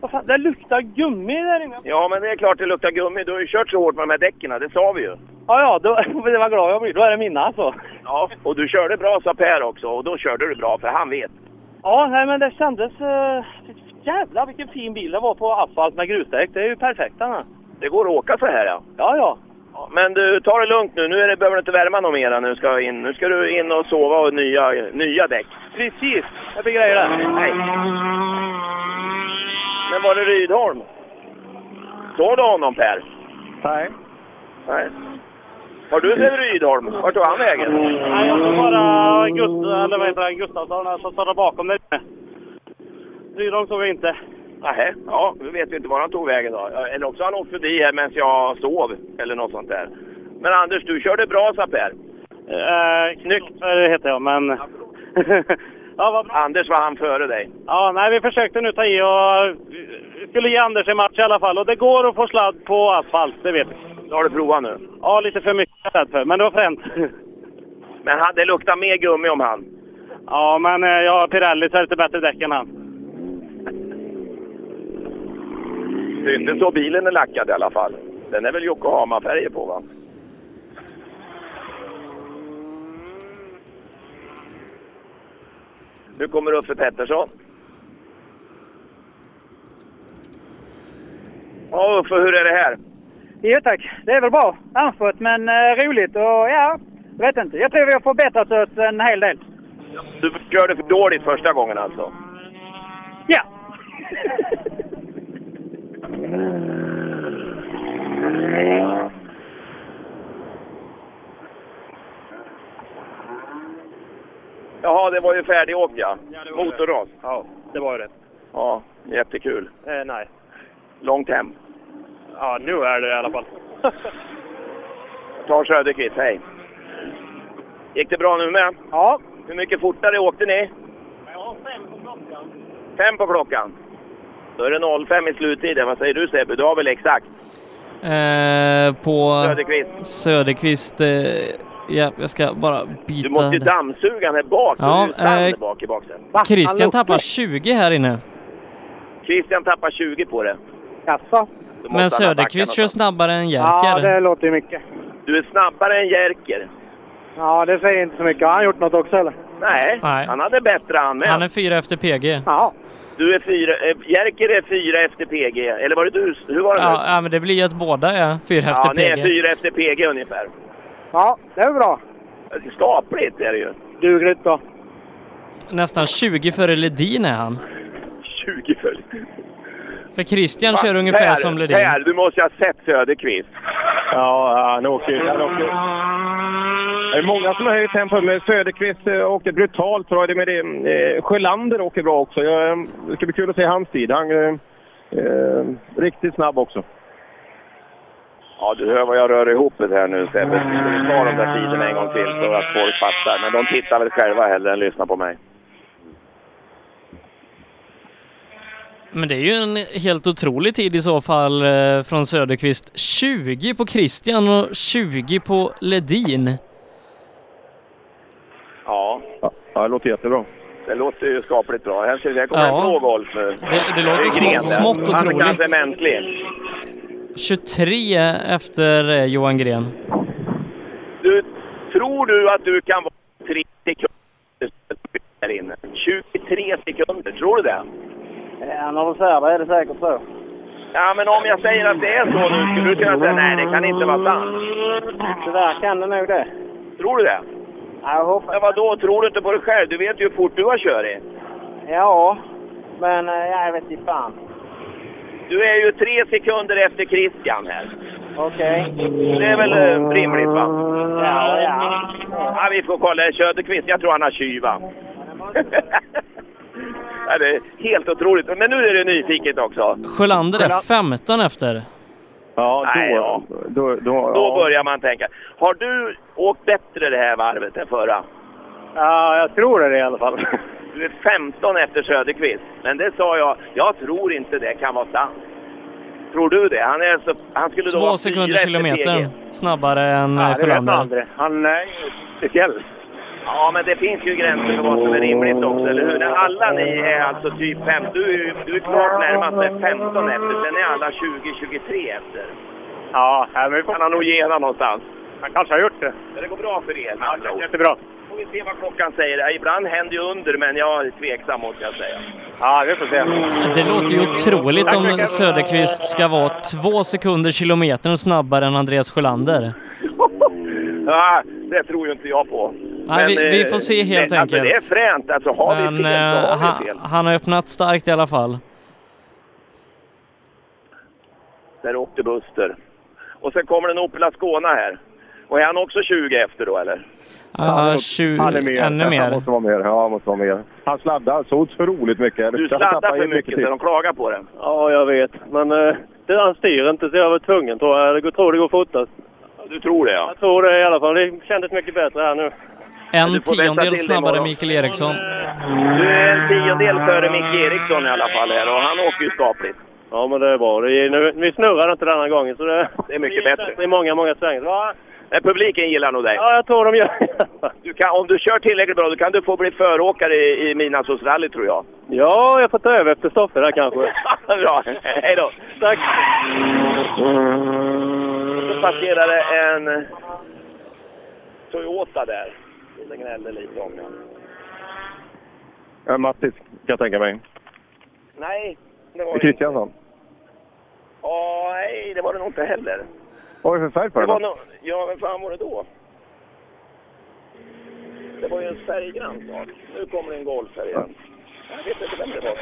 Speaker 1: Vad fan, det luktar gummi där inne.
Speaker 2: Ja, men det är klart det luktar gummi. Du har ju kört så hårt med de här däcken, det sa vi ju.
Speaker 1: Ja, ja, då, <laughs> det var glad jag blir. Då är det mina alltså.
Speaker 2: Ja, och du körde bra sa Per också, och då körde du bra, för han vet.
Speaker 1: Ja, nej, men det kändes... Uh, jävlar vilken fin bil det var på asfalt med grusdäck. Det är ju perfekt den här.
Speaker 2: Det går att åka så här, ja.
Speaker 1: Ja, ja.
Speaker 2: Ja, Men du, ta det lugnt nu. Nu är det, behöver du inte värma någon mera nu ska jag in. Nu ska du in och sova och nya, nya däck.
Speaker 1: Precis. Det blir grejer där.
Speaker 2: Nej. Men var det Rydholm? Såg du honom Per?
Speaker 15: Nej.
Speaker 2: Nej. Har du sett Rydholm? Vart tog han vägen?
Speaker 14: Nej, jag såg bara Gust eller vad heter han, Gustafsson här som står där bakom dig. Rydholm såg jag inte.
Speaker 2: Nej, ja, nu vet vi inte var han tog vägen då. Eller också har han åkt förbi här medan jag sov, eller något sånt där. Men Anders, du körde bra, sa Per.
Speaker 14: Eh, Kristoffer heter jag, men... <laughs> ja, vad bra.
Speaker 2: Anders var han före dig.
Speaker 14: Ja, nej, vi försökte nu ta i och eh, vi skulle ge Anders en match i alla fall. Och det går att få sladd på asfalt, det vet vi.
Speaker 2: Har du provat nu?
Speaker 14: Ja, lite för mycket sladd för, men det var fränt. <laughs>
Speaker 2: Men han, det luktar mer gummi om han.
Speaker 14: ja, men eh, ja, Pirelli så är det lite bättre däck än han.
Speaker 2: Det är inte så bilen är lackad i alla fall. Den är väl Yokohama-färger på va? Nu kommer det upp för Pettersson. Ja Uffe, hur är det här?
Speaker 9: Jo tack, det är väl bra. Anfört men eh, roligt och ja, jag vet inte. Jag tror vi har förbättrat oss en hel del.
Speaker 2: Du körde för dåligt första gången alltså?
Speaker 9: Ja.
Speaker 2: Jaha, det var ju färdigåkt ja. Motorras.
Speaker 14: Ja, det var ju det.
Speaker 2: Ja, jättekul.
Speaker 14: Eh, nej.
Speaker 2: Långt hem.
Speaker 14: Ja, nu är det i alla fall.
Speaker 2: Jag tar Söderqvist, hej. Gick det bra nu med?
Speaker 9: Ja.
Speaker 2: Hur mycket fortare åkte ni? Fem på klockan. Då är det 05 i sluttiden. Vad säger du Sebbe? Du har väl exakt?
Speaker 4: Eh, på
Speaker 2: Söderqvist.
Speaker 4: Söderqvist. Eh, ja, jag ska bara byta.
Speaker 2: Du måste ju dammsuga här bak.
Speaker 4: Ja,
Speaker 2: Ja, du är ju
Speaker 4: eh,
Speaker 2: sand bak i baksätet.
Speaker 4: Christian tappar 20 här inne.
Speaker 2: Christian tappar 20 på det.
Speaker 9: Jaså?
Speaker 4: Men Söderqvist kör snabbare än
Speaker 9: Ja,
Speaker 4: Jerker.
Speaker 9: det låter ju mycket.
Speaker 2: Du är snabbare än Jerker.
Speaker 9: Ja, det säger inte så mycket. Har han gjort något också eller?
Speaker 2: Nej,
Speaker 4: Nej.
Speaker 2: han hade bättre anmält.
Speaker 4: Han är fyra efter PG.
Speaker 9: Ja.
Speaker 2: Du är fyra, eh, Jerker är fyra efter PG. Eller var det du? Hur var det nu?
Speaker 4: Ja, men det blir ju att båda är fyra efter
Speaker 2: ja, ni är
Speaker 4: PG.
Speaker 2: fyra efter PG ungefär.
Speaker 9: Ja, det är bra.
Speaker 2: Skapligt är det ju.
Speaker 9: Dugligt då.
Speaker 4: Nästan 20 före Ledin är han.
Speaker 2: 20 före
Speaker 4: För Christian kör ungefär
Speaker 2: Per,
Speaker 4: som Ledin.
Speaker 2: Per, du måste ju ha sett Söderqvist.
Speaker 3: Ja, han åker ju. Han åker. Det är många som har höjt tempo, men Söderqvist eh, åkte brutalt bra. Det med det. Eh, Sjölander åker bra också. Jag, eh, det ska bli kul att se hans tid. Han eh, eh, riktigt snabb också.
Speaker 2: Ja, du hör vad jag rör ihop det här nu Sebbe. Vi skulle ta de där tiderna en gång till så att folk fattar. Men de tittar väl själva hellre än lyssnar på mig.
Speaker 4: Men det är ju en helt otrolig tid i så fall eh, från Söderqvist. 20 på Christian och 20 på Ledin.
Speaker 2: Ja.
Speaker 3: Ja, det låter jättebra.
Speaker 2: Det låter ju skapligt bra. Här ser vi, här kommer
Speaker 4: Ja.
Speaker 2: en blå Golf nu.
Speaker 4: Det, det låter små- smått och
Speaker 2: Han
Speaker 4: troligt.
Speaker 2: är kanske mänsklig.
Speaker 4: 23 efter eh, Johan Gren.
Speaker 2: Du, tror du att du kan vara 3 sekunder här inne? 23 sekunder, tror du det?
Speaker 9: Ja, när du säger det är det säkert så.
Speaker 2: Ja, men om jag säger att det är så nu, skulle du kunna säga nej, det kan inte vara sant?
Speaker 9: Tyvärr kan det nog det.
Speaker 2: Tror du det?
Speaker 9: Ja, jag hoppas...
Speaker 2: Men vadå, tror du inte på dig själv? Du vet ju hur fort du har kört i.
Speaker 9: Ja, men eh, ja, jag vet inte fan.
Speaker 2: Du är ju tre sekunder efter Christian här.
Speaker 9: Okej.
Speaker 2: Det är väl eh, rimligt, va?
Speaker 9: Ja, ja.
Speaker 2: Ja, vi får kolla. Söderqvist, jag tror han har tjuv, va? <laughs> ja, det är helt otroligt. Men nu är det nyfiket också.
Speaker 4: Sjölander är 15 efter.
Speaker 2: Ja, då,
Speaker 3: då, då,
Speaker 2: Då börjar man tänka. Har du åkt bättre det här varvet än förra?
Speaker 15: Ja, jag tror det i alla fall.
Speaker 2: Du är 15 efter Söderqvist. Men det sa jag, jag tror inte det kan vara sant. Tror du det? Han, är så, han skulle då
Speaker 4: Två
Speaker 2: vara
Speaker 4: sekunder
Speaker 2: fyra efter
Speaker 4: kilometern
Speaker 2: PG.
Speaker 4: snabbare än eh, Sjölander.
Speaker 2: Han är speciell. Ja, men det finns ju gränser för vad som är rimligt också, eller hur? När alla ni är alltså typ 5, du, är ju- du är klart närmast med 15 efter, sen är alla 20-23 efter.
Speaker 15: Ja, men vi får...
Speaker 2: Han har nog genom någonstans.
Speaker 15: Han kanske har gjort det.
Speaker 2: Men det går bra för er. Ja,
Speaker 15: jättebra.
Speaker 2: Får vi se vad klockan säger. Ja, Ibland händer ju under, men jag är tveksam måste jag säga.
Speaker 15: Ja, vi får se.
Speaker 4: Det låter ju otroligt om Söderqvist ska vara två sekunder kilometern snabbare än Andreas Sjölander.
Speaker 2: Ja, det tror ju inte jag på.
Speaker 4: Nej, vi- vi
Speaker 2: eh,
Speaker 4: får se helt
Speaker 2: det, Alltså,
Speaker 4: enkelt.
Speaker 2: det är fränt. Alltså, har vi
Speaker 4: Men
Speaker 2: fel så har
Speaker 4: eh, han,
Speaker 2: vi fel.
Speaker 4: han har öppnat starkt i alla fall.
Speaker 2: Där åkte Buster. Och sen kommer en Opel Ascona här. Och är han också 20 efter då, eller?
Speaker 4: Ja, Eh, tju-
Speaker 3: Han är med.
Speaker 4: ännu
Speaker 3: Han
Speaker 4: mer.
Speaker 3: måste vara med. Ja, han måste vara med. Han sladdar så otroligt mycket.
Speaker 2: Du
Speaker 3: Han
Speaker 2: sladdar
Speaker 3: tappar
Speaker 2: för
Speaker 3: ju
Speaker 2: mycket
Speaker 3: tid.
Speaker 2: så de klagar på det.
Speaker 15: Ja, jag vet. Men eh, det, han styr inte så jag var tvungen tror jag. Jag tror det går fortast.
Speaker 2: Du tror det, ja.
Speaker 15: Jag tror det i alla fall. Det kändes mycket bättre här nu.
Speaker 4: En
Speaker 2: får vänta till
Speaker 4: tiondel
Speaker 2: det
Speaker 4: snabbare
Speaker 2: imorgon.
Speaker 4: Mikael Eriksson.
Speaker 2: Du är en Eh, tiondel före Micke Eriksson i alla fall här och han åker ju skapligt.
Speaker 15: Ja, men det är bra. Det är, nu, vi snurrar inte denna gången så det...
Speaker 2: Det är mycket bättre.
Speaker 15: Det är många, många svängar. Ja,
Speaker 2: Men publiken gillar nog dig.
Speaker 15: ja, jag tror de gör
Speaker 2: Du kan, om du kör tillräckligt bra, då kan du få bli föråkare i, i Minasos rally tror jag.
Speaker 15: Ja, jag får ta över efter Stoffe där kanske.
Speaker 2: <laughs> bra, hej då. Tack. Så passerade en Toyota där. Det gnällde lite om den.
Speaker 3: Ja, Mattis kan jag tänka mig.
Speaker 2: Nej, det var det inte.
Speaker 3: Kristiansson.
Speaker 2: Åh, nej, det var det nog inte heller.
Speaker 3: Vad var det för färg på
Speaker 2: Det
Speaker 3: den?
Speaker 2: var nog, ja, vem fan var det då? Det var ju en färggrann sak. Nu kommer en Golf här igen. Jag vet inte vem det var.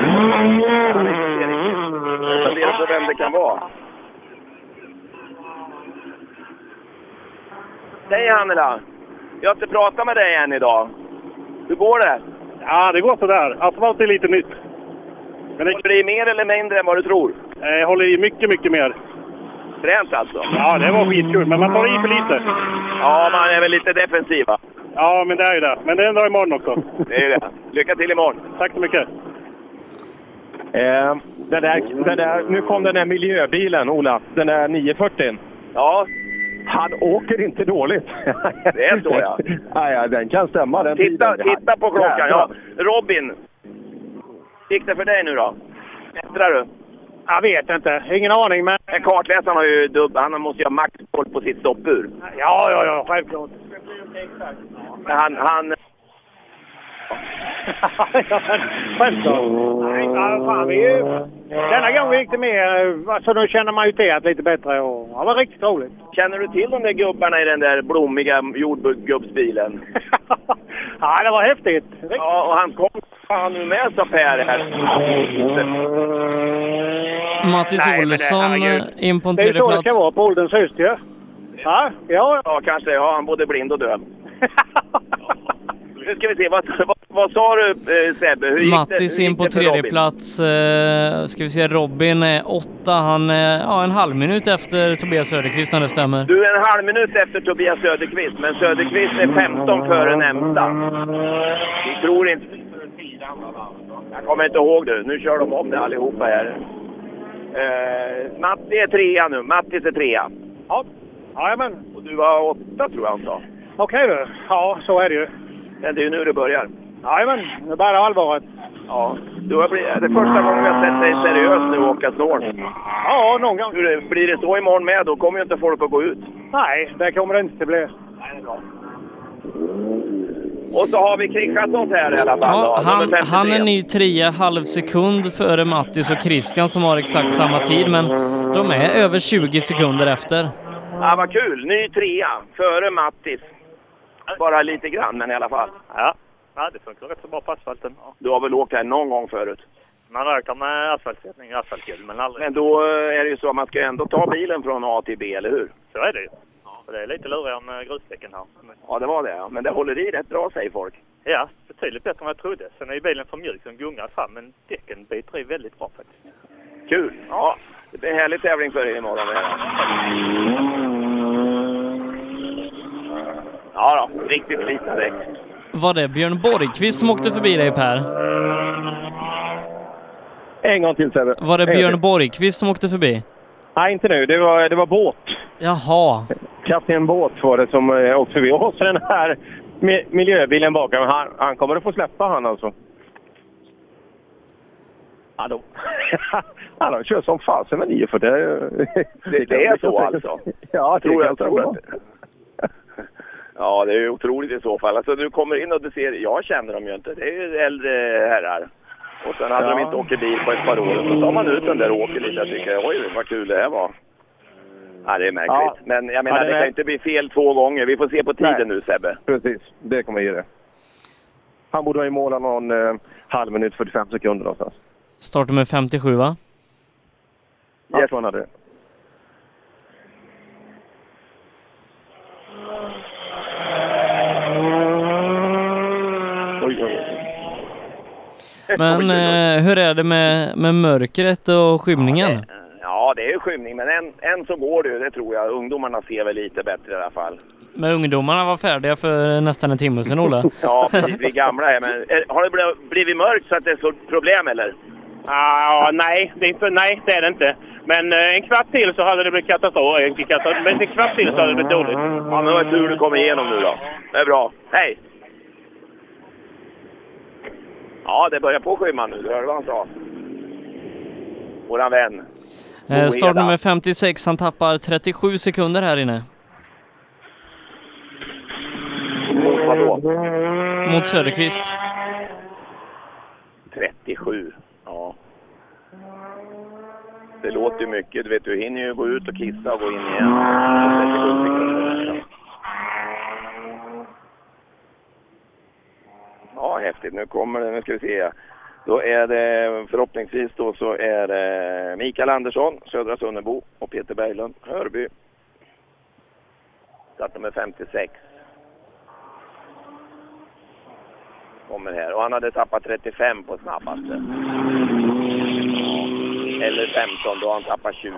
Speaker 2: Jag vet inte riktigt. Jag funderar på vem det kan vara. Hej Hannela! Jag har inte pratat med dig än idag. Hur går det?
Speaker 15: <laughs> Ja, det går sådär. Asfalt är lite nytt. Men det
Speaker 2: blir mer eller mindre än vad du tror?
Speaker 15: Eh, Jag håller i mycket, mycket mer.
Speaker 2: Fränt alltså?
Speaker 15: Ja, det var skitkul, men man tar i för lite.
Speaker 2: Ja, man är väl lite defensiv va?
Speaker 15: Ja, men det är ju det. Men det är en dag imorgon också.
Speaker 2: Det är ju det. Lycka till imorgon!
Speaker 15: Tack så mycket.
Speaker 3: Eh, den där, den där, nu kom den där miljöbilen, Ola. Den där 940.
Speaker 2: Ja.
Speaker 3: Han åker inte dåligt.
Speaker 2: Det är så, ja.
Speaker 3: <laughs> ja, ja den kan stämma. Den
Speaker 2: Titta,
Speaker 3: bilen.
Speaker 2: titta på klockan. Ja.
Speaker 3: Jävlar.
Speaker 2: Robin, gick det för dig nu då? Bättrar du?
Speaker 17: Jag vet inte. Ingen aning, men...
Speaker 2: Men kartläsaren har ju dubb... Han måste ju ha max koll på sitt stoppur.
Speaker 17: Ja, ja, ja. Självklart.
Speaker 2: Men Han, han...
Speaker 17: Självklart. Nej, ja, fan, vi är ju... Denna gången gick det mer. Alltså, nu känner man ju till att lite bättre. Och... Ja, det var riktigt roligt.
Speaker 2: Känner du till de där gubbarna i den där blommiga jordgubbsbilen?
Speaker 17: Ja, det var häftigt.
Speaker 2: <laughs> Ja, och han kom... Han nu med, sa Per här.
Speaker 4: Mattis
Speaker 2: Nej, men det-
Speaker 4: Olsson
Speaker 2: herregud.
Speaker 4: eh, in på en
Speaker 17: Det är ju
Speaker 4: tredje
Speaker 17: så det
Speaker 4: plats.
Speaker 17: ska vara på ålderns höst ju. Ja, ja.
Speaker 2: Ja, kanske. Ja, han både blind och <laughs> döv. Nu ska vi se. Vad, vad, vad sa du, eh, Sebbe? Hur gick det-
Speaker 4: Mattis
Speaker 2: hur gick
Speaker 4: in på
Speaker 2: det för
Speaker 4: tredje
Speaker 2: Robin?
Speaker 4: plats. Eh, ska vi se, Robin är åtta. Han är ja, en halv minut efter Tobias Söderqvist om det stämmer.
Speaker 2: Du är en halv minut efter Tobias Söderqvist, men Söderqvist är 15 före nämnda. Vi tror inte... Jag kommer inte ihåg det. Nu kör de om det allihopa här. Eh, Matti är trea nu. Mattis är trea.
Speaker 17: Ja. Jajamän.
Speaker 2: Och du var åtta, tror jag han sa.
Speaker 17: Okej du. Ja, så är det ju.
Speaker 2: Men <laughs> det är ju nu det börjar.
Speaker 17: Jajamän. Nu börjar allvaret.
Speaker 2: Ja. Du har blivit, det är första gången jag har sett dig seriös nu åka snål.
Speaker 17: Ja, någon gång.
Speaker 2: Hur det- Blir det så imorgon med, då kommer ju inte folk att gå ut.
Speaker 17: Nej, det kommer det inte bli.
Speaker 2: Nej, det är bra. Och så har vi Kristianssons här i alla fall. då,
Speaker 4: Ja, han,
Speaker 2: nummer 53.
Speaker 4: han är ny trea, halv sekund före Mattis och Christian som har exakt samma tid, men de är över 20 sekunder efter.
Speaker 2: Ja, vad kul! Ny trea, före Mattis. Bara lite grann, men i alla fall.
Speaker 5: Ja, ja det funkar rätt så bra på asfalten. Ja.
Speaker 2: Du har väl åkt här någon gång förut?
Speaker 5: Man räknar med asfaltsättning och asfaltgul, men aldrig...
Speaker 2: Men då eh, är det ju så att man ska ju ändå ta bilen från A till B, eller hur?
Speaker 5: Så är det ju. Så det är lite lurigare med grusdäcken här.
Speaker 2: Ja, det var det. ja. Men det håller i rätt bra, säger folk.
Speaker 5: Ja, betydligt bättre än vad jag trodde. Sen är ju bilen för mjuk, den gungar fram, men däcken biter i väldigt bra faktiskt.
Speaker 2: Kul! Ja, det blir en härlig tävling för er imorgon. eh, det här. Ja, då. Riktigt slitna däck.
Speaker 4: Var det Björn Borgqvist som åkte förbi dig Per?
Speaker 3: En gång till Sebbe.
Speaker 4: Var det
Speaker 3: En gång
Speaker 4: Björn
Speaker 3: till.
Speaker 4: Borgqvist som åkte förbi?
Speaker 3: Nej, inte nu. Det var, det var båt.
Speaker 4: Jaha.
Speaker 3: Kapten Båt var det som eh, åkte förbi. Och så den här mi- miljöbilen bakom. Han, han kommer att få släppa han alltså. Hallå? <laughs> han har kört som fasen med 940.
Speaker 2: Det, det är så alltså?
Speaker 3: <laughs> Ja, det
Speaker 2: tror
Speaker 3: kan
Speaker 2: jag. Tror
Speaker 3: stämma.
Speaker 2: att... Ja, det är ju otroligt i så fall. Alltså, du kommer in och du ser, jag känner dem ju inte. Det är ju äldre herrar. Och sen hade
Speaker 3: Ja.
Speaker 2: de inte åkt bil på ett par år. Så tar man ut den där och åker lite. Jag tycker, oj vad kul det här var. Ja, det är märkligt.
Speaker 3: Ja.
Speaker 2: Men jag menar,
Speaker 3: Ja, det
Speaker 2: det, kan ju
Speaker 3: är märk-
Speaker 2: inte bli fel två gånger. Vi får se på tiden nu Sebbe.
Speaker 3: Precis, det kommer ge det. Han borde ha i mål någon eh, halv minut, 45 sekunder någonstans.
Speaker 4: Startnummer 57
Speaker 2: <laughs>
Speaker 4: va?
Speaker 3: Yes. Jag tror han hade det. Oj, oj, oj.
Speaker 4: Men eh, hur är det med, med mörkret och skymningen?
Speaker 2: Ja, det är ju skymning, men än, än så går det ju. Det tror jag. Ungdomarna ser väl lite bättre i alla fall.
Speaker 4: Men ungdomarna var färdiga för nästan en timme sedan Ola.
Speaker 2: Ja, precis. Vi är gamla är, men är, har det bl- blivit mörkt så att det är så problem eller?
Speaker 25: Ah, nej, det är inte, nej, det är det inte. Men eh, en kvart till så hade det blivit katastrof. En, katastrof, men en kvart till så hade det blivit dåligt.
Speaker 2: Ja, men det var tur du kom igenom nu då. Det är bra. Hej! Ja, det börjar på skymma nu. Du hörde vad han sa. Våran vän.
Speaker 4: Eh, startnummer 56, han tappar 37 sekunder här inne.
Speaker 2: Vadå?
Speaker 4: Mot Söderqvist.
Speaker 2: 37. Ja. Det låter ju mycket. Du vet, du hinner ju gå ut och kissa och gå in igen. 37 sekunder. Ja, häftigt. Nu kommer det. Nu ska vi se. Då är det förhoppningsvis då så är det Mikael Andersson, Södra Sunnebo och Peter Berglund, Hörby. Startnummer 56. Kommer här. Och han hade tappat 35 på snabbaste. Eller 15, då har han tappat 20.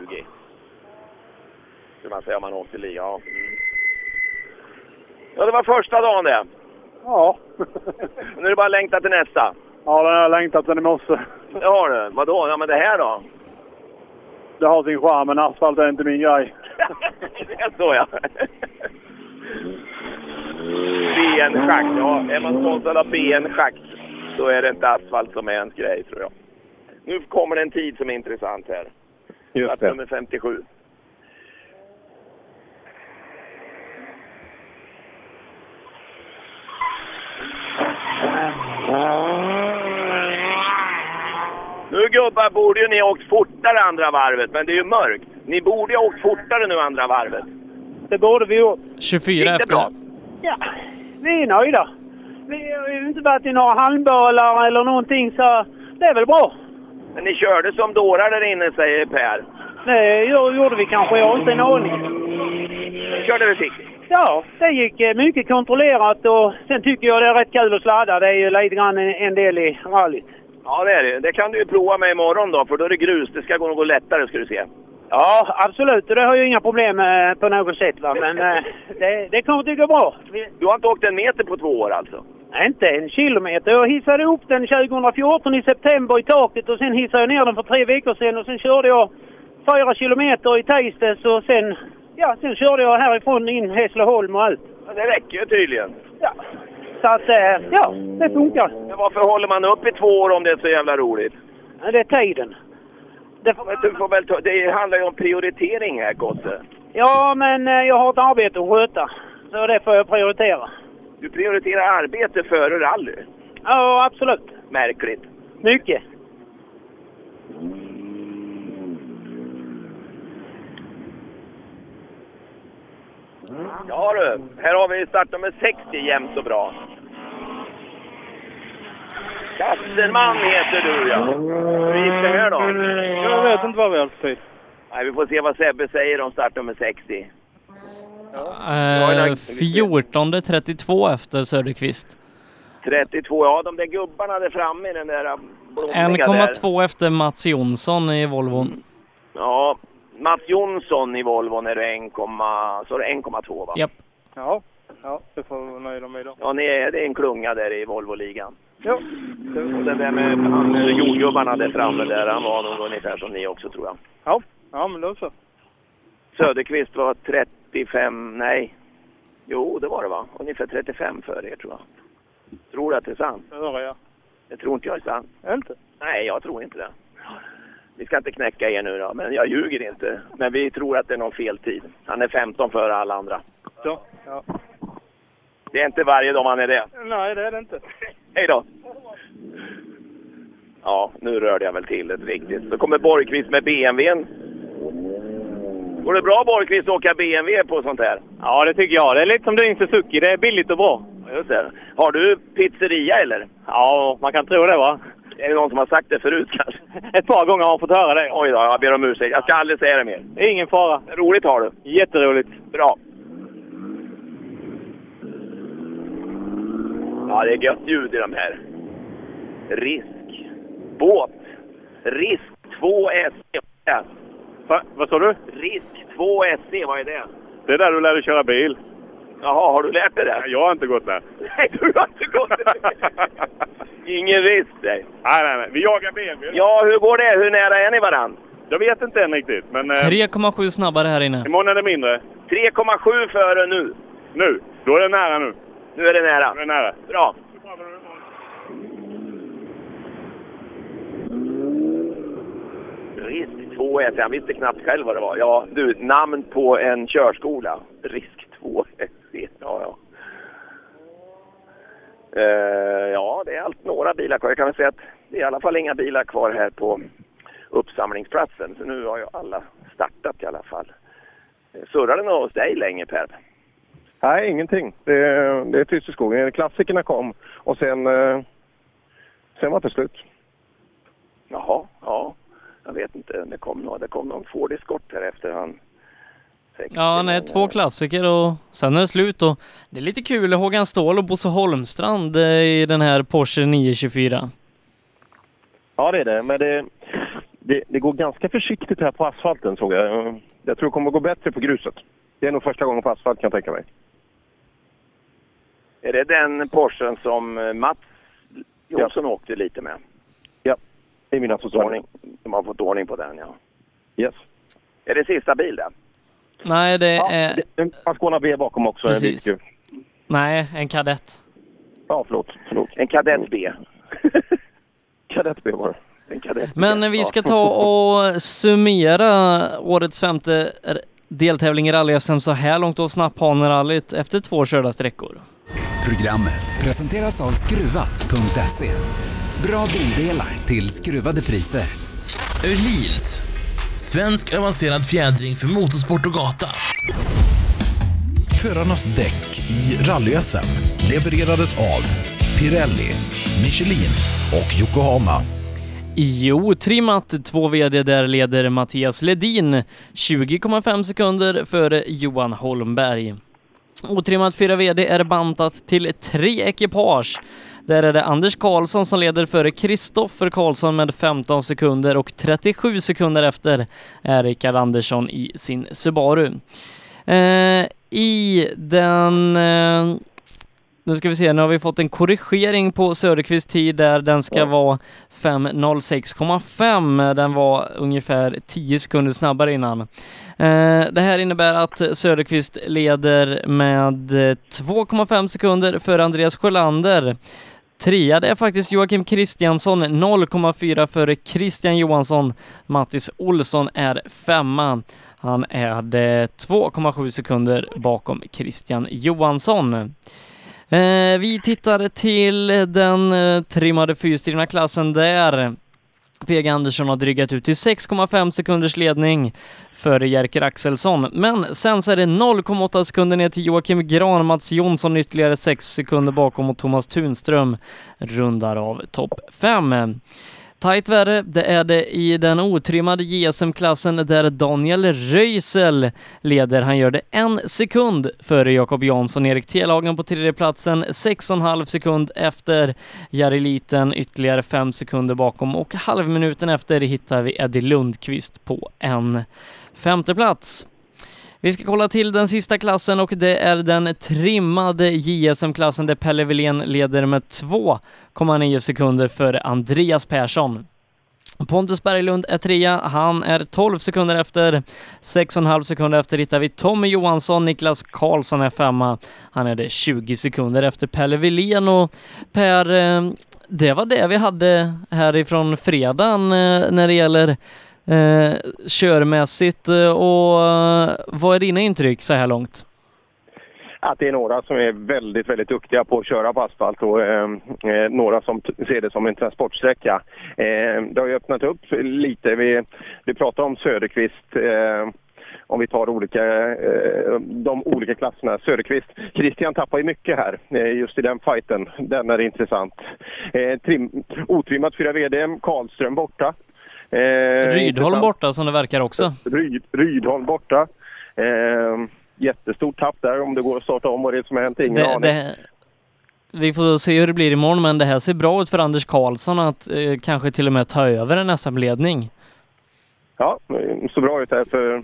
Speaker 2: Skulle man säga om han åkte liga. Ja. ja, det var första dagen det.
Speaker 25: Ja.
Speaker 2: Nu är det bara att längta till nästa.
Speaker 25: Ja, den har jag längtat sen i morse.
Speaker 2: Det har du. Vadå? Ja, men det här då?
Speaker 25: Det har sin charm, men asfalt är inte min grej.
Speaker 2: Det är så ja. BN Schakt. Ja, är man sponsrad av BN Schakt så är det inte asfalt som är ens grej tror jag. Nu kommer det en tid som är intressant här.
Speaker 3: Just
Speaker 2: Plats
Speaker 3: det.
Speaker 2: nummer 57. Nu gubbar borde ju ni ha åkt fortare andra varvet, men det är ju mörkt. Ni borde ju ha åkt fortare nu andra varvet.
Speaker 1: Det borde vi gjort.
Speaker 4: 24 efter.
Speaker 1: Ja, vi är nöjda. Vi har ju inte varit i några handbollar eller någonting så det är väl bra.
Speaker 2: Men ni körde som dårar där inne, säger Per.
Speaker 1: Det gör- gjorde vi kanske, jag har inte en aning.
Speaker 2: Körde försiktigt.
Speaker 1: Ja, det gick eh, mycket kontrollerat och sen tycker jag det är rätt kul att sladda. Det är ju lite grann en- en del i rallyt.
Speaker 2: Ja, det är det. Det kan du ju prova med imorgon då, för då är det grus. Det ska gå gå lättare, ska du se.
Speaker 1: Ja, absolut. Och det har jag ju inga problem med på något sätt. Va? Men eh, det, det kommer att gå bra.
Speaker 2: Du har inte åkt en meter på två år alltså?
Speaker 1: Inte en kilometer. Jag hissade upp den 2014 i september i taket och sen hissade jag ner den för tre veckor sedan och sen körde jag fyra kilometer i Tästes och sen, ja, sen körde jag härifrån in Hässleholm och allt.
Speaker 2: Ja, det räcker ju tydligen.
Speaker 1: Så att, eh, ja, det funkar.
Speaker 2: Men varför håller man upp i två år om det är så jävla roligt?
Speaker 1: Men Det är tiden. Det,
Speaker 2: får... Du får väl ta... det handlar ju om prioritering här, Gosse.
Speaker 1: Ja, men eh, jag har ett arbete att sköta. Så det får jag prioritera.
Speaker 2: Du prioriterar arbete före rally.
Speaker 1: Ja, absolut.
Speaker 2: Märkligt.
Speaker 1: Mycket.
Speaker 2: Ja du, här har vi startnummer 60 jämnt och bra. Kasselman heter du ja. Hur gick det här då?
Speaker 18: Jag vet inte vad vi har för tid.
Speaker 2: Nej, vi får se vad Sebbe säger om startnummer 60.
Speaker 4: Eh, 14.32 efter Söderqvist.
Speaker 2: 32, ja de där gubbarna där framme i den där blommiga där.
Speaker 4: 1,2 efter Mats Jonsson i Volvon.
Speaker 2: Ja, Mats Jonsson i Volvon är det 1, så är det 1,2 va?
Speaker 4: Japp.
Speaker 18: Ja, ja det får vi nöja mig då.
Speaker 2: Ja, ni är, det är en klunga där i Volvoligan. Ja. Och den där med han, eh, jordgubbarna där framme där, han var nog ungefär som ni också tror jag.
Speaker 18: Ja, ja men då så.
Speaker 2: Söderqvist var 35, nej. Jo, det var det va? Ungefär 35 för er tror jag. Tror du att det är sant?
Speaker 18: Det hör jag.
Speaker 2: Det tror inte jag är sant.
Speaker 18: Inte?
Speaker 2: Nej, jag tror inte det. Vi ska inte knäcka er nu då, men jag ljuger inte. Men vi tror att det är någon fel tid. Han är 15 före alla andra.
Speaker 18: Så. Ja.
Speaker 2: Det är inte varje dag man är det.
Speaker 18: Nej, det är det inte.
Speaker 2: Hej då! Ja, nu rörde jag väl till det riktigt. Så kommer Borgqvist med BMWn. Går det bra Borgqvist att åka BMW på sånt här?
Speaker 18: Ja, det tycker jag. Det är lite som din Suzuki. Det är billigt och bra.
Speaker 2: Just det. Har du pizzeria eller?
Speaker 18: Ja, man kan tro det va?
Speaker 2: Är det någon som har sagt det förut kanske?
Speaker 18: Ett par gånger har man fått höra det.
Speaker 2: Oj då, jag ber om ursäkt. Jag ska aldrig säga det mer.
Speaker 18: Ingen fara.
Speaker 2: Roligt har du.
Speaker 18: Jätteroligt.
Speaker 2: Bra. Ja, det är gött ljud i de här. Risk. Båt. Risk 2 SC.
Speaker 18: Va, vad sa du?
Speaker 2: Risk 2 SC, vad är det?
Speaker 18: Det är där du lär dig köra bil.
Speaker 2: Jaha, har du lärt dig det?
Speaker 18: Jag har inte gått där.
Speaker 2: Nej, du har inte gått Ingen risk, nej.
Speaker 18: Nej, nej, nej. Vi jagar BMW.
Speaker 2: Ja, hur går det? Hur nära är ni varann?
Speaker 18: Jag vet inte än riktigt, men... eh,
Speaker 4: 3,7 snabbare här inne.
Speaker 18: Imorgon är det mindre.
Speaker 2: 3,7 före nu.
Speaker 18: Nu? Då är det nära nu.
Speaker 2: Nu är det nära.
Speaker 18: Nu är det nära.
Speaker 2: Bra. Risk 2 SC. Han visste knappt själv vad det var. Ja, du, namn på en körskola. Risk 2 SC. Ja, ja. Eh, ja, det är allt några bilar kvar. Jag kan väl säga att det är i alla fall inga bilar kvar här på uppsamlingsplatsen. Så nu har ju alla startat i alla fall. Eh, Surrar det nog hos dig länge, Per?
Speaker 3: Nej, ingenting. Det, det är tyst i skogen. Klassikerna kom och sen, eh, sen var det slut.
Speaker 2: Jaha, ja. Jag vet inte. Det kom, nå- det kom någon Ford Escort här efter han.
Speaker 4: Ja, nej, två klassiker och sen är det slut och det är lite kul. Håkan Ståhl och Bosse Holmstrand eh, i den här Porsche 924.
Speaker 3: Ja, det är det. Men det, det, det går ganska försiktigt här på asfalten såg jag. Jag tror det kommer gå bättre på gruset. Det är nog första gången på asfalt kan jag tänka mig.
Speaker 2: Är det den Porschen som eh, Mats Jonsson åkte lite med?
Speaker 3: Ja, det är mina
Speaker 2: Ordning. De har fått ordning på den, ja.
Speaker 3: Yes.
Speaker 2: Är det sista bil det?
Speaker 4: Nej, det är...
Speaker 3: En Ascona B bakom också. en
Speaker 4: Precis.
Speaker 3: riktig-
Speaker 4: Nej, en kadett.
Speaker 3: Ja, förlåt. förlåt.
Speaker 2: En kadett B.
Speaker 3: kadett B var det.
Speaker 2: En kadett
Speaker 4: Men eh, vi ska ta och summera årets femte r- deltävling i rally-SM så här långt och snapphanerallyt efter två körda sträckor.
Speaker 10: Programmet presenteras av Skruvat.se. Bra bildelar till skruvade priser.
Speaker 11: Öhlins. Svensk avancerad fjädring för motorsport och gata.
Speaker 12: Förarnas däck i rally levererades av Pirelli, Michelin och Yokohama.
Speaker 4: Jo, Trimat 2 VD där leder Mattias Ledin 20,5 sekunder före Johan Holmberg. Otrimmat 4 VD är bantat till tre ekipage. Där är det Anders Karlsson som leder före Kristoffer Karlsson med 15 sekunder och 37 sekunder efter är Rickard Andersson i sin Subaru. Eh, I den eh, nu ska vi se, nu har vi fått en korrigering på Söderqvists tid där den ska vara 5.06,5. Den var ungefär 10 sekunder snabbare innan. Eh, Det här innebär att Söderqvist leder med eh, 2,5 sekunder före Andreas Sjölander. Trea, det är faktiskt Joakim Kristiansson, 0,4 före Christian Johansson. Mattis Olsson är femma. Han är eh, 2,7 sekunder bakom Christian Johansson. Eh, vi tittar till den eh, trimmade fyrstrivna klassen där PG Andersson har drygat ut till 6,5 sekunders ledning före Jerker Axelsson. Men sen så är det 0,8 sekunder ner till Joakim Gran, Mats Jonsson ytterligare 6 sekunder bakom och Thomas Tunström rundar av topp 5. Tajt värre, det är det i den otrimmade JSM-klassen där Daniel Röisel leder. Han gör det en sekund före Jakob Jansson. Erik Telhagen på tredjeplatsen, sex och en halv sekund efter Jari Liten, ytterligare fem sekunder bakom och halvminuten efter hittar vi Eddie Lundqvist på en femte plats. Vi ska kolla till den sista klassen och det är den trimmade JSM-klassen där Pelle Wilén leder med 2,9 sekunder före Andreas Persson. Pontus Berglund är trea, han är 12 sekunder efter. 6,5 sekunder efter hittar vi Tommy Johansson, Niklas Karlsson är femma. Han är det 20 sekunder efter Pelle Wilén och Per, eh, det var det vi hade härifrån fredagen eh, när det gäller eh, körmässigt eh, och eh, vad är dina intryck så här långt?
Speaker 3: att det är några som är väldigt, väldigt duktiga på att köra på asfalt och eh, eh, några som t- ser det som en transportsträcka. Eh, det har ju öppnat upp lite. Vi, vi pratar om Söderqvist. Eh, om vi tar olika, eh, de olika klasserna. Söderqvist, Christian tappar ju mycket här, eh, just i den fighten. Den är intressant. Eh, trim, otrimmat 4 VD, Karlström borta. Eh,
Speaker 4: Rydholm
Speaker 3: intressant.
Speaker 4: borta som det verkar också.
Speaker 3: Ryd, Rydholm borta. Eh, jättestort tapp där om det går att starta om vad det är som har hänt. Ingen
Speaker 4: Det,
Speaker 3: aning.
Speaker 4: det, vi får se hur det blir imorgon men det här ser bra ut för Anders Karlsson att eh, kanske till och med ta över en SM-ledning.
Speaker 3: Ja, så bra ut här för eh,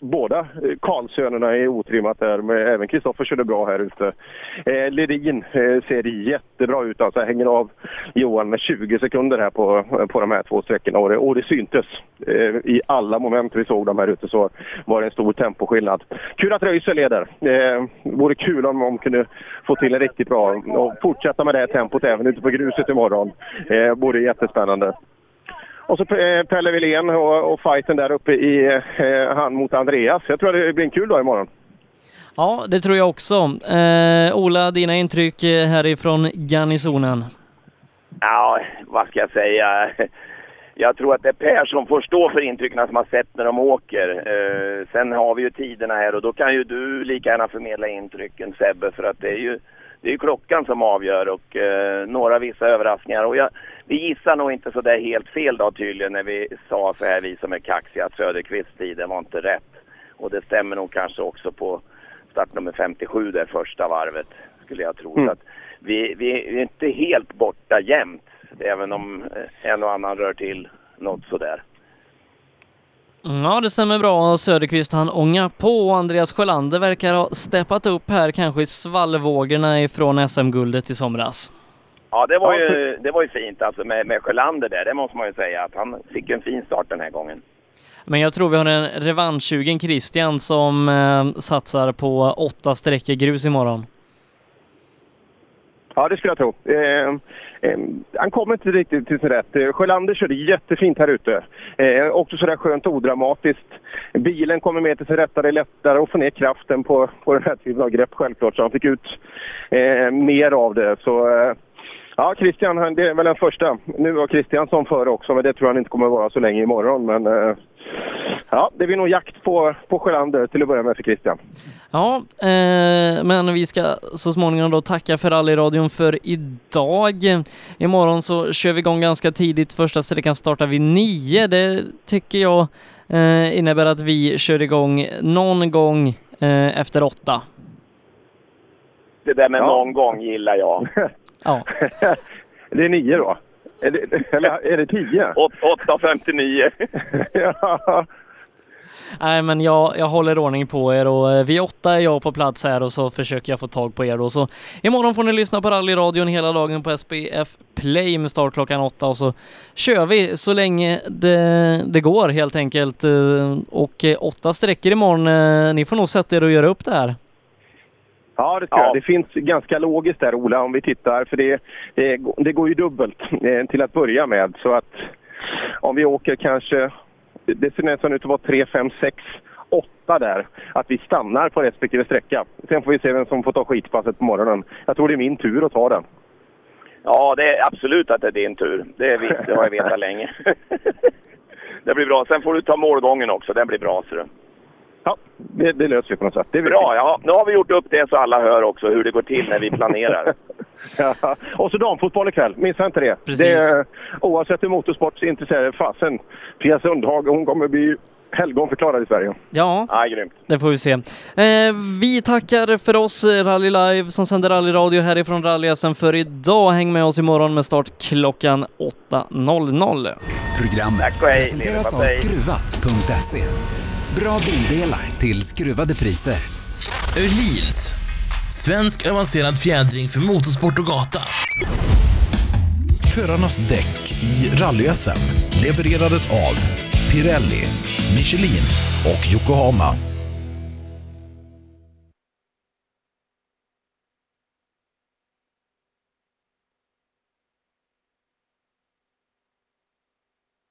Speaker 3: båda eh, Karlssönerna är otrimmat där. Men även Kristoffer körde bra här ute. Eh, Ledin eh, ser jättebra ut. Alltså, hänger av Johan med 20 sekunder här på, eh, på de här två sträckorna. Och det, och det syntes. Eh, I alla moment vi såg dem här ute så var det en stor temposkillnad. Kul att Röisel leder. Eh, vore kul om de kunde få till en riktigt bra och fortsätta med det här tempot även ute på gruset imorgon. Eh, vore jättespännande. Och så eh, Pelle Wilén och, och fighten där uppe i eh, han mot Andreas. Jag tror det blir en kul dag imorgon.
Speaker 4: Ja, det tror jag också. Eh, Ola, dina intryck eh, härifrån garnisonen?
Speaker 2: Ja, vad ska jag säga? Jag tror att det är Per som får stå för intrycken som man sett när de åker. Eh, sen har vi ju tiderna här och då kan ju du lika gärna förmedla intrycken Sebbe för att det är ju, det är ju klockan som avgör och eh, några vissa överraskningar. Och jag, vi gissar nog inte så där helt fel då tydligen när vi sa så här vi som är kaxiga att Söderqvists tiden var inte rätt. <laughs> Och det stämmer nog kanske också på start nummer 57 där första varvet skulle jag tro. Så att vi, vi är inte helt borta jämt även om eh, en och annan rör till något sådär.
Speaker 4: Mm, Ja, det stämmer bra. Söderqvist han ångar på och Andreas Sjölander verkar ha steppat upp här kanske i svallvågorna ifrån SM-guldet i somras.
Speaker 2: Ja, det var ju, det var ju fint alltså med, med Sjölander där, det måste man ju säga att han fick en fin start den här gången.
Speaker 4: Men jag tror vi har en revanschsugen Christian som eh, satsar på åtta sträckor grus imorgon.
Speaker 3: Ja, det skulle jag tro. Eh, eh, han kommer inte riktigt till sin rätt. Eh, Sjölander körde jättefint här ute. Eh, också sådär skönt odramatiskt. Bilen kommer mer till sin rätta. Det är lättare att få ner kraften på, på den här typen av grepp självklart. Så han fick ut eh, mer av det. Så, eh, ja, Christian, han- det är väl den första. Nu var Christian som före också, men det tror jag han inte kommer vara så länge imorgon. Men, eh, ja, det blir nog jakt på, på Sjölander till att börja med för Christian. <laughs>
Speaker 4: Ja, eh, men vi ska så småningom då tacka för rallyradion för idag. Imorgon så kör vi igång ganska tidigt. Första sträckan startar vid nio. Det tycker jag eh, innebär att vi kör igång någon gång eh, efter åtta.
Speaker 2: Det där med någon gång gillar jag.
Speaker 4: Ja.
Speaker 3: det är nio då? Är det, eller är det tio?
Speaker 2: 8.59.
Speaker 3: <laughs> ja.
Speaker 4: Nej, men jag, jag håller ordning på er och eh, vid åtta är jag på plats här och så försöker jag få tag på er då. Så imorgon får ni lyssna på rallyradion hela dagen på SPF Play med start klockan åtta och så kör vi så länge det, det går helt enkelt. Eh, Och eh, åtta sträckor imorgon. eh, Ni får nog sätta er och göra upp det här.
Speaker 3: Ja, det ska jag. Det finns ganska logiskt där, Ola, om vi tittar. För det, det, det går ju dubbelt eh, till att börja med. Så att om vi åker kanske... Det ser nästan ut att vara 3, 5, 6, åtta där. Att vi stannar på respektive sträcka. Sen får vi se vem som får ta skitpasset på morgonen. Jag tror det är min tur att ta den.
Speaker 2: Ja, det är absolut att det är din tur. Det, är vi, det har jag vetat länge. det blir bra. Sen får du ta målgången också. Den blir bra, ser du.
Speaker 3: Det, det löser vi på något sätt. Det är
Speaker 2: Bra, <laughs> ja. Nu har vi gjort upp det så alla hör också hur det går till när vi planerar.
Speaker 3: <laughs> Ja. Och så damfotboll ikväll, missa inte det.
Speaker 2: Precis.
Speaker 3: det är- oavsett hur motorsportsintresserad fasen, Pia Sundhage, hon kommer bli helgonförklarad i Sverige.
Speaker 4: Ja,
Speaker 2: <laughs> Ja, grymt.
Speaker 4: det får vi se. Eh, vi tackar för oss, eh, Rally Live som sänder rallyradio härifrån Rally SM för idag. Häng med oss imorgon med start klockan 8.00.
Speaker 10: Programmet
Speaker 4: och hej,
Speaker 10: presenteras
Speaker 4: Lena,
Speaker 10: av
Speaker 4: hej.
Speaker 10: Skruvat.se. Bra bildelar till skruvade priser.
Speaker 11: Öhlins. Svensk avancerad fjädring för motorsport och gata.
Speaker 12: Förarnas däck i rally levererades av Pirelli, Michelin och Yokohama.